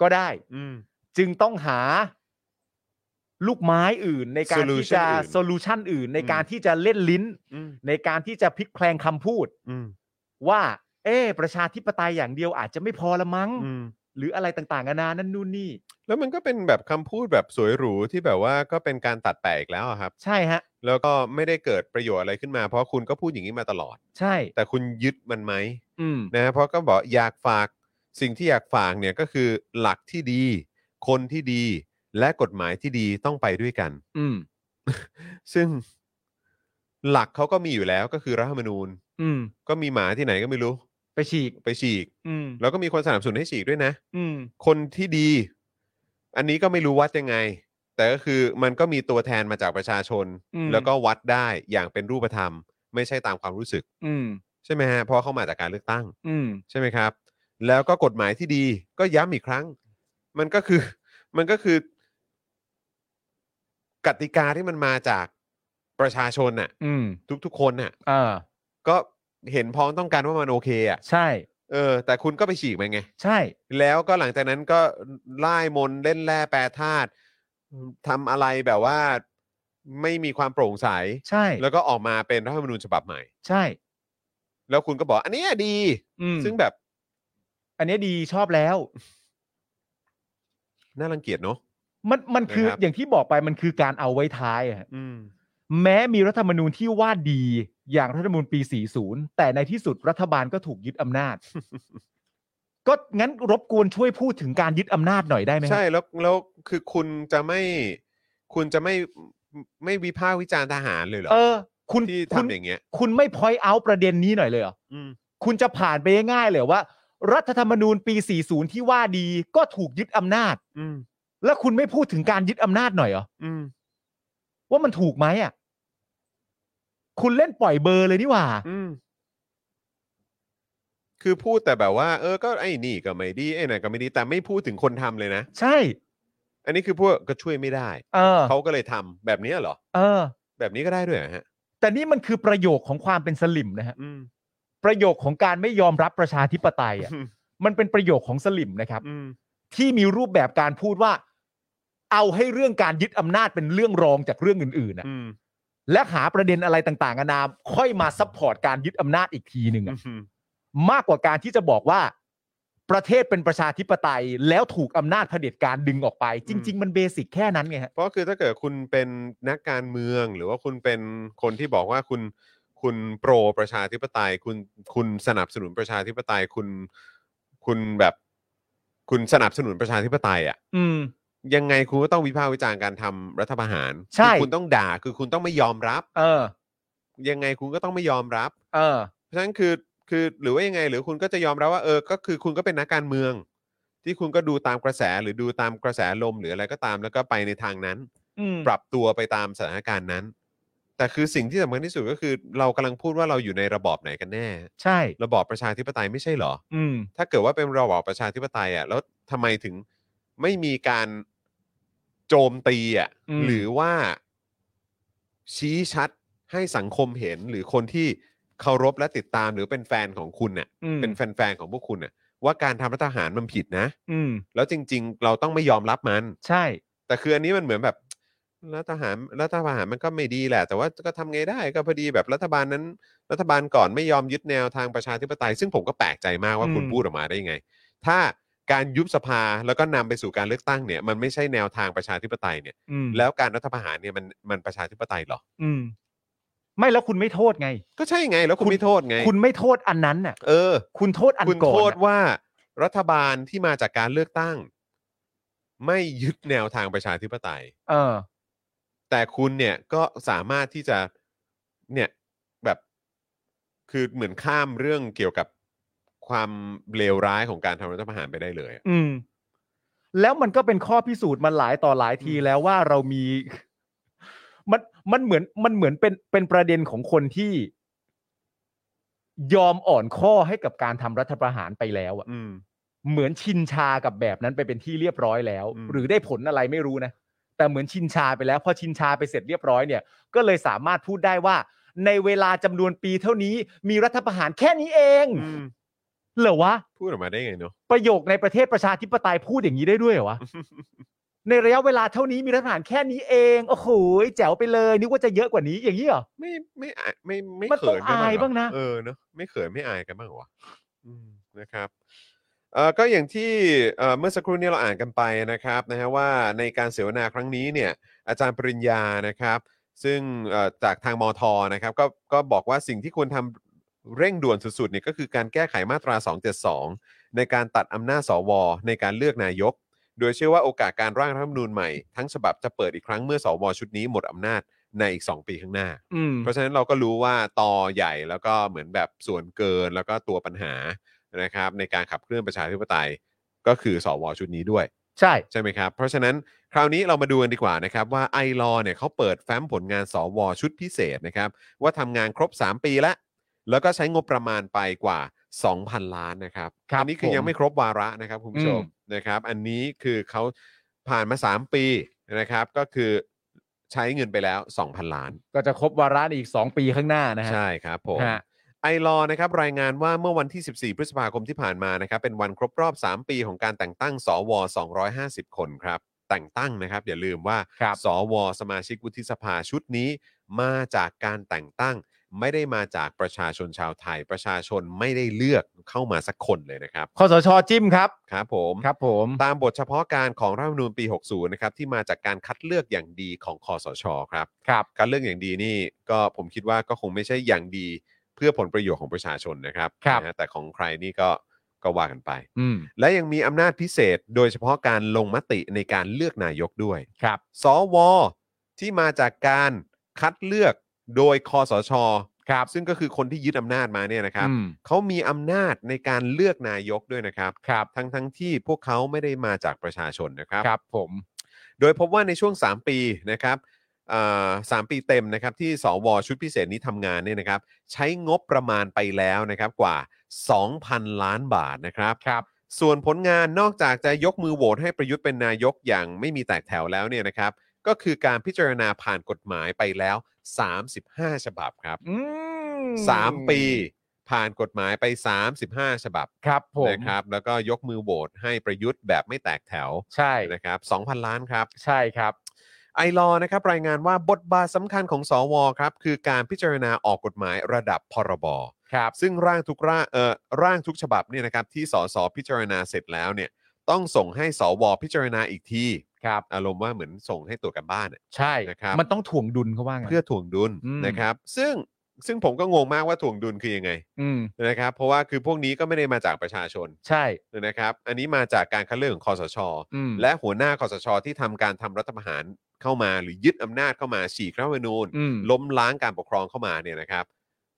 ก็ได้ อืม จึงต้องหาลูกไม้อื่น ในการที่ Solution จะ อื่น โซลูชันอื่น ใน อืม การที่จะเล่นลิ้น อืม ในการที่จะพลิกแพลงคำพูด อืม ว่า เอ๊ะประชาธิปไตยอย่างเดียวอาจจะไม่พอละมั้ง อืม หรืออะไรต่างๆนานานั่นนู่นนี่ แล้วมันก็เป็นแบบคำพูดแบบสวยหรูที่แบบว่าก็เป็นการตัดแปะอีกแล้วอะครับ ใช่ฮะ แล้วก็ไม่ได้เกิดประโยชน์อะไรขึ้นมา เพราะคุณก็พูดอย่างนี้มาตลอด ใช่ แต่คุณยึดมันไหม อืม นะฮะเพราะก็บอกอยากฝากสิ่งที่อยากฝากเนี่ยก็คือหลักที่ดี คนที่ดี และกฎหมายที่ดีต้องไปด้วยกัน อืม ซึ่งหลักเขาก็มีอยู่แล้วก็คือรัฐธรรมนูญ อืม ก็มีหมาที่ไหนก็ไม่รู้ ไปฉีก ไปฉีก อืม แล้วก็มีคนสนับสนุนให้ฉีกด้วยนะ อืม คนที่ดี อันนี้ก็ไม่รู้วัดยังไง แต่ก็คือมันก็มีตัวแทนมาจากประชาชน อืม แล้วก็วัดได้อย่างเป็นรูปธรรม ไม่ใช่ตามความรู้สึก อืม ใช่ไหมฮะเพราะเข้ามาจากการเลือกตั้ง อืม ใช่ไหมครับ แล้วก็กฎหมายที่ดี ก็ย้ำอีกครั้ง มันก็คือ มันก็คือ กติกาที่มันมาจากประชาชนน่ะ อืม ทุกๆคนน่ะ อ่า ก็เห็นพ้องต้องการว่ามันโอเคอ่ะ ใช่ เออ แต่คุณก็ไปฉีกมันไง ใช่ แล้วก็หลังจากนั้นก็ไล่มนต์เล่นแร่แปรธาตุทำอะไรแบบว่าไม่มีความโปร่งใส ใช่ แล้วก็ออกมาเป็นรัฐธรรมนูญฉบับใหม่ ใช่ แล้วคุณก็บอก อันเนี้ยดี อืม ซึ่งแบบ อันเนี้ยดีชอบแล้ว น่ารังเกียจเนาะ มันมันคือ นะครับ อย่างที่บอกไปมันคือการเอาไว้ท้ายอะฮะ อืม แม้มีรัฐธรรมนูญที่ว่าดีอย่างรัฐธรรมนูญปี 40 แต่ในที่สุดรัฐบาลก็ถูกยึดอำนา [LAUGHS] จ ก็งั้นรบกวนช่วยพูดถึงการยึดอำนาจหน่อยได้ไหมครับ ใช่แล้วแล้วคือคุณจะไม่ คุณจะไม่ไม่วิพากษ์วิจารณ์ทหารเลยเหรอ เออ คุณ ที่ คุณ ทำอย่างเงี้ย คุณไม่พอยเอาประเด็นนี้หน่อยเลยเหรอ อืม คุณจะผ่านไปง่ายๆเลยว่า รัฐธรรมนูญปี 40 ที่ว่าดีก็ถูกยึดอำนาจ อืม แล้วคุณไม่พูดถึงการยึดอำนาจหน่อยเหรอ อืม ว่ามันถูกไหมอ่ะ คุณเล่นปล่อยเบอร์เลยนี่หว่า อืม คือพูดแต่แบบว่า เออ ก็ไอ้นี่ก็ไม่ดีไอ้นั่นก็ไม่ดี แต่ไม่พูดถึงคนทำเลยนะ ใช่ อันนี้คือพวกก็ช่วยไม่ได้ เออ เขาก็เลยทำแบบนี้เหรอ เออ แบบนี้ก็ได้ด้วยเหรอฮะ แต่นี่มันคือประโยคของความเป็นสลิมนะฮะ อืม ประโยคของการไม่ยอมรับประชาธิปไตยอ่ะ อืม มันเป็นประโยคของสลิมนะครับ [LAUGHS] อืม ที่มีรูปแบบการพูดว่า เอาให้เรื่องการยึดอำนาจเป็นเรื่องรองจากเรื่องอื่นๆนะ อืม และหาประเด็นอะไรต่างๆนานาค่อยมาซัพพอร์ตการยึดอำนาจอีกทีหนึ่ง อื อะ ม มากกว่าการที่จะบอกว่า ประเทศเป็นประชาธิปไตยแล้วถูกอำนาจเผด็จการดึงออกไป จริง ๆ มันเบสิกแค่นั้นไงฮะ เพราะคือถ้าเกิดคุณเป็นนักการเมือง หรือว่าคุณเป็นคนที่บอกว่าคุณคุณโปรประชาธิปไตย คุณคุณสนับสนุนประชาธิปไตย คุณคุณแบบ คุณสนับสนุนประชาธิปไตยอ่ะ อืม ยังไงคุณก็ต้องวิพากษ์วิจารณ์การทำรัฐประหาร ใช่ คือคุณต้องด่าคือคุณต้องไม่ยอมรับ เออ ยังไงคุณก็ต้องไม่ยอมรับ เออ เพราะฉะนั้นคือคือหรือว่ายังไง หรือคุณก็จะยอมรับว่าเออก็คือคุณก็เป็นนักการเมือง ที่คุณก็ดูตามกระแสหรือดูตามกระแสลมหรืออะไรก็ตามแล้วก็ไปในทางนั้น อืม ปรับตัวไปตามสถานการณ์นั้น แต่คือสิ่งที่สำคัญที่สุดก็คือเรากำลังพูดว่าเราอยู่ในระบอบไหนกันแน่ ใช่ ระบอบประชาธิปไตยไม่ใช่เหรอ อืม ถ้าเกิดว่าเป็นระบอบประชาธิปไตยอ่ะแล้วทำไมถึงไม่มีการโจมตีอ่ะ อืม หรือว่าชี้ชัดให้สังคมเห็นหรือคนที่เคารพและติดตามหรือเป็นแฟนของคุณเนี่ย อืม เป็นแฟนๆของพวกคุณน่ะว่าการทำรัฐทหารมันผิดนะ อืม แล้วจริง ๆ เราต้องไม่ยอมรับมัน ใช่ แต่คืออันนี้มันเหมือนแบบรัฐทหารรัฐประหารมันก็ไม่ดีแหละ แต่ว่าก็ทำไงได้ก็พอดีแบบรัฐบาลนั้น รัฐบาลก่อนไม่ยอมยึดแนวทางประชาธิปไตย ซึ่งผมก็แปลกใจมากว่า อืม คุณพูดออกมาได้ยังไง ถ้าการยุบสภาแล้วก็นำไปสู่การเลือกตั้งเนี่ยมันไม่ใช่แนวทางประชาธิปไตยเนี่ย อืม แล้วการรัฐประหารเนี่ยมันมันประชาธิปไตยเหรอ อืม ไม่แล้วคุณไม่โทษไง ก็ใช่ไงแล้วคุณไม่โทษไง คุณไม่โทษอันนั้นน่ะ เออ คุณโทษอัน คุณ ก่อน โทษ น่ะ ว่ารัฐบาลที่มาจากการเลือกตั้ง ไม่ยึดแนวทางประชาธิปไตย เออ แต่คุณเนี่ยก็สามารถที่จะเนี่ยแบบคือเหมือนข้ามเรื่องเกี่ยวกับความเลวร้ายของการทำรัฐประหารไปได้เลยอะ อืม แล้วมันก็เป็นข้อพิสูจน์มาหลายต่อหลายทีแล้วว่าเรามี [LAUGHS] มันมันเหมือนมันเหมือนเป็นเป็นประเด็นของคนที่ยอมอ่อนข้อให้กับการทำรัฐประหารไปแล้วอะ อืม เหมือนชินชากับแบบนั้นไปเป็นที่เรียบร้อยแล้ว อืม หรือได้ผลอะไรไม่รู้นะ แต่เหมือนชินชาไปแล้ว พอชินชาไปเสร็จเรียบร้อยเนี่ย ก็เลยสามารถพูดได้ว่า ในเวลาจำนวนปีเท่านี้ มีรัฐประหารแค่นี้เอง อืม เหรอวะ พูดออกมาได้ไงเนาะ ประโยคในประเทศประชาธิปไตยพูดอย่างนี้ได้ด้วยเหรอ [LAUGHS] วะ ในระยะเวลาเท่านี้มีรัฐประหารแค่นี้เอง โอ้โหแจ๋วไปเลยนึกว่าจะเยอะกว่านี้อย่างนี้เหรอ ไม่ไม่อายไม่ไม่ มันต้ เขิ อง นกัน อา บ้างเหยรอ บ้างนะ เออเนาะไม่เขินไม่อายกันบ้างเหรอวะอืมนะครับเอ่อก็อย่างที่เอ่อเมื่อสักครู่เนี้เราอ่านกันไปนะครับนะฮะว่าในการเสวนาครั้งนี้เนี่ยอาจารย์ปริญญานะครับ ซึ่งเอ่อจากทางมทนะครับก็ก็บอกว่าสิ่งที่ควรทำเร่งด่วนสุดๆเนี่ยก็คือการแก้ไขมาตรา 272 ในการตัดอำนาจสว ในการเลือกนายก โดยเชื่อว่าโอกาสการร่างรัฐธรรมนูญใหม่ทั้งฉบับจะเปิดอีกครั้งเมื่อสวชุดนี้หมดอำนาจในอีก 2 ปีข้างหน้า อืม เพราะฉะนั้นเราก็รู้ว่าตอใหญ่แล้วก็เหมือนแบบส่วนเกินแล้วก็ตัวปัญหานะครับ ในการขับเคลื่อนประชาธิปไตยก็คือสวชุดนี้ด้วย ใช่ ใช่ไหมครับ เพราะฉะนั้นคราวนี้เรามาดูกันดีกว่านะครับ ว่าไอรอเนี่ยเขาเปิดแฟ้มผลงานสวชุดพิเศษนะครับ ว่าทำงานครบ 3 ปีแล้ว แล้วก็ใช้งบประมาณไปกว่า 2,000 ล้านนะครับ ครับ อันี้คือ ผม ยังไม่ครบวาระนะครับคุณผู้ชม อื นะครับ อันนี้คือเขาผ่านมา 3 ปีนะครับ ก็คือใช้เงินไปแล้ว 2,000 ล้าน ก็จะครบวาระในอีก 2 ปีข้างหน้านะฮะ ใช่ครับผม ฮะ ไอลอนะครับรายงานว่าเมื่อวันที่ 14 พฤษภาคมที่ผ่านมานะครับเป็นวันครบรอบ 3 ปีของการแต่งตั้ง สว 250 คนครับ แต่งตั้งนะครับ อย่าลืมว่า ครับ สว สมาชิกวุฒิสภาชุดนี้ มาจากการแต่งตั้ง ไม่ได้มาจากประชาชนชาวไทย ประชาชนไม่ได้เลือกเข้ามาสักคนเลยนะครับ คสชจิ้มครับ ครับผม ครับ ผม ตามบทเฉพาะการของรัฐธรรมนูญปี 60 นะครับ ที่มาจากการคัดเลือกอย่างดีของคอสชครับ ครับ การเลือกอย่างดีนี่ก็ผมคิดว่าก็คงไม่ใช่อย่างดีเพื่อผลประโยชน์ของประชาชนนะครับ ครับ นะฮะแต่ของใครนี่ก็ก็ว่ากันไป อืม และยังมีอำนาจพิเศษ โดยเฉพาะการลงมติในการเลือกนายกด้วย ครับ สว ที่มาจากการคัดเลือกโดยคอสช ครับ ซึ่งก็คือคนที่ยึดอำนาจมาเนี่ยนะครับ อืม เขามีอำนาจในการเลือกนายกด้วยนะครับ ครับ ทั้งทั้งๆที่พวกเขาไม่ได้มาจากประชาชนนะครับ ครับผม โดยพบว่าในช่วง 3 ปีนะครับอ่าสามปีเต็มนะครับที่สวชุดพิเศษนี้ทำงานเนี่ยนะครับ ใช้งบประมาณไปแล้วนะครับกว่า 2,000 ล้านบาทนะครับ ครับ ส่วนผลงานนอกจากจะยกมือโหวตให้ประยุทธ์เป็นนายกอย่างไม่มีแตกแถวแล้วเนี่ยนะครับ ก็คือการพิจารณาผ่านกฎหมายไปแล้ว 35 ฉบับครับ อืม 3 ปีผ่านกฎหมายไป 35 ฉบับ ครับผม นะครับ แล้วก็ยกมือโหวตให้ประยุทธ์แบบไม่แตกแถว ใช่ นะครับ2,000 ล้านครับ ใช่ครับ ไอรอว์นะครับรายงานว่าบทบาทสำคัญของสวครับคือการพิจารณาออกกฎหมายระดับพรบ ครับ ซึ่งร่างทุกร่างเอ่อร่างทุกฉบับเนี่ยนะครับที่สสพิจารณาเสร็จแล้วเนี่ยต้องส่งให้สวพิจารณาอีกที ครับ อารมณ์ว่าเหมือนส่งให้ตัวจกันบ้านอะ ใช่ นะครับ มันต้องถ่วงดุลเขาว่าไง เพื่อถ่วงดุล อืม นะครับ ซึ่งซึ่งผมก็งงมากว่าถ่วงดุลคือยังไง อืม นะครับเพราะว่าคือพวกนี้ก็ไม่ได้มาจากประชาชน ใช่ นะครับ อันนี้มาจากการคัดเลือกของคอสช อืม และหัวหน้าคอสช ที่ทำการทำรัฐประหารเข้ามาหรือยึดอำนาจเข้ามาฉีกรัฐธรรมนูญ อืม ล้มล้างการปกครองเข้ามาเนี่ยนะครับ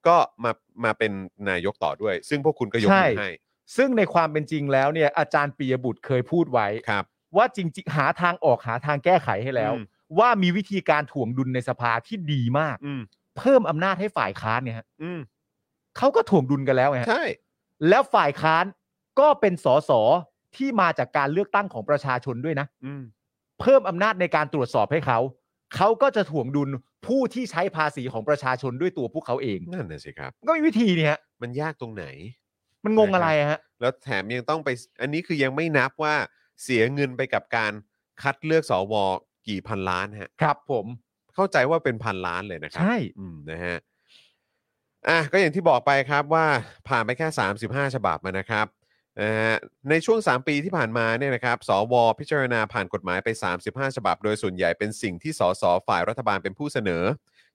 ก็มามาเป็นนายกต่อด้วย ซึ่งพวกคุณก็ยก ใช่ มือให้ ซึ่งในความเป็นจริงแล้วเนี่ยอาจารย์ปียบุตรเคยพูดไว้ ครับ ว่าจริงๆ หาทางออกหาทางแก้ไขให้แล้ว อืม ว่ามีวิธีการถ่วงดุลในสภาที่ดีมาก อืม เพิ่มอำนาจให้ฝ่ายค้านเนี่ยฮะ อืม เขาก็ถ่วงดุลกันแล้วไงฮะ ใช่ แล้วฝ่ายค้านก็เป็นสสที่มาจากการเลือกตั้งของประชาชนด้วยนะ อืม เพิ่มอำนาจในการตรวจสอบให้เขา เขาก็จะถ่วงดุลผู้ที่ใช้ภาษีของประชาชนด้วยตัวพวกเขาเอง นั่นน่ะสิครับ ก็มีวิธีเนี่ยฮะ มันยากตรงไหน มันงงอะไรฮะ แล้วแถมยังต้องไป อันนี้คือยังไม่นับว่าเสียเงินไปกับการคัดเลือกสวกี่พันล้านฮะ ครับ ผม เข้าใจว่าเป็นพันล้านเลยนะครั ใช่ อืมนะฮะอ่ะก็อย่างที่บอกไปครับว่าผ่านไปแค่ 35 ฉบับมานะครับนะฮะในช่วง 3 ปีที่ผ่านมาเนี่ยนะครับสว พิจารณาผ่านกฎหมายไป 35 ฉบับ โดยส่วนใหญ่เป็นสิ่งที่สสฝ่ายรัฐบาลเป็นผู้เสนอ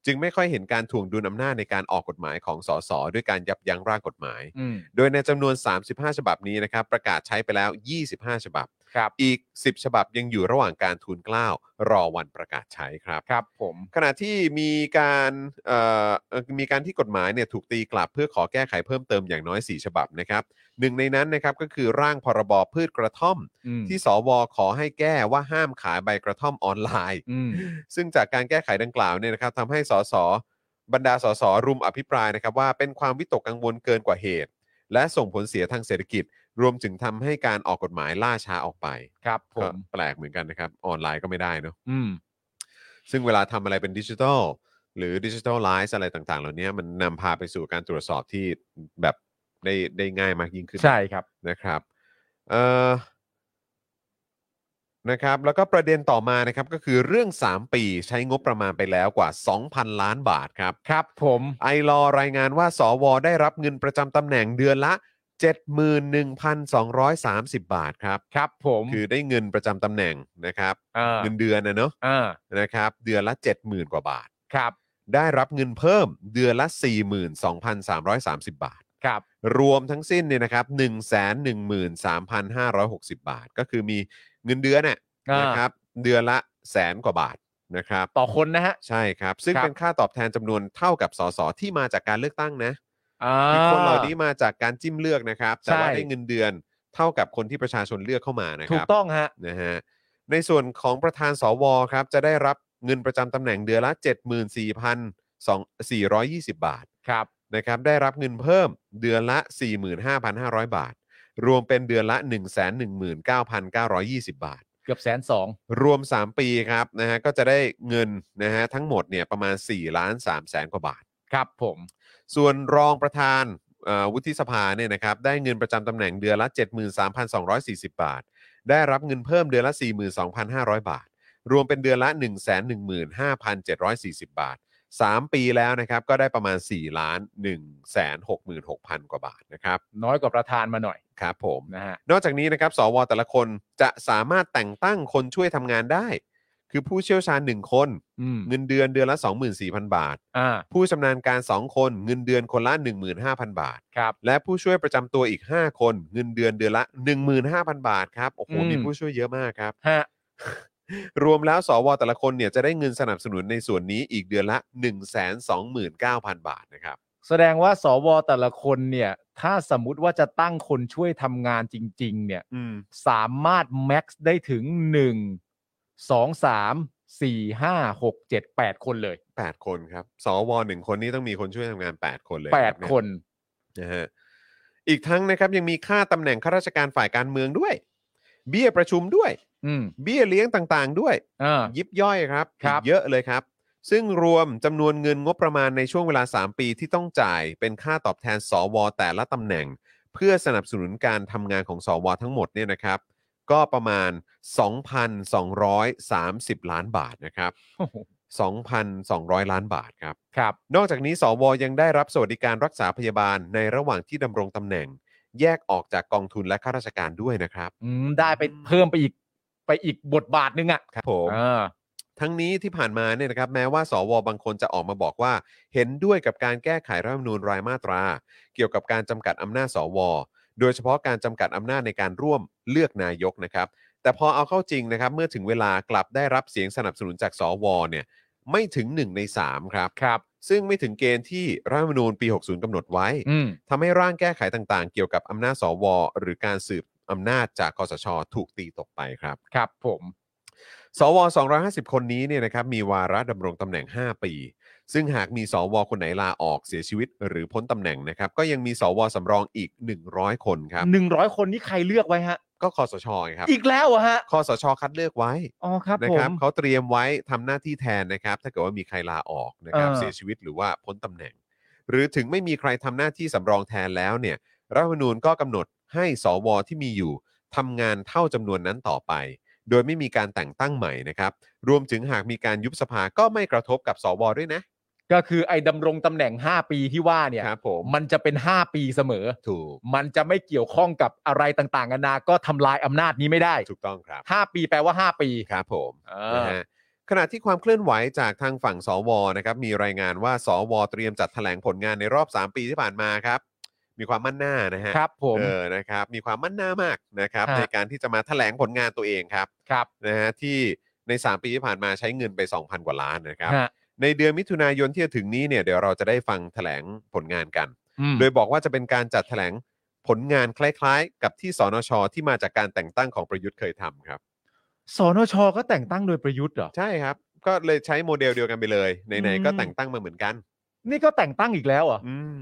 จึงไม่ค่อยเห็นการถ่วงดุลอำนาจในการออกกฎหมายของสสด้วยการยับยั้งร่างกฎหมาย อืม โดยในจำนวน 35 ฉบับนี้นะครับ ประกาศใช้ไปแล้ว 25 ฉบับ ครับ อีก 10 ฉบับยังอยู่ระหว่างการทูลเกล้ารอวันประกาศใช้ครับ ครับผม ขณะที่มีการเอ่อเอ่อมีการที่กฎหมายเนี่ยถูกตีกลับเพื่อขอแก้ไขเพิ่มเติมอย่างน้อย 4 ฉบับนะครับหนึ่งในนั้นนะครับก็คือร่างพรบพืชกระท่อม อืม ที่สวขอให้แก้ว่าห้ามขายใบกระท่อมออนไลน์ [LAUGHS] อืม ซึ่งจากการแก้ไขดังกล่าวเนี่ยนะครับทำให้สสบรรดาสสรุมอภิปรายนะครับว่าเป็นความวิตกกังวลเกินกว่าเหตุ และส่งผลเสียทางเศรษฐกิจ รวมถึงทำให้การออกกฎหมายล่าช้าออกไป ครับผ ก็ ม แปลกเหมือนกันนะครับ ออนไลน์ก็ไม่ได้เนอะ อืม ซึ่งเวลาทำอะไรเป็นดิจิทัลหรือดิจิทัลไลซ์อะไรต่างๆ เหล่านี้มันนำพาไปสู่การตรวจสอบที่แบบได้ได้ง่ายมากยิ่งขึ้น ใช่ครับ นะครับเอ่อนะครับ แล้วก็ประเด็นต่อมานะครับ ก็คือเรื่อง 3 ปีใช้งบประมาณไปแล้วกว่า 2,000 ล้านบาทครับ ครับผม ไอรอรายงานว่า สว ได้รับเงินประจำตำแหน่งเดือนละ 71,230 บาทครับ ครับผม คือได้เงินประจำตำแหน่งนะครับ อ่า เงินเดือนนะเนาะ อ่า นะครับ เดือนละ 70,000 กว่าบาท ครับ ได้รับเงินเพิ่มเดือนละ 42,330 บาท ครับ รวมทั้งสิ้นเนี่ยนะครับ113,560 บาท ก็คือมีเงินเดือนเนี่ย อ่าน นะครับ เดือนละแสนกว่าบาทนะครับ ต่อคนนะฮะ ใช่ครับ ซึ่ง ครับ เป็นค่าตอบแทนจำนวนเท่ากับสสที่มาจากการเลือกตั้งนะ อ่า คือคนเหล่านี้มาจากการจิ้มเลือกนะครับ แต่ว่า ใช่ ได้เงินเดือนเท่ากับคนที่ประชาชนเลือกเข้ามานะค ถู รั ก บ ต้องฮะ นะฮะในส่วนของประธานสวครับ จะได้รับเงินประจำตำแหน่งเดือนละ 74,420 บาท ครับ นะครับได้รับเงินเพิ่มเดือนละ 45,500 บาท รวมเป็นเดือนละ 119,920 บาท เกือบแสนสอง รวม 3 ปีครับนะฮะก็จะได้เงินนะฮะทั้งหมดเนี่ยประมาณ4ล้าน3แสนกว่าบาท ครับผม ส่วนรองประธานเอ่อวุฒิสภาเนี่ยนะครับได้เงินประจำตำแหน่งเดือนละ 73,240 บาท ได้รับเงินเพิ่มเดือนละ 42,500 บาท รวมเป็นเดือนละ 115,740 บาท 3 ปีแล้วนะครับก็ได้ประมาณ 4 ล้าน 166,000 กว่าบาทนะครับ น้อยกว่าประธานมาหน่อย ครับผม นะฮะ นอกจากนี้นะครับสวแต่ละคนจะสามารถแต่งตั้งคนช่วยทำงานได้ คือผู้เชี่ยวชาญ 1 คน อืม เงินเดือนเดือนละ 24,000 บาท อ่า ผู้ชำนาญการ 2 คนเงินเดือนคนละ 15,000 บาท ครับ และผู้ช่วยประจำตัวอีก 5 คน เงินเดือนเดือนละ 15,000 บาทครับโอ้โห อืม มีผู้ช่วยเยอะมากครับ ฮะ รวมแล้วสวแต่ละคนเนี่ยจะได้เงินสนับสนุนในส่วนนี้อีกเดือนละ 129,000 บาทนะครับ แสดงว่าสวแต่ละคนเนี่ย ถ้าสมมุติว่าจะตั้งคนช่วยทำงานจริง ๆ เนี่ย อืม สามารถแม็กซ์ได้ถึงหนึ่งสองสามสี่ห้าหกเจ็ดแปดคนเลย 8คนครับสวหนึ่งคนนี้ต้องมีคนช่วยทำงาน 8 คนเลย แป รั ด บเย คน นะฮะอีกทั้งนะครับยังมีค่าตำแหน่งข้าราชการฝ่ายการเมืองด้วย เบี้ยประชุมด้วย อืม เบี้ยเลี้ยงต่างๆ ด้วย อ่า ยิบย่อยครับ ครับ อีกเยอะเลยครับ ซึ่งรวมจำนวนเงินงบประมาณในช่วงเวลา 3 ปีที่ต้องจ่ายเป็นค่าตอบแทนสวแต่ละตำแหน่ง เพื่อสนับสนุนการทำงานของสวทั้งหมดเนี่ยนะครับ ก็ประมาณ 2,230 ล้านบาทนะครับ โอ้โห 2,200 ล้านบาทครับ ครับ นอกจากนี้สวยังได้รับสวัสดิการรักษาพยาบาลในระหว่างที่ดำรงตำแหน่ง แยกออกจากกองทุนและข้าราชการด้วยนะครับ อืม ได้ไปเพิ่มไปอีกไปอีกบทบาทนึงอ่ะ ครับผม อ่า ทั้งนี้ที่ผ่านมาเนี่ยนะครับแม้ว่าสวบางคนจะออกมาบอกว่า เห็นด้วยกับการแก้ไขรัฐธรรมนูญรายมาตรา เกี่ยวกับการจำกัดอำนาจสว โดยเฉพาะการจำกัดอำนาจในการร่วมเลือกนายกนะครับ แต่พอเอาเข้าจริงนะครับ เมื่อถึงเวลากลับได้รับเสียงสนับสนุนจากสวเนี่ยไม่ถึง 1 ใน 3 ครับ ครับ ซึ่งไม่ถึงเกณฑ์ที่รัฐธรรมนูญปี 60กำหนดไว้ อืม ทำให้ร่างแก้ไขต่างๆ เกี่ยวกับอำนาจสว หรือการสืบอำนาจจากคอสชถูกตีตกไปครับ ครับผม สว 250 คนนี้เนี่ยนะครับมีวาระดำรงตำแหน่ง 5 ปี ซึ่งหากมีสว คนไหนลาออกเสียชีวิตหรือพ้นตำแหน่งนะครับ ก็ยังมีสวสำรองอีก 100 คนครับ หนึ่งร้อยคนนี่ใครเลือกไว้ฮะ ก็คอสชไงครับ อีกแล้วเหรอะฮะ คอสชคัดเลือกไว้ อ๋อครับ นะ ผ ครั ม เขาเตรียมไว้ทำหน้าที่แทนนะครับ ถ้าเกิดว่ามีใครลาออกนะครับ เออ เสียชีวิตหรือว่าพ้นตำแหน่ง หรือถึงไม่มีใครทำหน้าที่สำรองแทนแล้วเนี่ยรัฐธรรมนูญก็กำหนดให้สวที่มีอยู่ทำงานเท่าจำนวนนั้นต่อไป โดยไม่มีการแต่งตั้งใหม่นะครับ รวมถึงหากมีการยุบสภาก็ไม่กระทบกับสวด้วยนะ ก็คือไอ้ดำรงตำแหน่ง 5 ปีที่ว่าเนี่ย ครับผม มันจะเป็น 5 ปีเสมอ ถูก มันจะไม่เกี่ยวข้องกับอะไรต่างๆนานา ก็ทำลายอำนาจนี้ไม่ได้ ถูกต้องครับ 5 ปีแปลว่า 5 ปี ครับผม เออ นะฮะขณะที่ความเคลื่อนไหวจากทางฝั่งสวนะครับมีรายงานว่าสวเตรียมจัดแถลงผลงานในรอบ 3 ปีที่ผ่านมาครับ มีความมั่นหน้านะฮะ ครับผม เออนะครับมีความมั่นหน้ามากนะครับ ฮะ ในการที่จะมาแถลงผลงานตัวเองครับ ครับ นะฮะที่ใน 3 ปีที่ผ่านมาใช้เงินไป 2,000 กว่าล้านนะครับ ฮะ ในเดือนมิถุนายนที่จะถึงนี้เนี่ยเดี๋ยวเราจะได้ฟังแถลงผลงานกัน อืม โดยบอกว่าจะเป็นการจัดแถลงผลงานคล้ายๆ กับที่สนชที่มาจากการแต่งตั้งของประยุทธ์เคยทำครับ สนชก็แต่งตั้งโดยประยุทธ์เหรอ ใช่ครับ ก็เลยใช้โมเดลเดียวกันไปเลยไหนๆก็ อืม แต่งตั้งมาเหมือนกัน นี่ก็แต่งตั้งอีกแล้วเหรอ่ะ อืม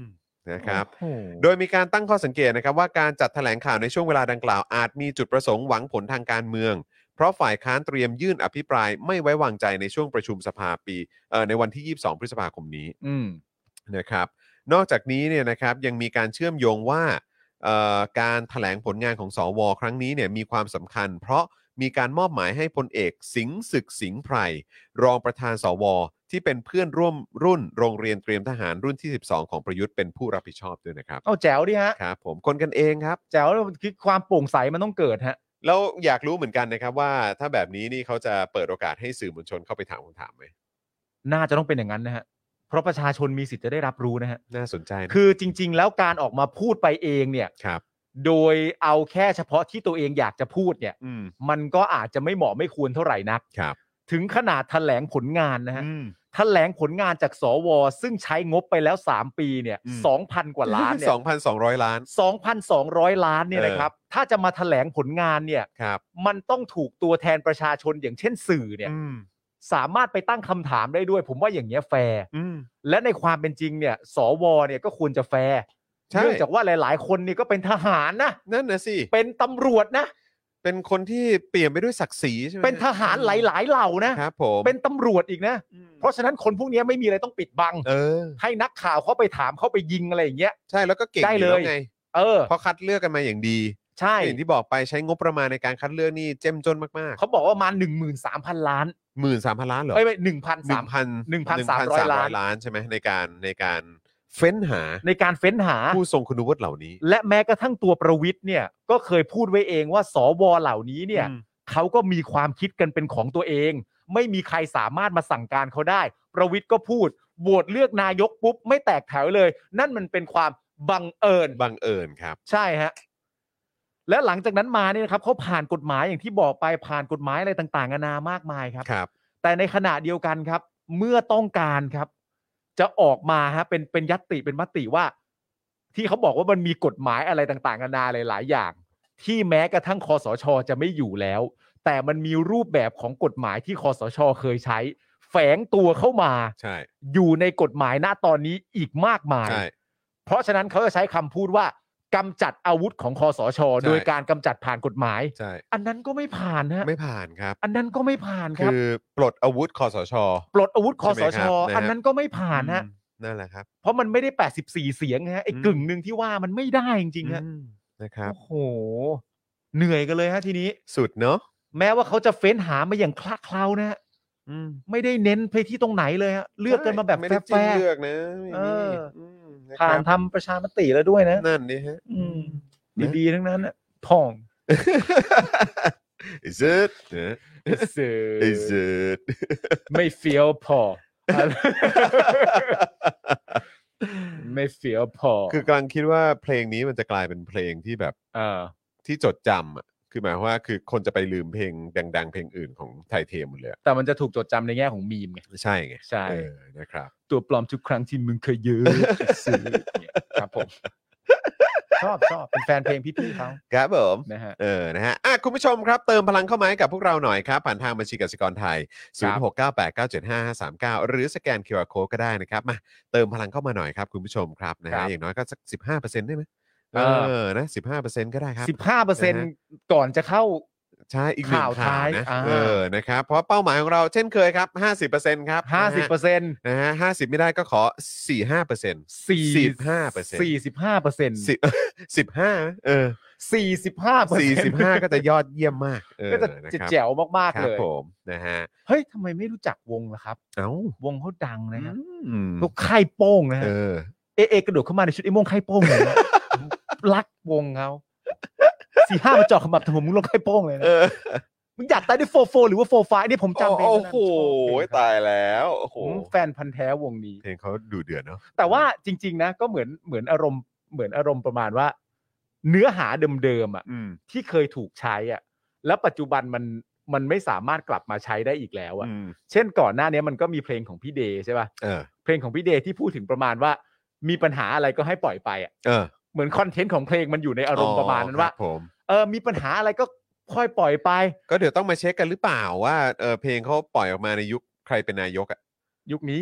นะครับ โอ้โห โดยมีการตั้งข้อสังเกตนะครับว่าการจัดแถลงข่าวในช่วงเวลาดังกล่าวอาจมีจุดประสงค์หวังผลทางการเมือง เพราะฝ่ายค้านเตรียมยื่นอภิปรายไม่ไว้วางใจในช่วงประชุมสภาปีเอ่อในวันที่ 22 พฤษภาคมนี้ อืม นะครับนอกจากนี้เนี่ยนะครับยังมีการเชื่อมโยงว่าเอ่อการถแถลงผลงานของสวครั้งนี้เนี่ยมีความสำคัญ เพราะมีการมอบหมายให้พลเอกสิงห์ศึกสิงห์ไพรรองประธานสว ที่เป็นเพื่อนร่วมรุ่นโรงเรียนเตรียมทหารรุ่นที่ 12 ของประยุทธ์เป็นผู้รับผิดชอบด้วยนะครับ เอาแจ๋วดิฮะ ครับผมคนกันเองครับ แจ๋วคือความโปร่งใสมันต้องเกิดฮะ แล้วอยากรู้เหมือนกันนะครับว่าถ้าแบบนี้นี่เขาจะเปิดโอกาสให้สื่อมวลชนเข้าไปถามคำถามไหม น่าจะต้องเป็นอย่างนั้นนะฮะ เพราะประชาชนมีสิทธิ์จะได้รับรู้นะฮะ น่าสนใจนะ คือจริง ๆ แล้วการออกมาพูดไปเองเนี่ย ครับ โดยเอาแค่เฉพาะที่ตัวเองอยากจะพูดเนี่ย อืม มันก็อาจจะไม่เหมาะไม่ควรเท่าไหร่นัก ครับ ถึงขนาดแถลงผลงานนะฮะ อืม แถลงผลงานจากสว ซึ่งใช้งบไปแล้ว 3 ปีเนี่ย อืม 2,000 กว่าล้าน [LAUGHS] เนี่ย 2,200 ล้าน 2,200 ล้านเนี่ยนะครับ ถ้าจะมาแถลงผลงานเนี่ย ครับ มันต้องถูกตัวแทนประชาชนอย่างเช่นสื่อเนี่ย อืม สามารถไปตั้งคำถามได้ด้วย ผมว่าอย่างเงี้ยแฟร์ อืม และในความเป็นจริงเนี่ย สวเนี่ยก็ควรจะแฟร์ ใช่ เนื่องจากว่าหลาย ๆ คนนี่ก็เป็นทหารนะ นั่นนะสิ เป็นตำรวจนะ เป็นคนที่เปลี่ยนไปด้วยศักดิ์ศรีใช่ไหม เป็นทหารหลาย ๆ เหล่านะ ครับผม เป็นตำรวจอีกนะ อืม เพราะฉะนั้นคนพวกเนี้ยไม่มีอะไรต้องปิดบัง เออ ให้นักข่าวเขาไปถามเขาไปยิงอะไรอย่างเงี้ย ใช่แล้วก็เก่ง ได้ อยู่แล้ว เลย ไง เออ เพราะคัดเลือกกันมาอย่างดี ใช่ อย่างที่บอกไปใช้งบประมาณในการคัดเลือกนี่เจ้มจนมาก เขาบอกว่ามา1 3 0 0 0 ล้าน ๆหมื่นสามพันล้านเหรอ เอ้ยไม่หนึ่งพัน หนึ่ สาม งพัน 1,300 ล้านใช่ไหมในการในการเฟ้นหา ในการเฟ้นหา ผู้ทรงคุณวุฒิเหล่านี้ และแม้กระทั่งตัวประวิทย์เนี่ย ก็เคยพูดไว้เองว่าสวเหล่านี้เนี่ย อืม เขาก็มีความคิดกันเป็นของตัวเอง ไม่มีใครสามารถมาสั่งการเขาได้ ประวิทย์ก็พูดโหวตเลือกนายกปุ๊บ ไม่แตกแถวเลย นั่นมันเป็นความบังเอิญ บังเอิญครับ ใช่ฮะและหลังจากนั้นมาเนี่ยนะครับเขาผ่านกฎหมายอย่างที่บอกไปผ่านกฎหมายอะไรต่างๆนานามากมายครับ ครับ แต่ในขณะเดียวกันครับ เมื่อต้องการครับ จะออกมาฮะเป็นเป็นยัตติเป็นมติว่า ที่เขาบอกว่ามันมีกฎหมายอะไรต่างๆนานาหลายๆอย่าง ที่แม้กระทั่งคอสชจะไม่อยู่แล้ว แต่มันมีรูปแบบของกฎหมายที่คอสชเคยใช้ แฝงตัวเข้ามา ใช่ อยู่ในกฎหมายหน้าตอนนี้อีกมากมาย ใช่ เพราะฉะนั้นเขาจะใช้คำพูดว่ากำจัดอาวุธของคอสช ใช่ โดยการกำจัดผ่านกฎหมาย ใช่ อันนั้นก็ไม่ผ่านฮะ ไม่ผ่านครับ อันนั้นก็ไม่ผ่านครับ คือปลดอาวุธคอสช ปลดอาวุธคอส ใช่ ช ไหมครับนะฮะ อันนั้นก็ไม่ผ่านฮะ อืมนั่นแหละครับ เพราะมันไม่ได้ 84 เสียงฮะไอ้ อืม กึ่งหนึ่งที่ว่ามันไม่ได้จริงๆฮะ อืมนะครับ โอ้โห เหนื่อยกันเลยฮะทีนี้ สุดเนาะ แม้ว่าเขาจะเฟ้นหามาอย่างคลาเคล้านะฮะ อืม ไม่ได้เน้นไปที่ตรงไหนเลยฮะเลือกกันมาแบบ ไม่ แฟ ได้จิ้ม ร์ เลือกนะไม่มี เออ ม ๆผ่า ะคนรับ ทำประชามติแล้วด้วยนะ นั่นนี่ [LAUGHS] ฮะ อืม นะ ดีๆ ทั้งนั้นน่ะพอง Is it นะ Is [LAUGHS] it ไม่เฟี้ยวพอ ไม่เฟี้ยวพอ คือกำลังคิดว่าเพลงนี้มันจะกลายเป็นเพลงที่แบบ เออ ที่จดจำอะคือหมายความว่าคือคนจะไปลืมเพลงดัง ๆ เพลงอื่นของไทยเทมหมดเลยอะ แต่มันจะถูกจดจำในแง่ของมีมไง ใช่ไง ใช่ เออนะครับ ตัวปลอมทุกครั้งที่มึงเคยยืมซื้อเนี่ยครับผม ชอบชอบเป็นแฟนเพลงพี่ๆเขา ครับผม นะฮะ เออ นะฮะอ่ะคุณผู้ชมครับ เติมพลังเข้ามาให้กับพวกเราหน่อยครับ ผ่านทางบัญชีกสิกรไทย ครับ 0698975539 หรือสแกน QR Code ก็ได้นะครับ มาเติมพลังเข้ามาหน่อยครับคุณผู้ชมครับ นะ ครั ฮะ บ อย่างน้อยก็สัก 15%ได้ไหม เอ เอ อ อ นะ 15%ก็ได้ครับ สิบห้าเปอร์เซ็นต์ก่อนจะเข้า ใช่ อีกหนึ่ง ข่าว ข่าวนะ ท้ายอ่า เออ นะครับ เพราะเป้าหมายของเราเช่นเคยครับ 50%ครับ ห้าสิบเปอร์เซ็นต์ นะฮะ50 ไม่ได้ก็ขอ 45% สี่ 45% สี่สิบห้าเปอร์เซ็นต์ สิบ สิบห้าเออ สี่สิบห้าเปอร์เซ็นต์ 45 ก็จะยอดเยี่ยมมาก เออ ก็จะ นค จะ รับ แจ๋วมาก ค ๆ รั เล บ ย ผมนะฮะ เฮ้ยทำไมไม่รู้จักวงล่ะครับ เอ้าว งเขาดังนะครับ อืม พวกค่ายโป้งนะฮะ เออ เอเอกระโดดเข้ามาในชุดไอ้โม่งค่ายโป้งเลยนะผมรักวงเขาสี่ห้ามาเจอดขมับถมมึงลงค่ายโป้งเลยนะ เออ มึงอยากตายด้วยโฟร์โฟหรือว่าโฟร์ไฟนี่ผมจำเป็น โอ้โห ตาย ตายแล้วโอ้โห แฟนพันธ์แท้วงนี้ เพลงเขาดูเดือดเนาะ แต่ว่าจริง ๆ นะ ก็เหมือนเหมือนอารมณ์ เหมือนอารมณ์ประมาณว่า เนื้อหาเดิมๆอ่ะ อืม ที่เคยถูกใช้อ่ะแล้วปัจจุบันมันมันไม่สามารถกลับมาใช้ได้อีกแล้วอ่ะ อืม เช่นก่อนหน้านี้มันก็มีเพลงของพี่เดย์ใช่ป่ะ เออ เพลงของพี่เดย์ที่พูดถึงประมาณว่า มีปัญหาอะไรก็ให้ปล่อยไปอ่ะ เออ เหมือนคอนเทนต์ของเพลงมันอยู่ในอารมณ์ประมาณนั้นว่า อ๋อครับผม เออมีปัญหาอะไรก็ค่อยปล่อยไป ก็เดี๋ยวต้องมาเช็คกันหรือเปล่าว่าเออเพลงเขาปล่อยออกมาในยุคใครเป็นนายกอ่ะ [LAUGHS] ยุคนี้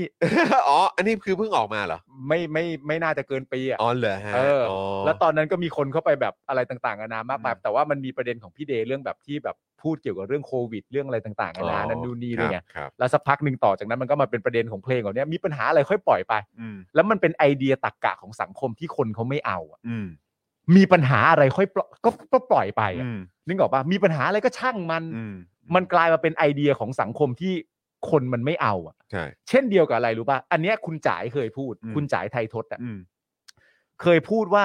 อ๋อ อันนี้คือเพิ่งออกมาเหรอ ไม่ไม่ไม่น่าจะเกินปีอ่ะ อ๋อเหรอฮะ เออ อ แล้วตอนนั้นก็มีคนเข้าไปแบบอะไรต่างๆนานามากมาย อืม แต่ว่ามันมีประเด็นของพี่เดย์เรื่องแบบที่แบบพูดเกี่ยวกับเรื่องโควิด เรื่องอะไรต่างๆนานา อ๋อ นั่นดูนนี่ด้วยไง ครับ แล้วสักพักหนึ่งต่อจากนั้นมันก็มาเป็นประเด็นของเพลงของเนี้ยมีปัญหาอะไรค่อยปล่อยไป อืม แล้วมันเป็นไอเดียตักกะของสังคมที่คนเขาไม่เอาอะ อืม มีปัญหาอะไรค่อยปล่อยก็ก็ปล่อยไปอะ อืม นึกออกปะมีปัญหาอะไรก็ช่างมัน อืม มันกลายมาเป็นไอเดียของสังคมที่คนมันไม่เอาอะ ใช่ เช่นเดียวกับอะไรรู้ป่ะอันเนี้ยคุณจ๋ายเคยพูด อืม คุณจ๋ายไทยทศอะ อืม เคยพูดว่า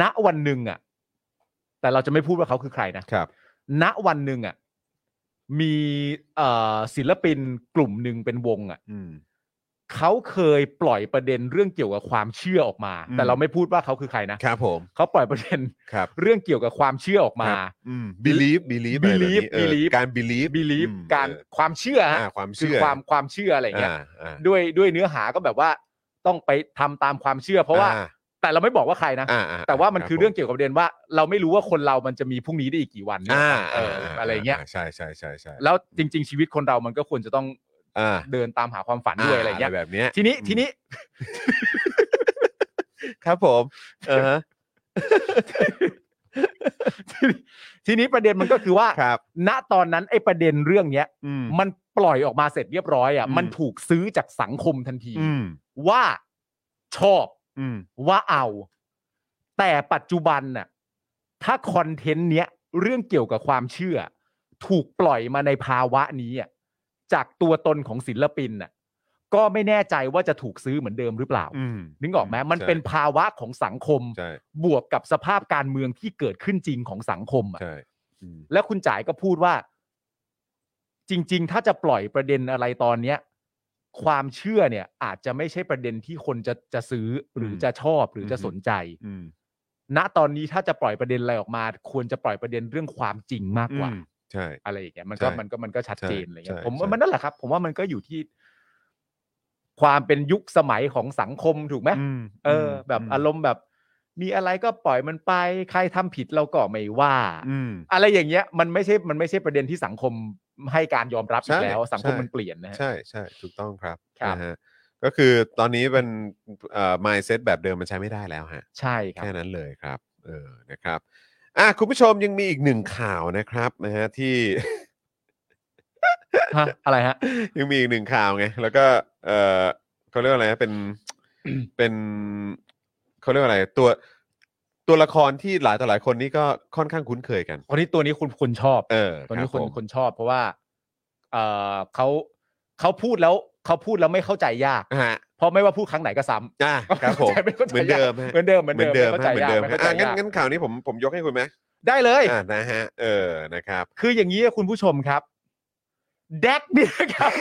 ณวันหนึ่งอ่ะ แต่เราจะไม่พูดว่าเขาคือใครนะครับ ณวันหนึ่งอ่ะ มีเอ่อศิลปินกลุ่มหนึ่งเป็นวงอ่ะ อืม เขาเคยปล่อยประเด็นเรื่องเกี่ยวกับความเชื่อออกมา อืม แต่เราไม่พูดว่าเขาคือใครนะครับ ผม เขาปล่อยประเด็น ครับ เรื่องเกี่ยวกับความเชื่อออกมา ครับ อืม believe believe อะไรแบบนี้ believe เออ believe การ believe บีลีฟ อืม การ เออ ความเชื่อฮะ อ่าความ คือ เชื่อ ความความเชื่ออะไรอย่างเงี้ย อ่าอ่า ด้วยด้วยเนื้อหาก็แบบว่าต้องไปทำตามความเชื่อ เพราะว่า อ่ แต่เราไม่บอกว่าใครนะ อ่อ่ แต่ว่ามัน รับ คือเรื่องเกี่ยวกับประเด็นว่า เราไม่รู้ว่าคนเรามันจะมีพรุ่งนี้ได้อีกกี่วันเนี่ย อ่า เออออะไรเงี้ย าใช่ใช่ใช่ใช่ แล้วจริง ๆ ชีวิตคนเรามันก็ควรจะต้อง อ่า เดินตามหาความฝันด้วยอะไรเงี้ย แบบเนี้ย ทีนี้ อืม ทีนี้ [LAUGHS] ครับผมเออฮะ ทีนี้ทีนี้ประเด็นมันก็คือว่า ครับ ณตอนนั้นไอ้ประเด็นเรื่องเนี้ย อืม มันปล่อยออกมาเสร็จเรียบร้อยอ่ะ อืม มันถูกซื้อจากสังคมทันที อืม ว่าชอบ อืม ว่าเอา แต่ปัจจุบันน่ะถ้าคอนเทนต์เนี้ยเรื่องเกี่ยวกับความเชื่อ ถูกปล่อยมาในภาวะนี้อ่ะจากตัวตนของศิลปินน่ะก็ไม่แน่ใจว่าจะถูกซื้อเหมือนเดิมหรือเปล่า อืม นึกออกไหมมัน ใช่ เป็นภาวะของสังคม ใช่ บวกกับสภาพการเมืองที่เกิดขึ้นจริงของสังคมอ่ะ ใช่อืม แล้วคุณจ่ายก็พูดว่า จริง ๆ ถ้าจะปล่อยประเด็นอะไรตอนเนี้ย ความเชื่อเนี่ย อาจจะไม่ใช่ประเด็นที่คนจะจะซื้อหรือ ม จะชอบหรือจะ อืม สนใจ อืม ณตอนนี้ถ้าจะปล่อยประเด็นอะไรออกมา ควรจะปล่อยประเด็นเรื่องความจริงมากกว่า อืมใช่ อะไรอย่างเงี้ยมันก็ ใช่ มันก็มันก็ชัดเจนอะไรเงี้ ใช่ ยผมว่า ใช่ มันนั่นแหละครับ ผมว่ามันก็อยู่ที่ ความเป็นยุคสมัยของสังคมถูกไหม ม เอออ ม แบบ ม อารมณ์แบบ มีอะไรก็ปล่อยมันไป ใครทำผิดเราก็ไม่ว่า อืม อะไรอย่างเงี้ยมันไม่ใช่มันไม่ใช่ประเด็นที่สังคมให้การยอมรับอี ใช่ กแล้ว สังคม ใช่ มันเปลี่ยนนะฮะ ใช่ใช่ถูกต้องครับ ครับ นะฮะก็คือตอนนี้เป็นเอ่อ mindset แบบเดิมมันใช้ไม่ได้แล้วฮะ ใช่ครับ แค่นั้นเลยครับ เออ นะครับ อ่ะคุณผู้ชมยังมีอีกหนึ่งข่าวนะครับนะฮะที่ ฮะ อะไรฮะ ยังมีอีกหนึ่งข่าวไง แล้วก็ เออเขาเรียกว่าอะไรนะ [COUGHS] เป็น เป็นเขาเรียกว่าอะไร ตัว ตัวละครที่หลายต่อหลายคนนี่ก็ค่อนข้างคุ้นเคยกัน คนนี้ตัวนี้คุณคุณชอบ เออ ตัวนี้ รับ คน ผม คนชอบ เพราะว่าเออเขาเขาพูดแล้วเขาพูดแล้วไม่เข้าใจยาก ฮะ เพราะไม่ว่าพูดครั้งไหนก็ซ้ำ อ่ะครับผม ไม่เข้าใจ เหมือน ยาก เดิมฮะ เหมือนเดิมเหมือนเดิม ฮะ ไเข้าใจ เหมือน ยาก เดิม ไม่ ฮะ เข้าใจ อ่ะงั้น ยาก งั้นข่าวนี้ผมผมยกให้คุณไหม ได้เลย อ่ะนะฮะ เออ นะครับ คืออย่างนี้คุณผู้ชมครับแดกเนี่ยครับ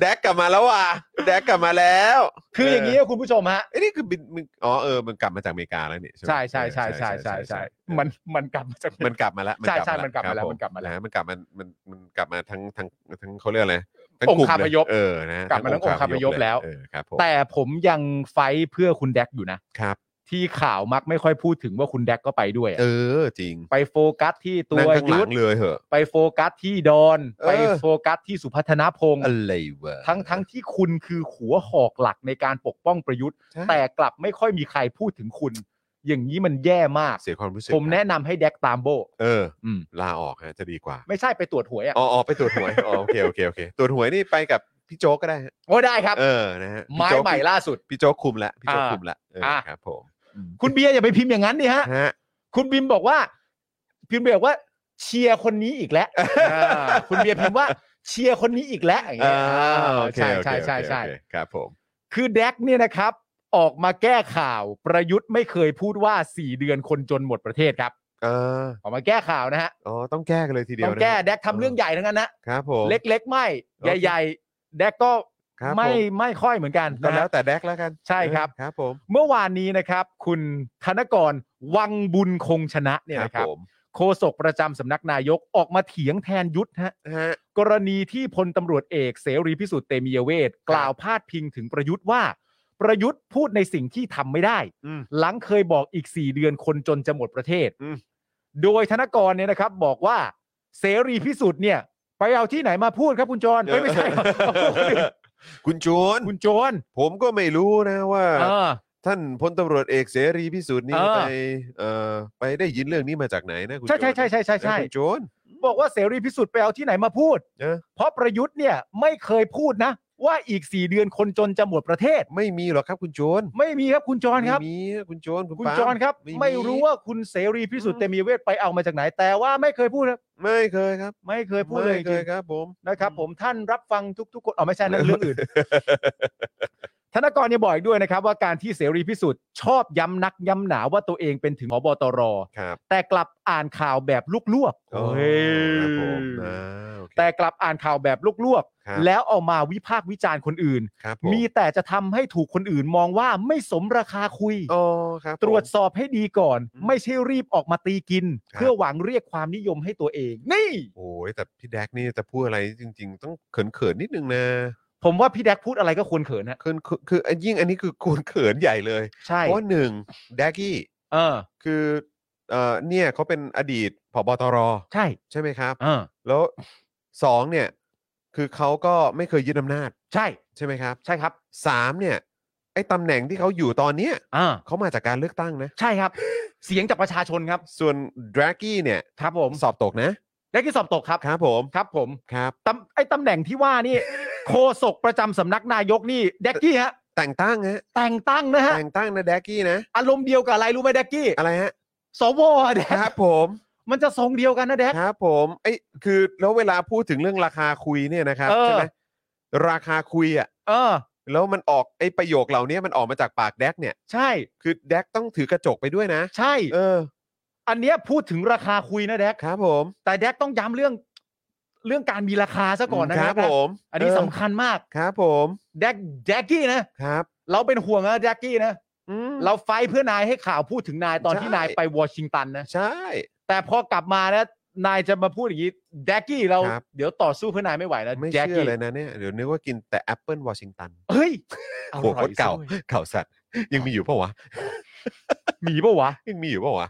แดกกลับมาแล้วว่ะ แดกกลับมาแล้ว คืออย่างนี้คุณผู้ชมฮะ ไอ้ยนี่คือบินมึงอ๋อเออ มันกลับมาจากอเมริกาแล้วนี่ไหม ใช่ใช่ใช่ใช่ใช่ใช่มันมันกลับมาจาก มันกลับมาแล้ว ใช่ใช่มันกลับมาแล้ควรัผ มันกลับมาแล้ว นะฮะมันกลับมามันมันกลับมาทั้งทั้งทั้งเขาเรียกอะไรทั้ องค์คาพยพ เออนะฮะ กลับมาทั้งองค์คาพยพแล้ว เออครับผม แต่ผมยังไฟท์เพื่อคุณแดกอยู่นะ ครับ ที่ข่าวมักไม่ค่อยพูดถึงว่าคุณแดกก็ไปด้วยอะ เออจริง ไปโฟกัสที่ตัว นั่งข้างหลั ยุท ง ธ เลยเหอะ ไปโฟกัสที่ดอน เออ ไปโฟกัสที่สุพัฒนพงศ์ อะไรวะ ทั้งทั้งที่คุณคือหัวหอกหลักในการปกป้องประยุทธ์ ใช่ แต่กลับไม่ค่อยมีใครพูดถึงคุณ อย่างนี้มันแย่มาก เสียความรู้สึก ผมคแนะรับ นำให้แดกตามโบ เออ อืม ลาออกฮะจะดีกว่า ไม่ใช่ไปตรวจหวยอ่ะ อ๋ออ๋อไปตรวจหวยอ๋อโอเคโอเคโอเคตรวจหวยนี่ไปกับพี่โจ๊กก็ได้ฮะ โอ้ได้ครับ เออนะฮะพี่ ไม้ โจ๊ก ใหม่ล่าสุด พี่โจ๊กคุมละพี่โจ๊ก อ่า คุมละเอออะ ครับผม คุณเบียร์อย่าไปพิมพ์อย่างนั้นดิฮะ ฮะ คุณบิมบอกว่าพิมพ์บอกว่า เชียร์คนนี้อีกแล้วอ่าคุณเบียร์พิมพ์ว่าเชียร์คนนี้อีกแล้วอย่างเงี้ย อ่าโอเค ใช่ โอเค ใช่ใช่ใช่ โอเคโอเคครับผม คือแดกเนี่ยนะครับ ออกมาแก้ข่าวประยุทธ์ไม่เคยพูดว่า 4 เดือนคนจนหมดประเทศครับ เออ ออกมาแก้ข่าวนะฮะ อ๋อต้องแก้กันเลยทีเดียว ต้อง นะ แก้ ฮะ แดกทำเรื่องใหญ่ทั้งนั้นนะครับ ผม เล็กๆ ไม่ โอเค ใหญ่ ๆ แดกก็ ครับ ไม่ ผม ไม่ค่อยเหมือนกัน ก็ นะ แล้ว ฮะ แต่แดกแล้วกัน ใช่ครับ ครับผม เมื่อวานนี้นะครับ คุณธนกรวังบุญคงชนะเนี่ยนะครับ ผม โฆษกประจำสำนักนายกออกมาเถียงแทนยุทธฮะ ฮะ กรณีที่พลตำรวจเอกเสรีพิสุทธิ์เตมียเวทกล่าวพาดพิงถึงประยุทธ์ว่า ประยุทธ์พูดในสิ่งที่ทำไม่ได้ อืม หลังเคยบอกอีก 4 เดือนคนจนจะหมดประเทศ อืม โดยธนกรเนี่ยนะครับบอกว่าเสรีพิสุทธิ์เนี่ยไปเอาที่ไหนมาพูดครับคุณจรเอ้ยไม่ใช่ คุณจวน [LAUGHS] คุณจร ผมก็ไม่รู้นะว่า เออ ท่านพลตำรวจเอกเสรีพิสุทธิ์นี่ เออ ไปเอ่อไปได้ยินเรื่องนี้มาจากไหนนะคุณ ใช่จใช่วน ใช่ใช่ใช่ใช่ นะคุณจวน บอกว่าเสรีพิสุทธิ์ไปเอาที่ไหนมาพูด เออ เพราะประยุทธ์เนี่ยไม่เคยพูดนะ ว่าอีก 4 เดือนคนจนจะหมดประเทศ ไม่มีหรอกครับคุณจวน ไม่มีครับคุณจรครับ ไม่มีคุณจวนคุณ คุณ ปาล์ม จรครับ ไม่มี ไม่รู้ว่าคุณเสรีพิสุทธิ์เตมียเวทไปเอามาจากไหน แต่ว่าไม่เคยพูดครับ ไม่เคยครับ ไม่เคยพูดเลยจ ไม่เค ริ ย ง ครับผม [LAUGHS] ๆนะครับ ผมท่านรับฟังทุก ๆ คนอ๋อไม่ใช่นั่นเรื่องอื่น [LAUGHS] ธนกรยังบอกอีกด้วยนะครับ ว่าการที่เสรีพิสุทธิ์ชอบย้ำนักย้ำหนาว่าตัวเองเป็นถึงพบตร ครับ แต่กลับอ่านข่าวแบบลวกๆ โอ้ครับผมอ่าโอเค แต่กลับอ่านข่าวแบบลวก ครับ ๆ แล้วเอามาวิพากษ์วิจารณ์คนอื่น ครับผม มีแต่จะทำให้ถูกคนอื่นมองว่าไม่สมราคาคุย อ๋อครับผม ตรวจสอบให้ดีก่อน อืม ไม่ใช่รีบออกมาตีกิน ครับ เพื่อหวังเรียกความนิยมให้ตัวเอง นี่ โอ้ยแต่พี่แดกนี่จะพูดอะไรจริง ๆ ต้องเขินๆนิดนึงนะ ผมว่าพี่แดกพูดอะไรก็ควรเขินนะ คือคือคือยิ่งอันนี้คือกูเขินใหญ่เลย ใช่ เพราะว่าหนึ่งแดกกี้ เออ คือเอ่อเนี่ยเขาเป็นอดีตผบตร ใช่ ใช่ไหมครับ เออ แล้วสองเนี่ยคือเขาก็ไม่เคยยึดอำนาจ ใช่ ใช่ไหมครับ ใช่ครับ สามเนี่ยไอ้ตำแหน่งที่เขาอยู่ตอนเนี้ย อ่า เขามาจากการเลือกตั้งนะ ใช่ [GASPS] ครับ เสียงจากประชาชนครับ ส่วนดรากี้เนี่ย ครับผม สอบตกนะ ได้กี่สอบตกครับ ครับผม ครับผม ครับ ตำไอ้ตำแหน่งที่ว่านี่ [LAUGHS] โฆษกประจำสำนักนายกนี่แดกกี้ฮะ แต่งตั้งฮะ แต่งตั้งนะฮะ แต่งตั้งนะแดกกี้นะ อารมณ์เดียวกับอะไรรู้ไหมแดกกี้ อะไรฮะ สวอะแด ครั ก บผม มันจะทรงเดียวกันนะแดก ครับผมไอ้ยคือแล้วเวลาพูดถึงเรื่องราคาคุยเนี่ยนะครับ เออ ใช่ไหมราคาคุยอ่ะ เออ แล้วมันออกไอ้ประโยคเหล่านี้มันออกมาจากปากแดกเนี่ย ใช่ คือแดกต้องถือกระจกไปด้วยนะ ใช่ เออ อันเนี้ยพูดถึงราคาคุยนะแดก ครับผม แต่แดกต้องย้ำเรื่อง เรื่องการมีราคาซะก่อนนะ ค ค รั รั บบ ผม อันนี้ เ สำคัญมาก ครับผม แดกแดกกี้นะ ครับ เราเป็นห่วงนะแดกกี้นะ อืม เราไฟท์เพื่อนายให้ข่าวพูดถึงนายตอนที่ ใช่ นายไปวอชิงตันนะ ใช่ แต่พอกลับมานะนายจะมาพูดอย่างนี้แดกกี้เรา ครับ เดี๋ยวต่อสู้เพื่อนายไม่ไหวแล้ว ไม่ แดก เชื่อ กี้ เลยนะเนี่ยเดี๋ยวนึกว่ากินแต่แอปเปิลวอชิง [LAUGHS] ตัน เฮ้ย โหโคตรเก่าเก่าสัตว์ยังมีอยู่ปะวะ มีปะวะ ยังมีอยู่ปะวะ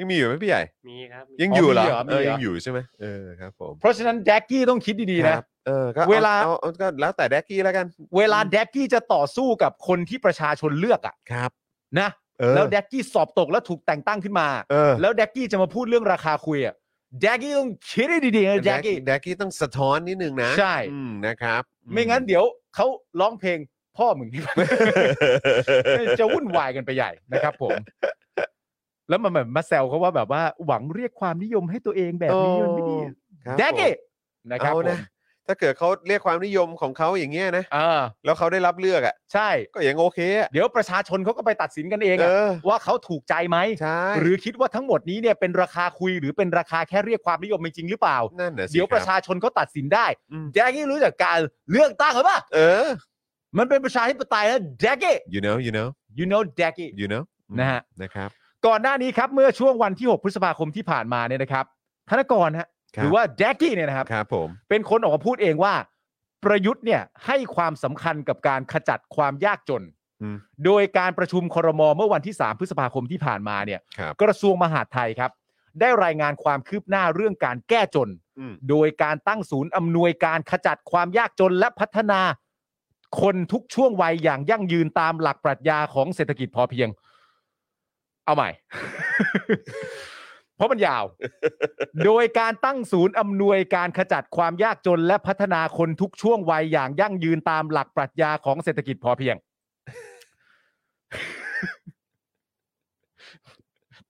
ยังมีอยู่ไหมพี่ใหญ่ มีครับมี ยังอยู่เหรอ มีเหรอมี เออ เหรอ ยังอยู่ใช่ไหมเออครับผม เพราะฉะนั้นแดกกี้ต้องคิดดีๆนะ ครับเออก็อ เวลา ออก็แล้วแต่แดกกี้แล้วกัน เวลาแดกกี้จะต่อสู้กับคนที่ประชาชนเลือกอะ ครับ นะ เออ แล้วแดกกี้สอบตกแล้วถูกแต่งตั้งขึ้นมา เออ แล้วแดกกี้จะมาพูดเรื่องราคาคุยอะแดกกี้ต้องคิดให้ดีๆนะแดกกี้ แดกกี้ต้องสะท้อนนิดนึงนะ ใช่ อืมนะครับ ไม่งั้นเดี๋ยวเขาร้องเพลงพ่อมึง [LAUGHS] จะวุ่นวายกันไปใหญ่นะครับ ผม แล้วมันแบบมาแซวเขาว่าแบบว่าหวังเรียกความนิยมให้ตัวเองแบบนี้มันไม่ดีอะ ครับ แดกกี้ ผม นะครับ เอา ผ นะ ม ถ้าเกิดเขาเรียกความนิยมของเขาอย่างเงี้ยนะ อ่า แล้วเขาได้รับเลือกอ่ะ ใช่ ก็ยังโอเคอะ เดี๋ยวประชาชนเขาก็ไปตัดสินกันเอง เอ อะ อ ว่าเขาถูกใจไหม ใช่ หรือคิดว่าทั้งหมดนี้เนี่ยเป็นราคาคุยหรือเป็นราคาแค่เรียกความนิยมจริงๆหรือเปล่า นั่นน่ะสิ เดี๋ยวประ คบ ชาชนเขาตัดสินได้ อืม แดกกี้รู้จักการเลือกตั้งหรือเปล่า เออ มันเป็นประชาธิปไตยนะแดกกี้ you know you know you know แดกกี้ you know อืม นะฮะ นะครับ ก่อนหน้านี้ครับ เมื่อช่วงวันที่ 6 พฤษภาคมที่ผ่านมาเนี่ยนะครับธนกรฮะ ครับ หรือว่าแดกกี้เนี่ยนะครับ ครับผม เป็นคนออกมาพูดเองว่า ประยุทธ์เนี่ยให้ความสำคัญกับการขจัดความยากจน อืม โดยการประชุมครมเมื่อวันที่ 3 พฤษภาคมที่ผ่านมาเนี่ย ครับ กระทรวงมหาดไทยครับ ได้รายงานความคืบหน้าเรื่องการแก้จน อืม โดยการตั้งศูนย์อำนวยการขจัดความยากจนและพัฒนาคนทุกช่วงวัยอย่างยั่งยืนตามหลักปรัชญาของเศรษฐกิจพอเพียง เอาใหม่ [LAUGHS] เพราะมันยาว โดยการตั้งศูนย์อำนวยการขจัดความยากจน และพัฒนาคนทุกช่วงวัยอย่างยั่งยืนตามหลักปรัชญาของเศรษฐกิจพอเพียง [LAUGHS]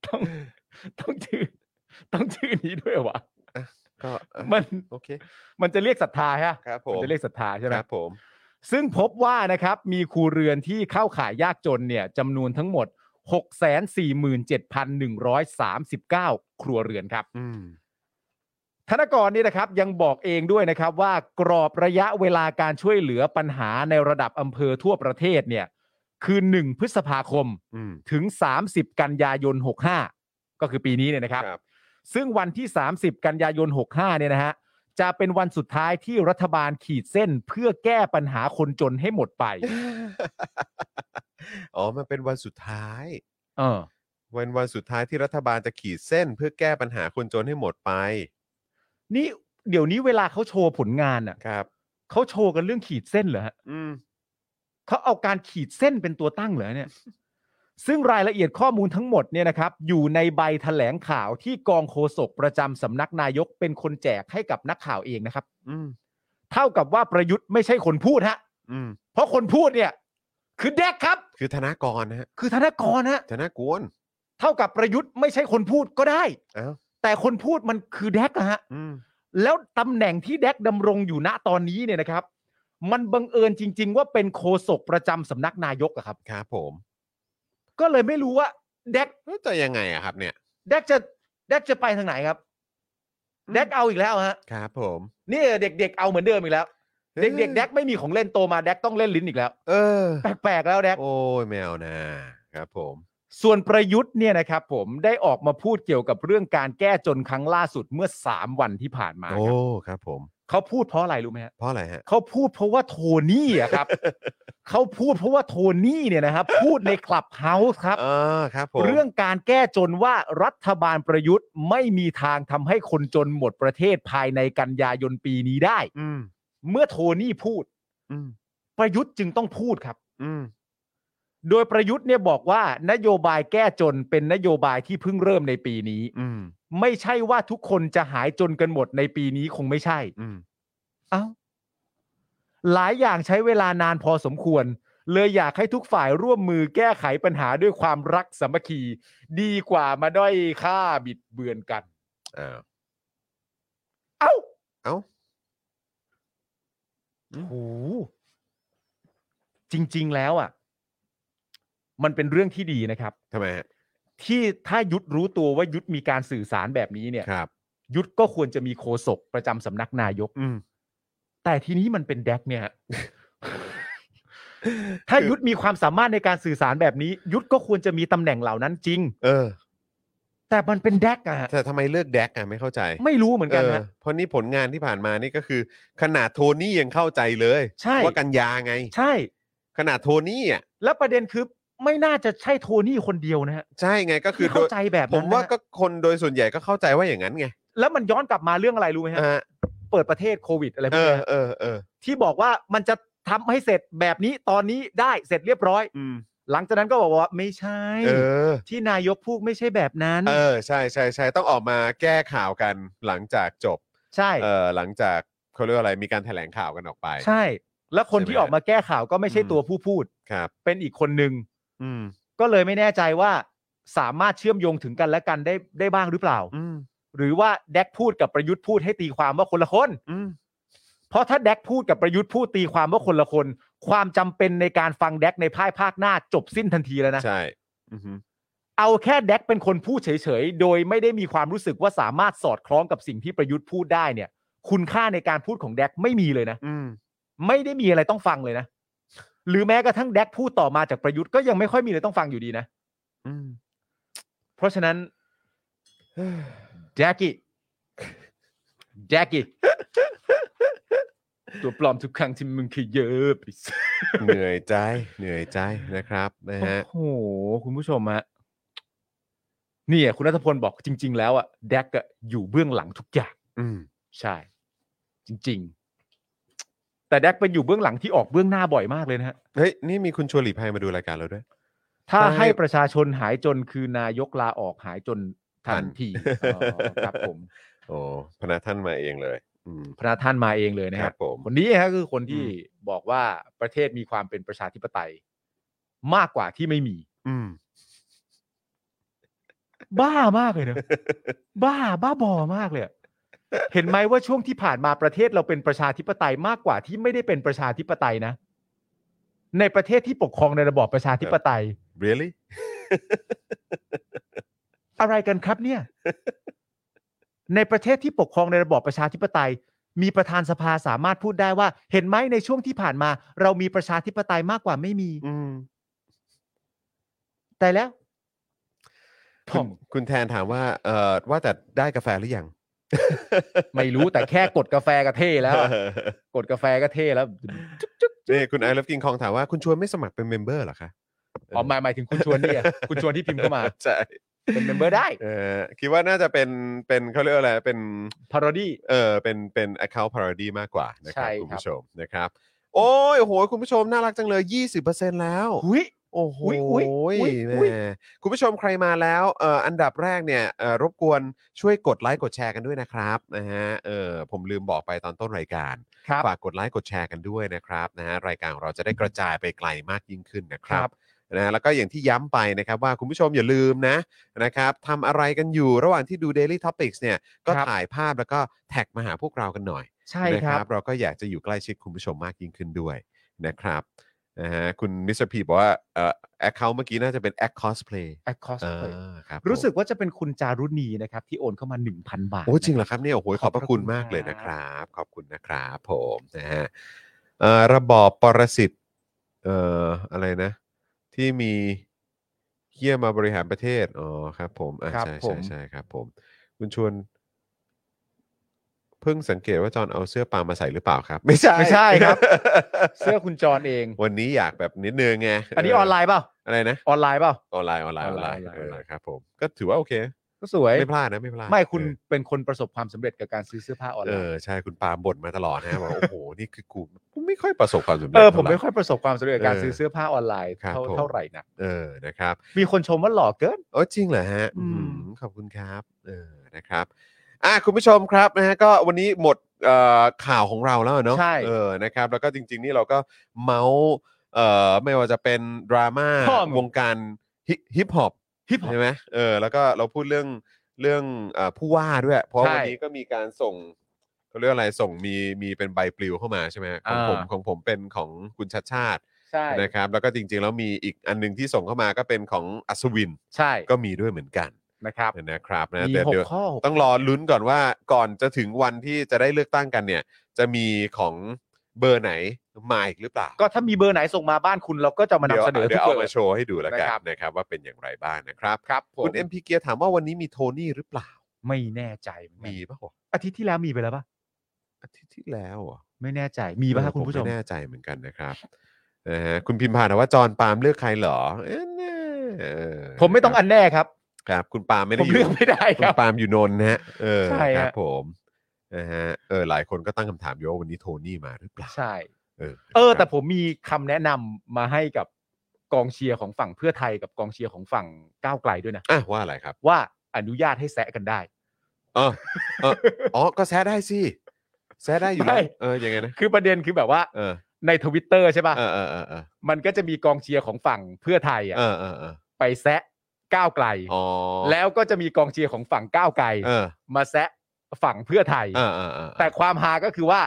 ต้องต้องชื่อต้องชื่อนี้ด้วยเหรอวะ ก็เออ มัน โอเค มันจะเรียกศรัทธาฮะ ครับผ มัน ม จะเรียกศรัทธาใช่ไหม ครับผม ซึ่งพบว่านะครับมีครูเรือนที่เข้าข่ายยากจนเนี่ยจำนวนทั้งหมด 647,139 ครัวเรือนครับ อืม ธนกรนี่นะครับยังบอกเองด้วยนะครับว่ากรอบระยะเวลาการช่วยเหลือปัญหาในระดับอำเภอทั่วประเทศเนี่ยคือ 1 พฤษภาคม อืม ถึง 30 กันยายน 65 ก็คือปีนี้เนี่ยนะครับ ครับ ซึ่งวันที่ 30 กันยายน 65 เนี่ยนะฮะ จะเป็นวันสุดท้ายที่รัฐบาลขีดเส้นเพื่อแก้ปัญหาคนจนให้หมดไป [LAUGHS] อ๋อ มันเป็นวันสุดท้าย เออ วันวันสุดท้ายที่รัฐบาลจะขีดเส้นเพื่อแก้ปัญหาคนจนให้หมดไป นี่เดี๋ยวนี้เวลาเขาโชว์ผลงานอ่ะ ครับ เขาโชว์กันเรื่องขีดเส้นเหรอฮะ อืม เขาเอาการขีดเส้นเป็นตัวตั้งเหรอเนี่ย ซึ่งรายละเอียดข้อมูลทั้งหมดเนี่ยนะครับ อยู่ในใบแถลงข่าวที่กองโฆษกประจำสำนักนายกเป็นคนแจกให้กับนักข่าวเองนะครับ อืม เท่ากับว่าประยุทธ์ไม่ใช่คนพูดฮะ อืม เพราะคนพูดเนี่ย คือแดกครับ คือธนากรนะฮะ คือธนกรฮะ ธนากร เท่ากับประยุทธ์ไม่ใช่คนพูดก็ได้ อ้าว แต่คนพูดมันคือแดกนะฮะ อืม แล้วตำแหน่งที่แดกดำรงอยู่ณตอนนี้เนี่ยนะครับ มันบังเอิญจริง ๆ ว่าเป็นโคศกประจำสำนักนายกอะครับ ครับผม ก็เลยไม่รู้ว่าแดก แล้วจะยังไงอะครับเนี่ย แดกจะแดกจะไปทางไหนครับแดกเอาอีกแล้วฮะ ครับผม นี่เด็ก ๆ เอาเหมือนเดิมอีกแล้ว เด็กๆแดกไม่มีของเล่นโตมาแดกต้องเล่นลิ้นอีกแล้ว เออ แปลกๆแล้วแดก โอ้ยแมวนะ ครับผม ส่วนประยุทธ์เนี่ยนะครับผมได้ออกมาพูดเกี่ยวกับเรื่องการแก้จนครั้งล่าสุดเมื่อ 3 วันที่ผ่านมาค โอ้ รับ ครับผม เขาพูดเพราะอะไรรู้ไหมฮะ เพราะอะไรฮะ เขาพูดเพราะว่าโทนี่อะ [LAUGHS] ครับ เขาพูดเพราะว่าโทนี่เนี่ยนะครับ พูดในคลับเฮาส์ครับ เออ ครับผม เรื่องการแก้จนว่ารัฐบาลประยุทธ์ไม่มีทางทำให้คนจนหมดประเทศภายในกันยายนปีนี้ได้ อืม เมื่อโทนี่พูด อืม ประยุทธ์จึงต้องพูดครับ อืม โดยประยุทธ์เนี่ยบอกว่านโยบายแก้จนเป็นนโยบายที่เพิ่งเริ่มในปีนี้ อืม ไม่ใช่ว่าทุกคนจะหายจนกันหมดในปีนี้คงไม่ใช่ อืม เอ้า หลายอย่างใช้เวลานานพอสมควร เลยอยากให้ทุกฝ่ายร่วมมือแก้ไขปัญหาด้วยความรักสามัคคี ดีกว่ามาด้อยค่าบิดเบือนกัน อ้าว เอ้า เอ้า โอ้โหจริง ๆ แล้วอ่ะ มันเป็นเรื่องที่ดีนะครับ ทำไมฮะ ที่ถ้ายุทธรู้ตัวว่ายุทธมีการสื่อสารแบบนี้เนี่ย ครับ ยุทธก็ควรจะมีโคศกประจำสำนักนายก อืม แต่ทีนี้มันเป็นแดกเนี่ยฮะ ถ้ายุทธมีความสามารถในการสื่อสารแบบนี้ ยุทธก็ควรจะมีตำแหน่งเหล่านั้นจริง เออ แต่มันเป็นแดกอะฮะ แต่ทำไมเลือกแดกอะไม่เข้าใจ ไม่รู้เหมือนกัน เออ ฮะ เพราะนี่ผลงานที่ผ่านมานี่ก็คือ ขนาดโทนี่ยังเข้าใจเลย ใช่ ว่ากันยาไง ใช่ ขนาดโทนี่อ่ะ แล้วประเด็นคือไม่น่าจะใช่โทนี่คนเดียวนะฮะ ใช่ไงก็คือ ที่เข้าใจแบบ ผ นั้ ม น ว่า นะฮะ ก็คนโดยส่วนใหญ่ก็เข้าใจว่าอย่างนั้นไง แล้วมันย้อนกลับมาเรื่องอะไรรู้ไหมฮะ อ่า เปิดประเทศโควิดอะไรพ เอ วก อ เนี้ย เออเออ ที่บอกว่ามันจะทำให้เสร็จแบบนี้ตอนนี้ได้เสร็จเรียบร้อย อืม หลังจากนั้นก็บอกว่าไม่ใช่ เออ ที่นายกพูดไม่ใช่แบบนั้น เออใช่ใช่ใช่ต้องออกมาแก้ข่าวกันหลังจากจบ ใช่ เออหลังจากเขาเรียกว่าอะไรมีการแถลงข่าวกันออกไป ใช่ แล้วคน ใช่ไหม ที่ออกมาแก้ข่าวก็ไม่ใช่ อืม ตัวผู้พูด ครับ เป็นอีกคนหนึ่ง อืม ก็เลยไม่แน่ใจว่าสามารถเชื่อมโยงถึงกันและกันได้ได้บ้างหรือเปล่า อืม หรือว่าแดกพูดกับประยุทธ์พูดให้ตีความว่าคนละคน อืม เพราะถ้าแดกพูดกับประยุทธ์พูดตีความว่าคนละคน ความจำเป็นในการฟังแดกในภายภาคหน้าจบสิ้นทันทีแล้วนะ ใช่อือฮึ เอาแค่แดกเป็นคนพูดเฉยๆโดยไม่ได้มีความรู้สึกว่าสามารถสอดคล้องกับสิ่งที่ประยุทธ์พูดได้เนี่ย คุณค่าในการพูดของแดกไม่มีเลยนะ อืม ไม่ได้มีอะไรต้องฟังเลยนะ หรือแม้กระทั่งแดกพูดต่อมาจากประยุทธ์ก็ยังไม่ค่อยมีอะไรต้องฟังอยู่ดีนะ อืม เพราะฉะนั้นแดก [SIGHS] กี้แดกกี้ [LAUGHS] ตัวปลอมทุกครั้งที่มึงเคยเยอะไปสิ เหนื่อยใจเหนื่อยใจนะครับนะ โอ้ ฮะ โห คุณผู้ชมฮะนี่อะคุณรัฐพลบอกจริง ๆ แล้วอะแดกอะอยู่เบื้องหลังทุกอย่าง อืม ใช่ จริง ๆ แต่แดกเป็นอยู่เบื้องหลังที่ออกเบื้องหน้าบ่อยมากเลยนะฮะ เฮ้ยนี่มีคุณชวนหลีกภัยมาดูรายการเราด้วย ถ้า ได้ ให้ประชาชนหายจนคือนายกลาออกหายจนทันทีอ๋อครับผม โอ้พนักท่านมาเองเลย อืม พระท่านมาเองเลยนะ ค ค รั รั บบ ผม คนนี้ฮะคือคนที่บอกว่าประเทศมีความเป็นประชาธิปไตย มากกว่าที่ไม่มี อืม บ้ามากเลยเนอะ บ้าบ้าบอมากเลยอะเห็นไหมว่าช่วงที่ผ่านมาประเทศเราเป็นประชาธิปไตยมากกว่าที่ไม่ได้เป็นประชาธิปไตยนะ ในประเทศที่ปกครองในระบอบประชาธิปไตย really อะไรกันครับเนี่ย ในประเทศที่ปกครองในระบอบประชาธิปไตย มีประธานสภาสามารถพูดได้ว่า เห็นไหมในช่วงที่ผ่านมา เรามีประชาธิปไตยมากกว่าไม่มี อืม แต่แล้ว คุณคุณแทนถามว่าเอ่อว่าแต่ได้กาแฟหรือยัง ไม่รู้แต่แค่กดกาแฟก็เท่ [LAUGHS] แล้ว [LAUGHS] อะกดกาแฟก็เท่ [LAUGHS] แล้ว [LAUGHS] นี่คุณไอ o ล e กิงคองถามว่าคุณชวนไม่สมัครเป็นเมมเบอร์เหรอคะ อ๋อหมายหมายถึงคุณชวน [LAUGHS] นี่อะคุณชวนที่พิมพ์เข้ามา ใช่ เป็นเมมเบอร์ได้ เออคิดว่าน่าจะเป็นเป็นเขาเรียกว่าอะไรเป็น พารอดี้ เออเป็นเป็น account parody มากกว่านะครับ ใช่ คุณ ครับ ผู้ชมนะครับ โอ้ยโอ้โหคุณผู้ชมน่ารักจังเลย 20%แล้ว หุย โอ้โห อุ๊ยอุ๊ยอุ๊ยอุ๊ย แหมคุณผู้ชมใครมาแล้วเอ่ออันดับแรกเนี่ยเอ่อรบกวนช่วยกดไลค์กดแชร์กันด้วยนะครับนะฮะเออผมลืมบอกไปตอนต้นรายการ ครับ ฝากกดไลค์กดแชร์กันด้วยนะครับนะฮะรายการของเราจะได้กระจายไปไกลมากยิ่งขึ้นนะครั ครับ บ นะฮะแล้วก็อย่างที่ย้ำไปนะครับว่าคุณผู้ชมอย่าลืมนะนะครับทำอะไรกันอยู่ระหว่างที่ดู Daily Topics เนี่ยก็ ครับ ถ่ายภาพแล้วก็แท็กมาหาพวกเรากันหน่อย ใช่ นะครับ เราก็อยากจะอยู่ใกล้ชิดคุณผู้ชมมากยิ่งขึ้นด้วยนะครับนะฮะคุณมิสเตอร์พีบอกว่าเอ่อแอคเคาท์เมื่อกี้น่าจะเป็นแอคคอสเพลย์ Across ครับ รู้สึก ผม ว่าจะเป็นคุณจารุณีนะครับ ที่โอนเข้ามา 1,000 บาท โอ้จริงเหรอครับเนี่ยโอ้โหขอบพระคุณมากเลย ครั นะ บ ครับ ขอบคุณนะครับผมนะฮะเอ่อระบอบปรสิตเอ่ออะไรนะ ที่มีเขี้ยมาบริหารประเทศอ๋อครับผมอ่ะ ครับ ใช่ ผ ใช่ ม ใช่ครับ ผม คุณชวน เพิ่งสังเกตว่าจอนเอาเสื้อปลามาใส่หรือเปล่าครับ [LAUGHS] ไม่ใช่ ไม่ใช่ครับ เสื้อคุณจรเอง วันนี้อยากแบบนิดนึงไง อันนี้ออนไลน์เปล่า อะไรนะ ออนไลน์เปล่า ออนไลน์ออนไลน์ออนไลน์ ออนไลน์ เอ ออนไล อ น์ ครับ ผม ก็ถือว่าโอเค ก็สวย ไม่พลาดนะไม่พลาด ไม่คุณ เออ เป็นคนประสบความสำเร็จกับการซื้อเสื้อผ้าออนไล เออ น์ ใช่คุณปาล์มบ่นมาตลอดนะ บอกว่าโอ้โห นี่คือกูกูไม่ค่อยประสบความสำเร็จ เออผม ท่หร่ ไม่ค่อยประสบความสำเร็จกับการ เออ ซื้อเสื้อผ้าออนไลน์ ครับ เท่า ผม เท่าไหร่นะ เออนะครับ มีคนชมว่าหล่อเกิน โอ้จริงเหรอฮะ อืม อืมขอบคุณครับเออนะครับอ่ะคุณผู้ชมครับนะฮะก็วันนี้หมดเอ่อข่าวของเราแล้วเนอะ ใช่ เออนะครับ แล้วก็จริง ๆ นี่เราก็เมาส์เอ่อไม่ว่าจะเป็นดราม่า พ่อมึง วงการฮิปฮอป ฮิปฮอป ใช่ไหมเออ แล้วก็เราพูดเรื่องเรื่องเอ่อผู้ว่าด้วย เพราะ ใช่ วันนี้ก็มีการส่งเขาเรียกอะไรส่งมีมีเป็นใบปลิวเข้ามาใช่ไหมของผม อ่า ของผมเป็นของคุณชัดชาติ ใช่ นะครับ แล้วก็จริงๆ แล้วมีอีกอันหนึงที่ส่งเข้ามาก็เป็นของอัศวิน ใช่ ก็มีด้วยเหมือนกัน นะครับ นะครับนะ มี แต่ ห เดี๋ย ก ว ข้อหก ต้องรอลุ้นก่อนว่าก่อนจะถึงวันที่จะได้เลือกตั้งกันเนี่ย จะมีของเบอร์ไหนมาอีกหรือเปล่า ก็ถ้ามีเบอร์ไหนส่งมาบ้านคุณเราก็จะมานำเสนอ เดี๋ ทุ ยว ก เอา เบอ มา ร์ โชว์ให้ดูแล้วกัน นะครับ นะครับ ว่าเป็นอย่างไรบ้างนะครับ ครับผม คุณเอ็มพีเกียร์ถามว่าวันนี้มีโทนี่หรือเปล่า ไม่แน่ใจเหอนกัน มีป่ะวะ อาทิตย์ที่แล้วมีไปแล้วปะ อาทิตย์ที่แล้วเหรอ่ะ ไม่แน่ใจมีปะครับคุณผู้ชม ไม่แน่ใจเหมือนกันนะครับนะฮะคุณพิมพาถามว่าจอห์นปาล์มเลือกใครเหรอเอ้ยแน่เออ ผมไม่ต้องอันแน่ครับ ครับ คุณปาล์มไม่ ผ ได้ ม อยู่ เลือกไม่ได้ค คุ รั ณ บ ปาล์มอยู่นนท์นะฮะเออ ใช่ ค ฮะ รับผมนะฮะเออหลายคนก็ตั้งคำถามอยู่ว่าวันนี้โทนี่มาหรือเปล่า ใช่ เออ เออ แต่ผมมีคำแนะนำมาให้กับกองเชียร์ของฝั่งเพื่อไทยกับกองเชียร์ของฝั่งก้าวไกลด้วยนะ อ่ะว่าอะไรครับ ว่าอนุญาตให้แซะกันได้ เออเอออ๋อก็แซะได้สิแซะได้อยู่แล้ว ไม่ เออยังไงนะ คือประเด็นคือแบบว่า เออ ในทวิตเตอร์ใช่ป่ะ เออเออเออเออ มันก็จะมีกองเชียร์ของฝั่งเพื่อไทยอ่ะ เออเออเออ ไปแซะก้าวไกล อ๋อ แล้วก็จะมีกองเชียร์ของฝั่งก้าวไกล เออ มาแซะฝั่งเพื่อไทย เออเออเออ แต่ความฮาก็คือว่า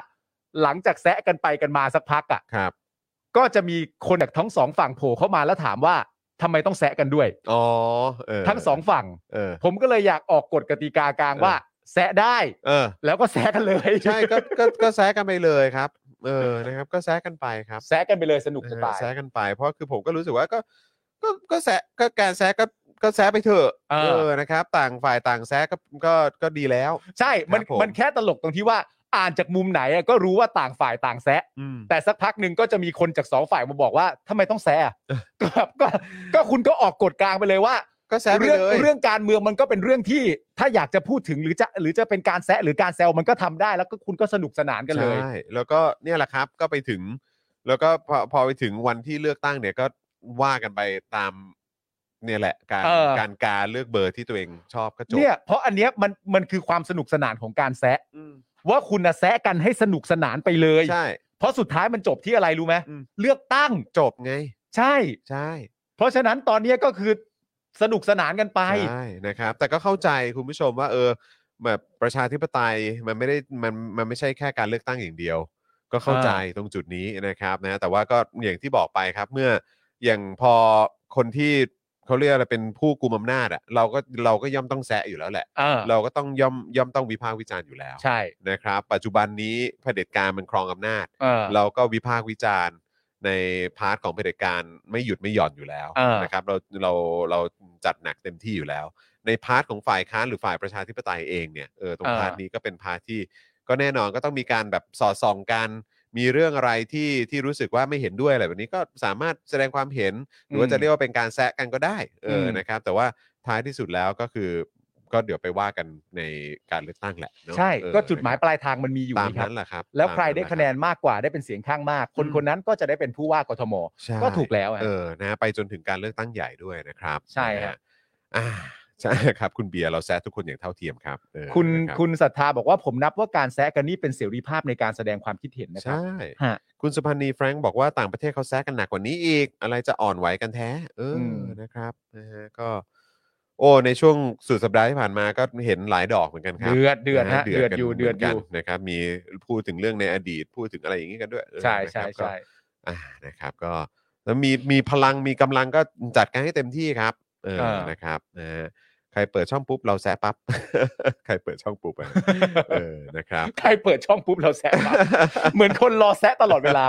หลังจากแซะกันไปกันมาสักพักอ่ะ ครับ ก็จะมีคนจากทั้งสองฝั่งโผล่เข้ามาแล้วถามว่าทำไมต้องแซะกันด้วย อ๋อเออ ทั้งสองฝั่ง เออ ผมก็เลยอยากออกกฎกติกากลางว่า แซะได้ เออ แล้วก็แซะกันเลย ใช่ก็ก็ก็แซะกันไปเลยครับ เออนะครับ ก็แซะกันไปครับ [LAUGHS] แซะกันไปเลยสนุกจะ เออ ตาย แซะกันไป เพราะคือผมก็รู้สึกว่าก็ก็ก็แซะก็การแซะก็ก็แซะไปเถอะ เออ นะครับ ต่างฝ่ายต่างแซะก็ก็ก็ดีแล้ว ใช่มัน ครับผม มันแค่ตลกตรงที่ว่าอ่านจากมุมไหนอะก็รู้ว่าต่างฝ่ายต่างแซะ อืม แต่สักพักหนึ่งก็จะมีคนจากสองฝ่ายมาบอกว่าทำไมต้องแซะอะก็แบบก็ก็คุณก็ออกกฎกลางไปเลยว่า ก็แซะไป เรื่อง เลย เรื่องการเมืองมันก็เป็นเรื่องที่ ถ้าอยากจะพูดถึงหรือจะหรือจะเป็นการแซะหรือการแซวมันก็ทำได้แล้วก็คุณก็สนุกสนานกันเลย ใช่แล้วก็เนี่ยแหละครับก็ไปถึง แล้วก็พอพอไปถึงวันที่เลือกตั้งเนี่ยก็ว่ากันไปตาม เนี่ยแหละ การ เออ การกาเลือกเบอร์ที่ตัวเองชอบก็จบ เนี่ยเพราะอันเนี้ยมันมันคือความสนุกสนานของการแซะ อืม ว่าคุณนะแซะกันให้สนุกสนานไปเลย ใช่ เพราะสุดท้ายมันจบที่อะไรรู้ไหม อืม เลือกตั้ง จบไง ใช่ ใช่ เพราะฉะนั้นตอนเนี้ยก็คือสนุกสนานกันไป ใช่นะครับ แต่ก็เข้าใจคุณผู้ชมว่า เออแบบประชาธิปไตยมันไม่ได้มันมันไม่ใช่แค่การเลือกตั้งอย่างเดียว ก็เข้าใจตรงจุดนี้นะครับนะแต่ว่าก็อย่างที่บอกไปครับ เมื่ออย่างพอคนที่ เขาเรียกอะไรเป็นผู้กุมอำนาจอะเราก็เราก็ย่อมต้องแซะอยู่แล้วแหละ อ่า เราก็ต้องย่อมย่อมต้องวิพากษ์วิจารณ์อยู่แล้ว ใช่ นะครับ ปัจจุบันนี้เผด็จการมันครองอำนาจ เออ เราก็วิพากษ์วิจารณ์ในพาร์ทของเผด็จการไม่หยุดไม่หย่อนอยู่แล้ว อ่าน นะครับเราเราเราจัดหนักเต็มที่อยู่แล้ว ในพาร์ทของฝ่ายค้านหรือฝ่ายประชาธิปไตยเองเนี่ยเออตรงพาร์ทนี้ก็เป็นพาร์ทที่ ก็แน่นอนก็ต้องมีการแบบสอดส่องกันมีเรื่องอะไรที่ที่รู้สึกว่าไม่เห็นด้วยอะไรแบบนี้ก็สามารถแสดงความเห็น หรือว่าจะเรียกว่าเป็นการแซะกันก็ได้เอออ ม นะครับ แต่ว่าท้ายที่สุดแล้วก็คือ ก็เดี๋ยวไปว่ากันในการเลือกตั้งแหละเนอะ ใช่ เออ ก็จุดหมายปลายทางมันมีอยู่ ตาม นี่ครับ นั้นแหละครับ แล้วใคร ตาม ได้ รับ คะแนนมากกว่าได้เป็นเสียงข้างมาก คน อืม คนนั้นก็จะได้เป็นผู้ว่ากทม ใช่ ก็ถูกแล้วอะ เออนะฮะไปจนถึงการเลือกตั้งใหญ่ด้วยนะครับ ใช่นฮะฮอ่า [LAUGHS] ใช่ครับ คุณเบียร์เราแซะทุกคนอย่างเท่าเทียมครับเออ คุณ นะ คุณศรัทธาบอกว่าผมนับว่าการแซะกันนี่เป็นเสรีภาพในการแสดงความคิดเห็นนะครับ ใช่ ฮะ คุณสุพันธ์นีแฟรงค์บอกว่าต่างประเทศเขาแซะกันหนักกว่านี้อีก อะไรจะอ่อนไหวกันแท้ เอออ ม นะครับนะฮะก็ โอ้ในช่วงสุดสัปดาห์ที่ผ่านมาก็เห็นหลายดอกเหมือนกันครับ เดือดเดือด นฮ ฮะเดือด กัน อยู่ หมื เดือดอยู่ กันนะครับ มีพูดถึงเรื่องในอดีตพูดถึงอะไรอย่างนี้กันด้วยเออ ใช่นะคใช่รับก็ ใช่ อ่านะครับก็แล้วมีมีพลังมีกำลังก็จัดการให้เต็มที่ครับเอออา นะครับนะฮะใครเปิดช่องปุ๊บเราแซะปั๊บ [LAUGHS] ใครเปิดช่องปุ๊บอะเออนะครับ [LAUGHS] ใครเปิดช่องปุ๊บเราแซะปั๊บเหมือนคนรอแซะตลอดเวลา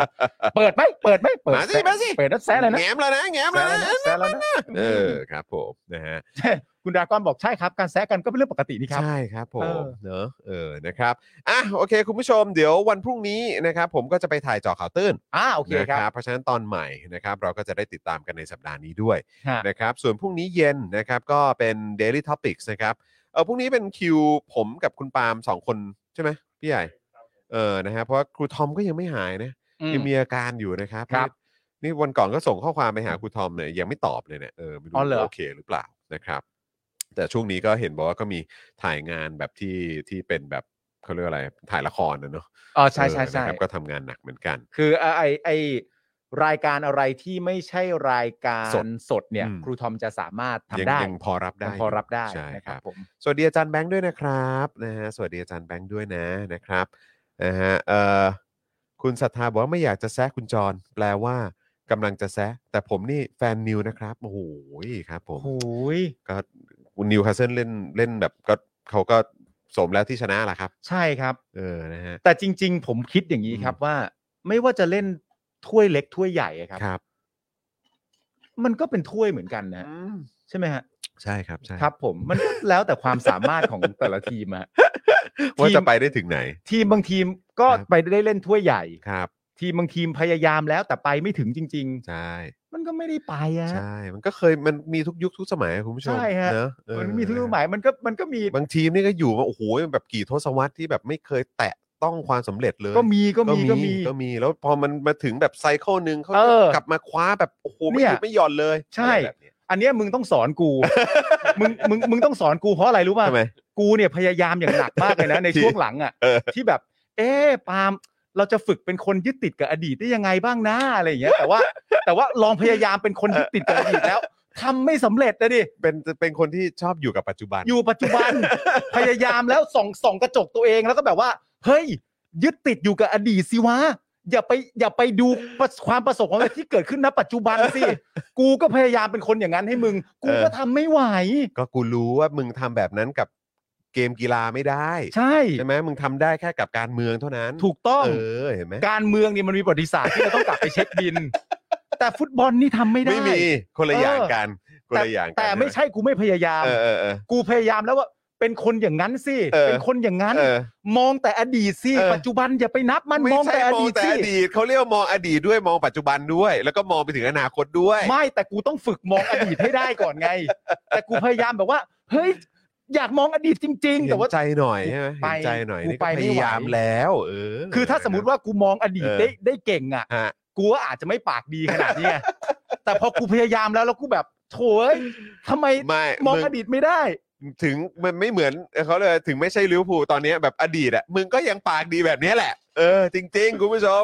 เปิดไหมเปิดไหมเปิด มาสิ แซะ มาสิ เปิดนั้นแซะเลยนะ แง้มแล้วนะแง้มแล้วนะ แซะแล้วนะ เออครับผมนะฮะ ใช่คุณดรากอนบอกใช่ครับ การแซะกันก็เป็นเรื่องปกตินี่ครับ ใช่ครับผ เอ ม อ เนอะเออนะครับอ่ะโอเค คุณผู้ชมเดี๋ยววันพรุ่งนี้นะครับ ผมก็จะไปถ่ายเจอข่าวตื้น อ่าโอเค นะคครั รั บบ เพราะฉะนั้นตอนใหม่นะครับ เราก็จะได้ติดตามกันในสัปดาห์นี้ด้วย ฮะ นะครับส่วนพรุ่งนี้เย็นนะครับก็เป็น Daily Topics นะครับเออพรุ่งนี้เป็นคิวผมกับคุณปาล์มสองคนใช่ไหมพี่ใหญ่เออนะฮะเพราะว่าครูทอมก็ยังไม่หายนะยังมีอาการอยู่นะครับ ครับ นี่นี่วันก่อนก็ส่งข้อความไปหาครูทอมเนี่ยยังไม่ตอบเลยเนี่ยเออไม่ อ๋อเหร รู้ อ โอเคหรือเปล่านะครับ แต่ช่วงนี้ก็เห็นบอกว่าก็มีถ่ายงานแบบที่ที่เป็นแบบเขาเรียกว่าอะไรถ่ายละครนะเนาะ อ๋อใช่ใช่ใช่ เออนะครับก็ทำงานหนักเหมือนกัน คือไอไอไอรายการอะไรที่ไม่ใช่รายการ สด สดเนี่ย อืม ครูทอมจะสามารถทำ ยัง ได้ ยังพอรับได้ ยังพอรับได้ ใช่ นะ ค ค รั รับ บผม สวัสดีอาจารย์แบงค์ด้วยนะครับนะฮะสวัสดีอาจารย์แบงค์ด้วยนะนะครับนะฮะเอ่อคุณศรัทธาบอกว่าไม่อยากจะแซะคุณจร แปลว่ากำลังจะแซะแต่ผมนี่แฟนนิวนะครับโอ้โหครับผม โอ้ย ก็นิวคาสเซิลเล่นเล่นแบบก็เขาก็สมแล้วที่ชนะแหละครับ ใช่ครับ เออนะฮะ แต่จริง ๆ ผมคิดอย่างนี้ครับว่า ไม่ว่าจะเล่นถ้วยเล็กถ้วยใหญ่อะครับ ครับ มันก็เป็นถ้วยเหมือนกันนะฮะใช่ไหมฮะ ใช่ครับใช่ ครับ ผมมันก็แล้วแต่ความสามารถของแต่ละทีมอะฮะ [LAUGHS] ว่า ทีม จะไปได้ถึงไหน ทีมบางทีมก็ ครับ ไปได้เล่นถ้วยใหญ่ ครับ ทีมบางทีมพยายามแล้วแต่ไปไม่ถึงจริง ใช่ ๆ มันก็ไม่ได้ไปอะฮะ ใช่ มันก็เคยมันมีทุกยุคทุกสมัยคุณผู้ชม ใช่ฮะ เนอะเออ มันมีทุก นะ รู ฮะ ปหมายมันก็มันก็มี บางทีมนี่ก็อยู่มาโอ้โหแบบกี่ทศวรรษที่แบบไม่เคยแตะต้องความสำเร็จเลย ก็มีก็มีก็มี ก็มีแล้วพอมันมาถึงแบบไซเคิลหนึ่งเขา เออก ลับมาคว้าแบบโอ้โหไม่หเนี่ย ยุดไม่หย่อนเลย ใช่ อะไรแบบเนี้ย อันเนี้ยมึงต้องสอนกู [LAUGHS] มึงมึงมึงต้องสอนกูเพราะอะไรรู้ป่ะ ใช่ไหม กูเนี่ยพยายามอย่างหนักมากเลยนะ ใน ที่ ช่วงหลังอ่ะ เออ ที่แบบ เอ๊ะปาล์มเราจะฝึกเป็นคนยึดติดกับอดีตได้ยังไงบ้างนะอะไรอย่างเงี้ยแต่ว่า แต่ว่าลองพยายามเป็นคนยึดติดกับอดีตแล้วทำไม่สำเร็จนะดิ เป็นเป็นคนที่ชอบอยู่กับปัจจุบัน อยู่ปัจจุ [LAUGHS] บัน พยายามแล้วส่องส่องกระจกตัวเองแล้วก็แบบว่า เฮ้ย ยึดติดอยู่กับอดีตสิวะอย่าไปอย่าไปดูประสความประสบความสำเร็จที่เกิดขึ้นณปัจจุบัน [LAUGHS] สิกูก็พยายามเป็นคนอย่างนั้นให้มึง กูก็ทำไม่ไหว ก็กูรู้ว่ามึงทำแบบนั้นกับเกมกีฬาไม่ได้ ใช่ ใช่ไหมมึงทำได้แค่กับการเมืองเท่านั้น ถูกต้อง เออเห็นไหม การเมืองนี่มันมีประวัติศาสตร์ที่เราต้องกลับไปเช็คบิ [LAUGHS] น แต่ฟุตบอลนี่ทำไม่ได้ ไม่มีคนละอย่าง เออ กันคน แต่ ละอย่างกัน แต่ไม่ใช่กูไม่พยายาม เออเออเออ กูพยายามแล้วว่าเป็นคนอย่างนั้นสิ เออ เป็นคนอย่างนั้น เออ มองแต่อดีตสิ เออ ปัจจุบันอย่าไปนับมันมอง ไใช่ แต่อดีตสิ มองอตเขาเรียกว่ามองอดีตด้วยมองปัจจุบันด้วย แล้วก็มองไปถึงอนาคตด้วย ไม่แต่กูต้องฝึกมองอดีตให้ได้ก่อน [LAUGHS] ไง แต่กูพยายามแบบว่า เฮ้ยอยากมองอดีตจริง ๆ เห็ แต่ว่า นใจหน่อยใช่ไหม ไป เห็นใจหน่อย กู นี่ก็ ไป พ ไม่ไหว ยายามแล้วเออ คือถ้าสมมติว่ากูมองอดีต เออ ได้ได้เก่งอ่ะ ฮะ กูก็อาจจะไม่ปากดีขนาดนี้ [LAUGHS] ไง แต่พอกูพยายามแล้วแล้วกูแบบโถยทำไม ไม่ มอง มึง อดีตไม่ได้ ถึงมันไม่เหมือนเขาเลยถึงไม่ใช่ลิเวอร์พูลตอนเนี้ยแบบอดีตอะมึงก็ยังปากดีแบบเนี้ยแหละ เออ จริง ๆ คุณผู้ชม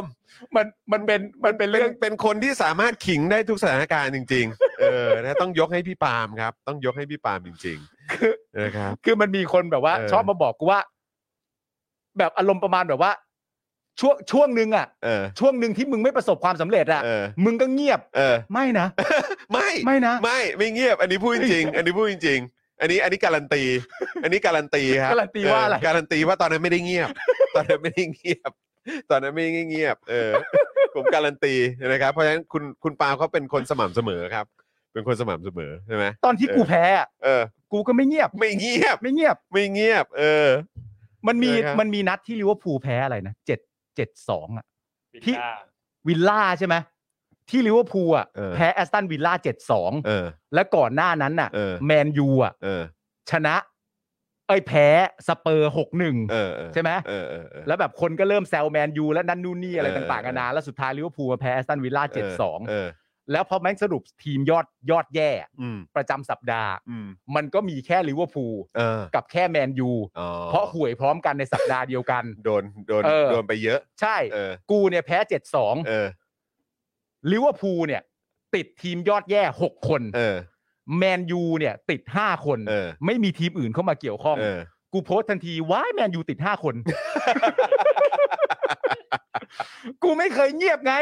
มันมันเป็นมันเป็น เป็ เรื่ น อง เป็นคนที่สามารถขิงได้ทุกสถานการณ์จริง ๆ เออนะต้องยกให้พี่ปาล์มครับ ต้องยกให้พี่ปาล์มจริงๆนะครับ คือมันมีคนแบบว่า เออ ชอบมาบอกกูว่า แบบอารมณ์ประมาณแบบว่า ช่วงช่วงหนึ่งอ่ะ เออ ช่วงหนึ่งที่มึงไม่ประสบความสำเร็จอ่ะ เออ มึงก็เงียบ เออ ไม่นะ ไม่ ไม่นะ ไม่ไม่เงียบ อันนี้พูดจริง อันนี้พูดจริง อันนี้อันนี้การันตี อันนี้การันตีครับ การันตีว่าอะไร เการันตีว่าตอนนั้นไม่ได้เงียบ ตอนนั้นไม่ได้เงียบ ตอนนั้นไม่ได้เงียบ เออ ผมการันตีนะครับ เพราะฉะนั้นคุณคุณปาล์มเขาเป็นคนสม่ำเสมอครับ เป็นคนสม่ำเสมอใช่ไหม ตอนที่กูแพ้อะ เออ กูก็ไม่เงียบ ไม่เงียบ ไม่เงียบ ไม่เงียบ เออ มันมี นะครับ มันมีนัดที่ลิเวอร์พูลแพ้อะไรนะเจ็ดเจ็ดสองอ่ะ วิล ที่ ล่า วิลล่าใช่ไหมที่ลิเวอร์พูลอ่ะ เออ แพ้แอสตันวิลล่าเจ็ดสอง เออ และก่อนหน้านั้นน่ะ เออ แมนยูอ่ะ เออ ชนะ เอ้ยแพ้สเปอร์หกหนึ่ง เออเออ ใช่ไหม เออเออเออ แล้วแบบคนก็เริ่มแซวแมนยูและนั่นนู่นนี่อะไร เออ ต่างๆกันานา เออ แล้วสุดท้ายลิเวอร์พูลมาแพ้แอสตันวิลล่าเจ็ดสอง เออ แล้วพอแม่งสรุปทีมยอดยอดแย่ อืม ประจำสัปดาห์ อืม มันก็มีแค่ลิเวอร์พูล เออ กับแค่แมนยู อ๋อ เพราะห่วยพร้อมกันในสัปดาห์เดียวกัน โดน โดน เออ โดนไปเยอะ ใช่ เออ กูเนี่ยแพ้เจ็ดสอง เออ ลิเวอร์พูลเนี่ย ติดทีมยอดแย่หกคน เออ แมนยูเนี่ย ติดห้าคน เออ ไม่มีทีมอื่นเข้ามาเกี่ยวข้อง เออ กูโพสต์ทันทีว้ายแมนยูติดห้าคน [LAUGHS] กูไม่เคยเงียบไง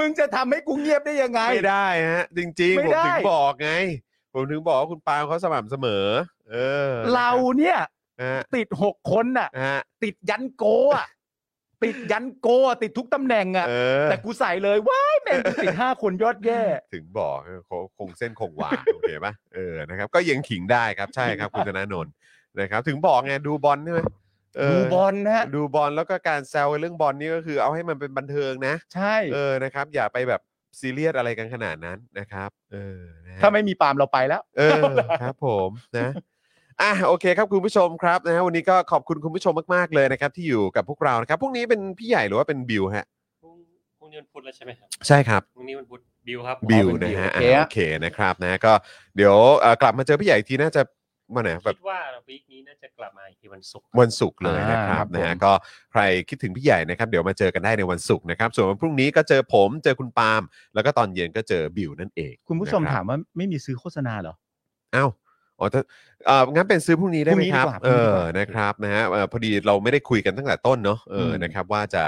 มึงจะทำให้กูเงียบได้ยังไง ไม่ได้ฮะ จริงๆ ผไม่ม ได้ ถึงบอกไง ผมถึงบอกว่าคุณปาล์มเขาสม่ำเสมอ เออ เราเนี่ย นะฮะ ติดหกคนน่ะ นะฮะ ติดยันโกอ่ะ ติดยันโกอ่ะติดทุกตำแหน่งอ่ะ เออ แต่กูใส่เลยว้ายแมนยูติดห้าคนยอดแย่ ถึงบอกเออคงคงเส้นคงวา โอเคปะเออนะครับก็ยังขิงได้ครับใช่ครับ คุณธนาโนนนะครับ ถึงบอกไงดูบอลใช่ไหมเ ดูบอลนะฮะ ดูบอลแล้วก็การแซวเรื่องบอลนี่ก็คือเอาให้มันเป็นบันเทิงนะ ใช่ เออนะครับ อย่าไปแบบซีเรียสอะไรกันขนาดนั้นนะครับ เออนะฮะ ถ้าไม่มีปาล์มเราไปแล้ว เออครับผมนะอ่ะโอเคครับคุณผู้ชมครับนะฮะวันนี้ก็ขอบคุณคุณผู้ชมมากๆเลยนะครับ ที่อยู่กับพวกเรานะครับพรุ่งนี้เป็นพี่ใหญ่หรือว่าเป็นบิวฮะ พรุ่งพรุ่งนี้วันพุธแล้วใช่ไหมครับ ใช่ครับ พรุ่งนี้วันพุธบิวครับ บิว เป็น นะฮะ บิว อ่ะโอโอเคเคนะครับนะก็เดี๋ยวเอ่อกลับมาเจอพี่ใหญ่อีกทีน่าจะวันไหนแบบ คิดว่าวีคนี้น่าจะกลับมาอีกทีวันศุกร์ วันศุกร์เลยนะครั อ่าครับ บ นะฮะ ผม ก็ใครคิดถึงพี่ใหญ่นะครับเดี๋ยวมาเจอกันได้ในวันศุกร์นะครับส่วนวันพรุ่งนี้ก็เจอผมเจอคุณปาล์มแล้วก็ตอนเย็นก็เจอบิวนั่นเอง คุณผู้ชม นะครับ ถามว่าไม่มีซื้อโฆษณาเหรอ อ้าวอ๋อถ้าเอ่องั้นเป็นซื้อพรุ่งนี้ได้ไหมครับ พรุ่งนี้ดีกว่า เออ พรุ่งนี้ดีกว่า นะครับ นะฮะเอ่อพอดีเราไม่ได้คุยกันตั้งแต่ต้นเนาะ เอออ ม นะครับ ว่าจะ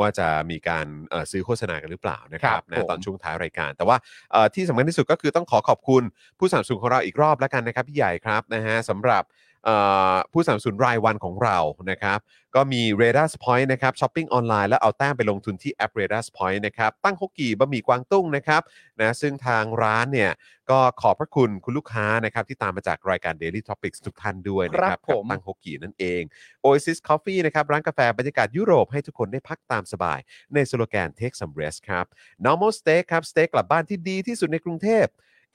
ว่าจะมีการเอ่อซื้อโฆษณากันหรือเปล่านะครั ครับ บ นะ ผม ตอนช่วงท้ายรายการ แต่ว่าเอ่อที่สำคัญที่สุดก็คือต้องขอขอบคุณผู้สนับสนุนของเราอีกรอบแล้วกันนะครับ พี่ใหญ่ครับ นะฮะสำหรับเอ่อผู้สนับสนุนรายวันของเรา นะครับ ก็มี r a d a r Point นะครับ ช้อปปิ้งออนไลน์แล้วเอาแต้มไปลงทุนที่แอป r a d a r Point นะครับ ตั้งฮกกี่บะหมี่กวางตุ้งนะครับ นะ ซึ่งทางร้านเนี่ย ก็ขอบพระคุณคุณลูกค้านะครับที่ตามมาจากรายการ Daily Topics ทุกท่านด้วยนะค ครั รับบ ผม กับตั้งฮกกี้นั่นเอง Oasis Coffee นะครับร้านกาแฟบรรยากาศยุโรปให้ทุกคนได้พักตามสบาย ในสโลแกน Take some rest ครับ Normal Steak ครับสเต็กกลับบ้านที่ดีที่สุดในกรุงเทพ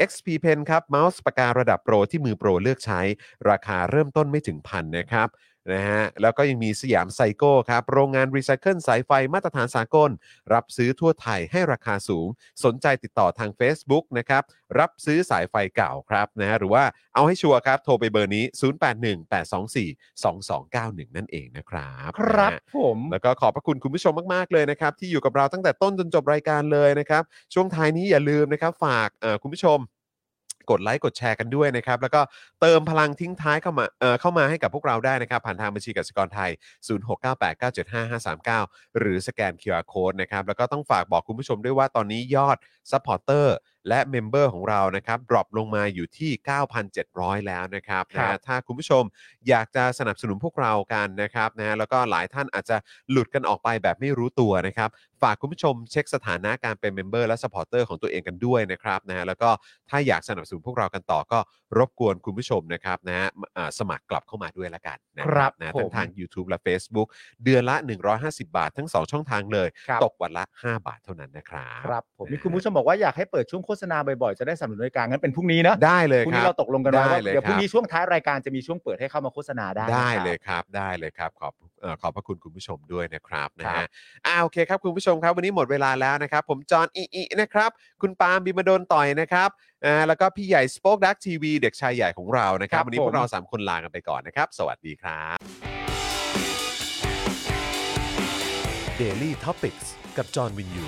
XP Pen ครับเมาส์ปากการะดับโปรที่มือโปรเลือกใช้ ราคาเริ่มต้นไม่ถึงพันนะครับนะฮะแล้วก็ยังมีสยามไซโก้ครับโรงงานรีไซเคิลสายไฟมาตรฐานสากล รับซื้อทั่วไทยให้ราคาสูง สนใจติดต่อทาง Facebook นะครับ รับซื้อสายไฟเก่าครับนะฮะหรือว่าเอาให้ชัวร์ครับ โทรไปเบอร์นี้ 0818242291 นั่นเองนะครับ ครับ นะฮะ ผม แล้วก็ขอบพระคุณคุณผู้ชมมาก ๆ เลยนะครับ ที่อยู่กับเราตั้งแต่ต้นจนจบรายการเลยนะครับ ช่วงท้ายนี้อย่าลืมนะครับ ฝากเอ่อคุณผู้ชม กดไลค์กดแชร์กันด้วยนะครับ แล้วก็เติมพลังทิ้งท้ายเข้ามาเอ่อเข้ามาให้กับพวกเราได้นะครับ ผ่านทางบัญชีกสิกรไทย 0698975539 หรือสแกน QR Code นะครับ แล้วก็ต้องฝากบอกคุณผู้ชมด้วยว่าตอนนี้ยอดซัพพอร์เตอร์และเมมเบอร์ของเรานะครับดรอปลงมาอยู่ที่ 9,700 แล้วนะครับ ครับ นะฮะถ้าคุณผู้ชมอยากจะสนับสนุนพวกเรากันนะครับนะฮะแล้วก็หลายท่านอาจจะหลุดกันออกไปแบบไม่รู้ตัวนะครับ ฝากคุณผู้ชมเช็คสถานะการเป็นเมมเบอร์และสปอร์เตอร์ของตัวเองกันด้วยนะครับนะฮะแล้วก็ถ้าอยากสนับสนุนพวกเรากันต่อก็รบกวนคุณผู้ชมนะครับนะฮะอ่าสมัครกลับเข้ามาด้วยละกันนะครับ นะ ผม ทั้งทาง YouTube และ Facebook เดือนละ 150 บาท ทั้ง 2 ช่องทางเลย ครับ ตกวันละ 5 บาทเท่านั้นนะครับ ครับผมมีคุณผู้ชมบอกว่าอยากให้เปิดช่วงโฆษณาบ่อยๆจะได้สำนุนรายการงั้นเป็นพรุ่งนี้นะ ได้เลย พรุ่ง ค นี้ รับ เราตกลงกันไว้ ได้ ว่า เลย เดี๋ยว ค พ รับ รุ่งนี้ช่วงท้ายรายการจะมีช่วงเปิดให้เข้ามาโฆษณาได้ ได้เลนะครับยครับได้เลยครับขอบเอ่อขอบพระคุณคุณผู้ชมด้วยนะครับนะ ครั ฮะ บ อ่าโอเคครับคุณผู้ชมครับ วันนี้หมดเวลาแล้วนะครับ ผมจอห์นอีอีนะครับ คุณปาล์มบิมโดนต่อยนะครับอ่าแล้วก็พี่ใหญ่สป็อคดักทีวีเด็กชายใหญ่ของเรานะครับ วันนี้พวกเราสามคนลากันไปก่อนนะครับ สวัสดีครับ Daily Topics กับจอห์นวินยู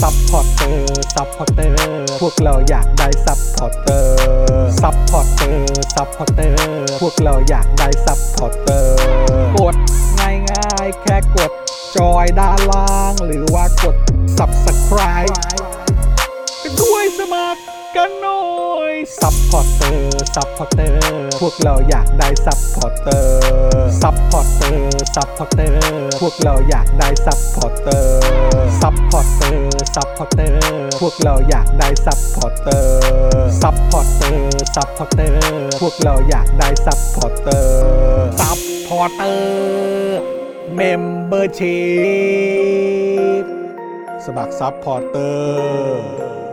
ซัพพอร์เตอร์ซัพพอร์เตอร์พวกเราอยากได้ซัพพอร์เตอร์ซัพพอร์เตอร์ซัพพอร์เตอร์พวกเราอยากได้ซัพพอร์เตอร์กดง่ายง่ายๆแค่กดจอยด้านล่าง หรือว่ากด subscribe ก็ด้วยสมัคร กันหน่อยซัพพอร์เตอร์ซัพพอร์เตอร์พวกเราอยากได้ซัพพอร์เตอร์ซัพพอร์เตอร์ซัพพอร์เตอร์พวกเราอยากได้ซัพพอร์เตอร์ซัพพอร์เตอร์ซัพพอร์เตอร์พวกเราอยากได้ซัพพอร์เตอร์ซัพพอร์เตอร์ซัพพอร์เตอร์พวกเราอยากได้ซัพพอร์เตอร์ซัพพอร์เตอร์เมมเบอร์ชีพสมัครซัพพอร์เตอร์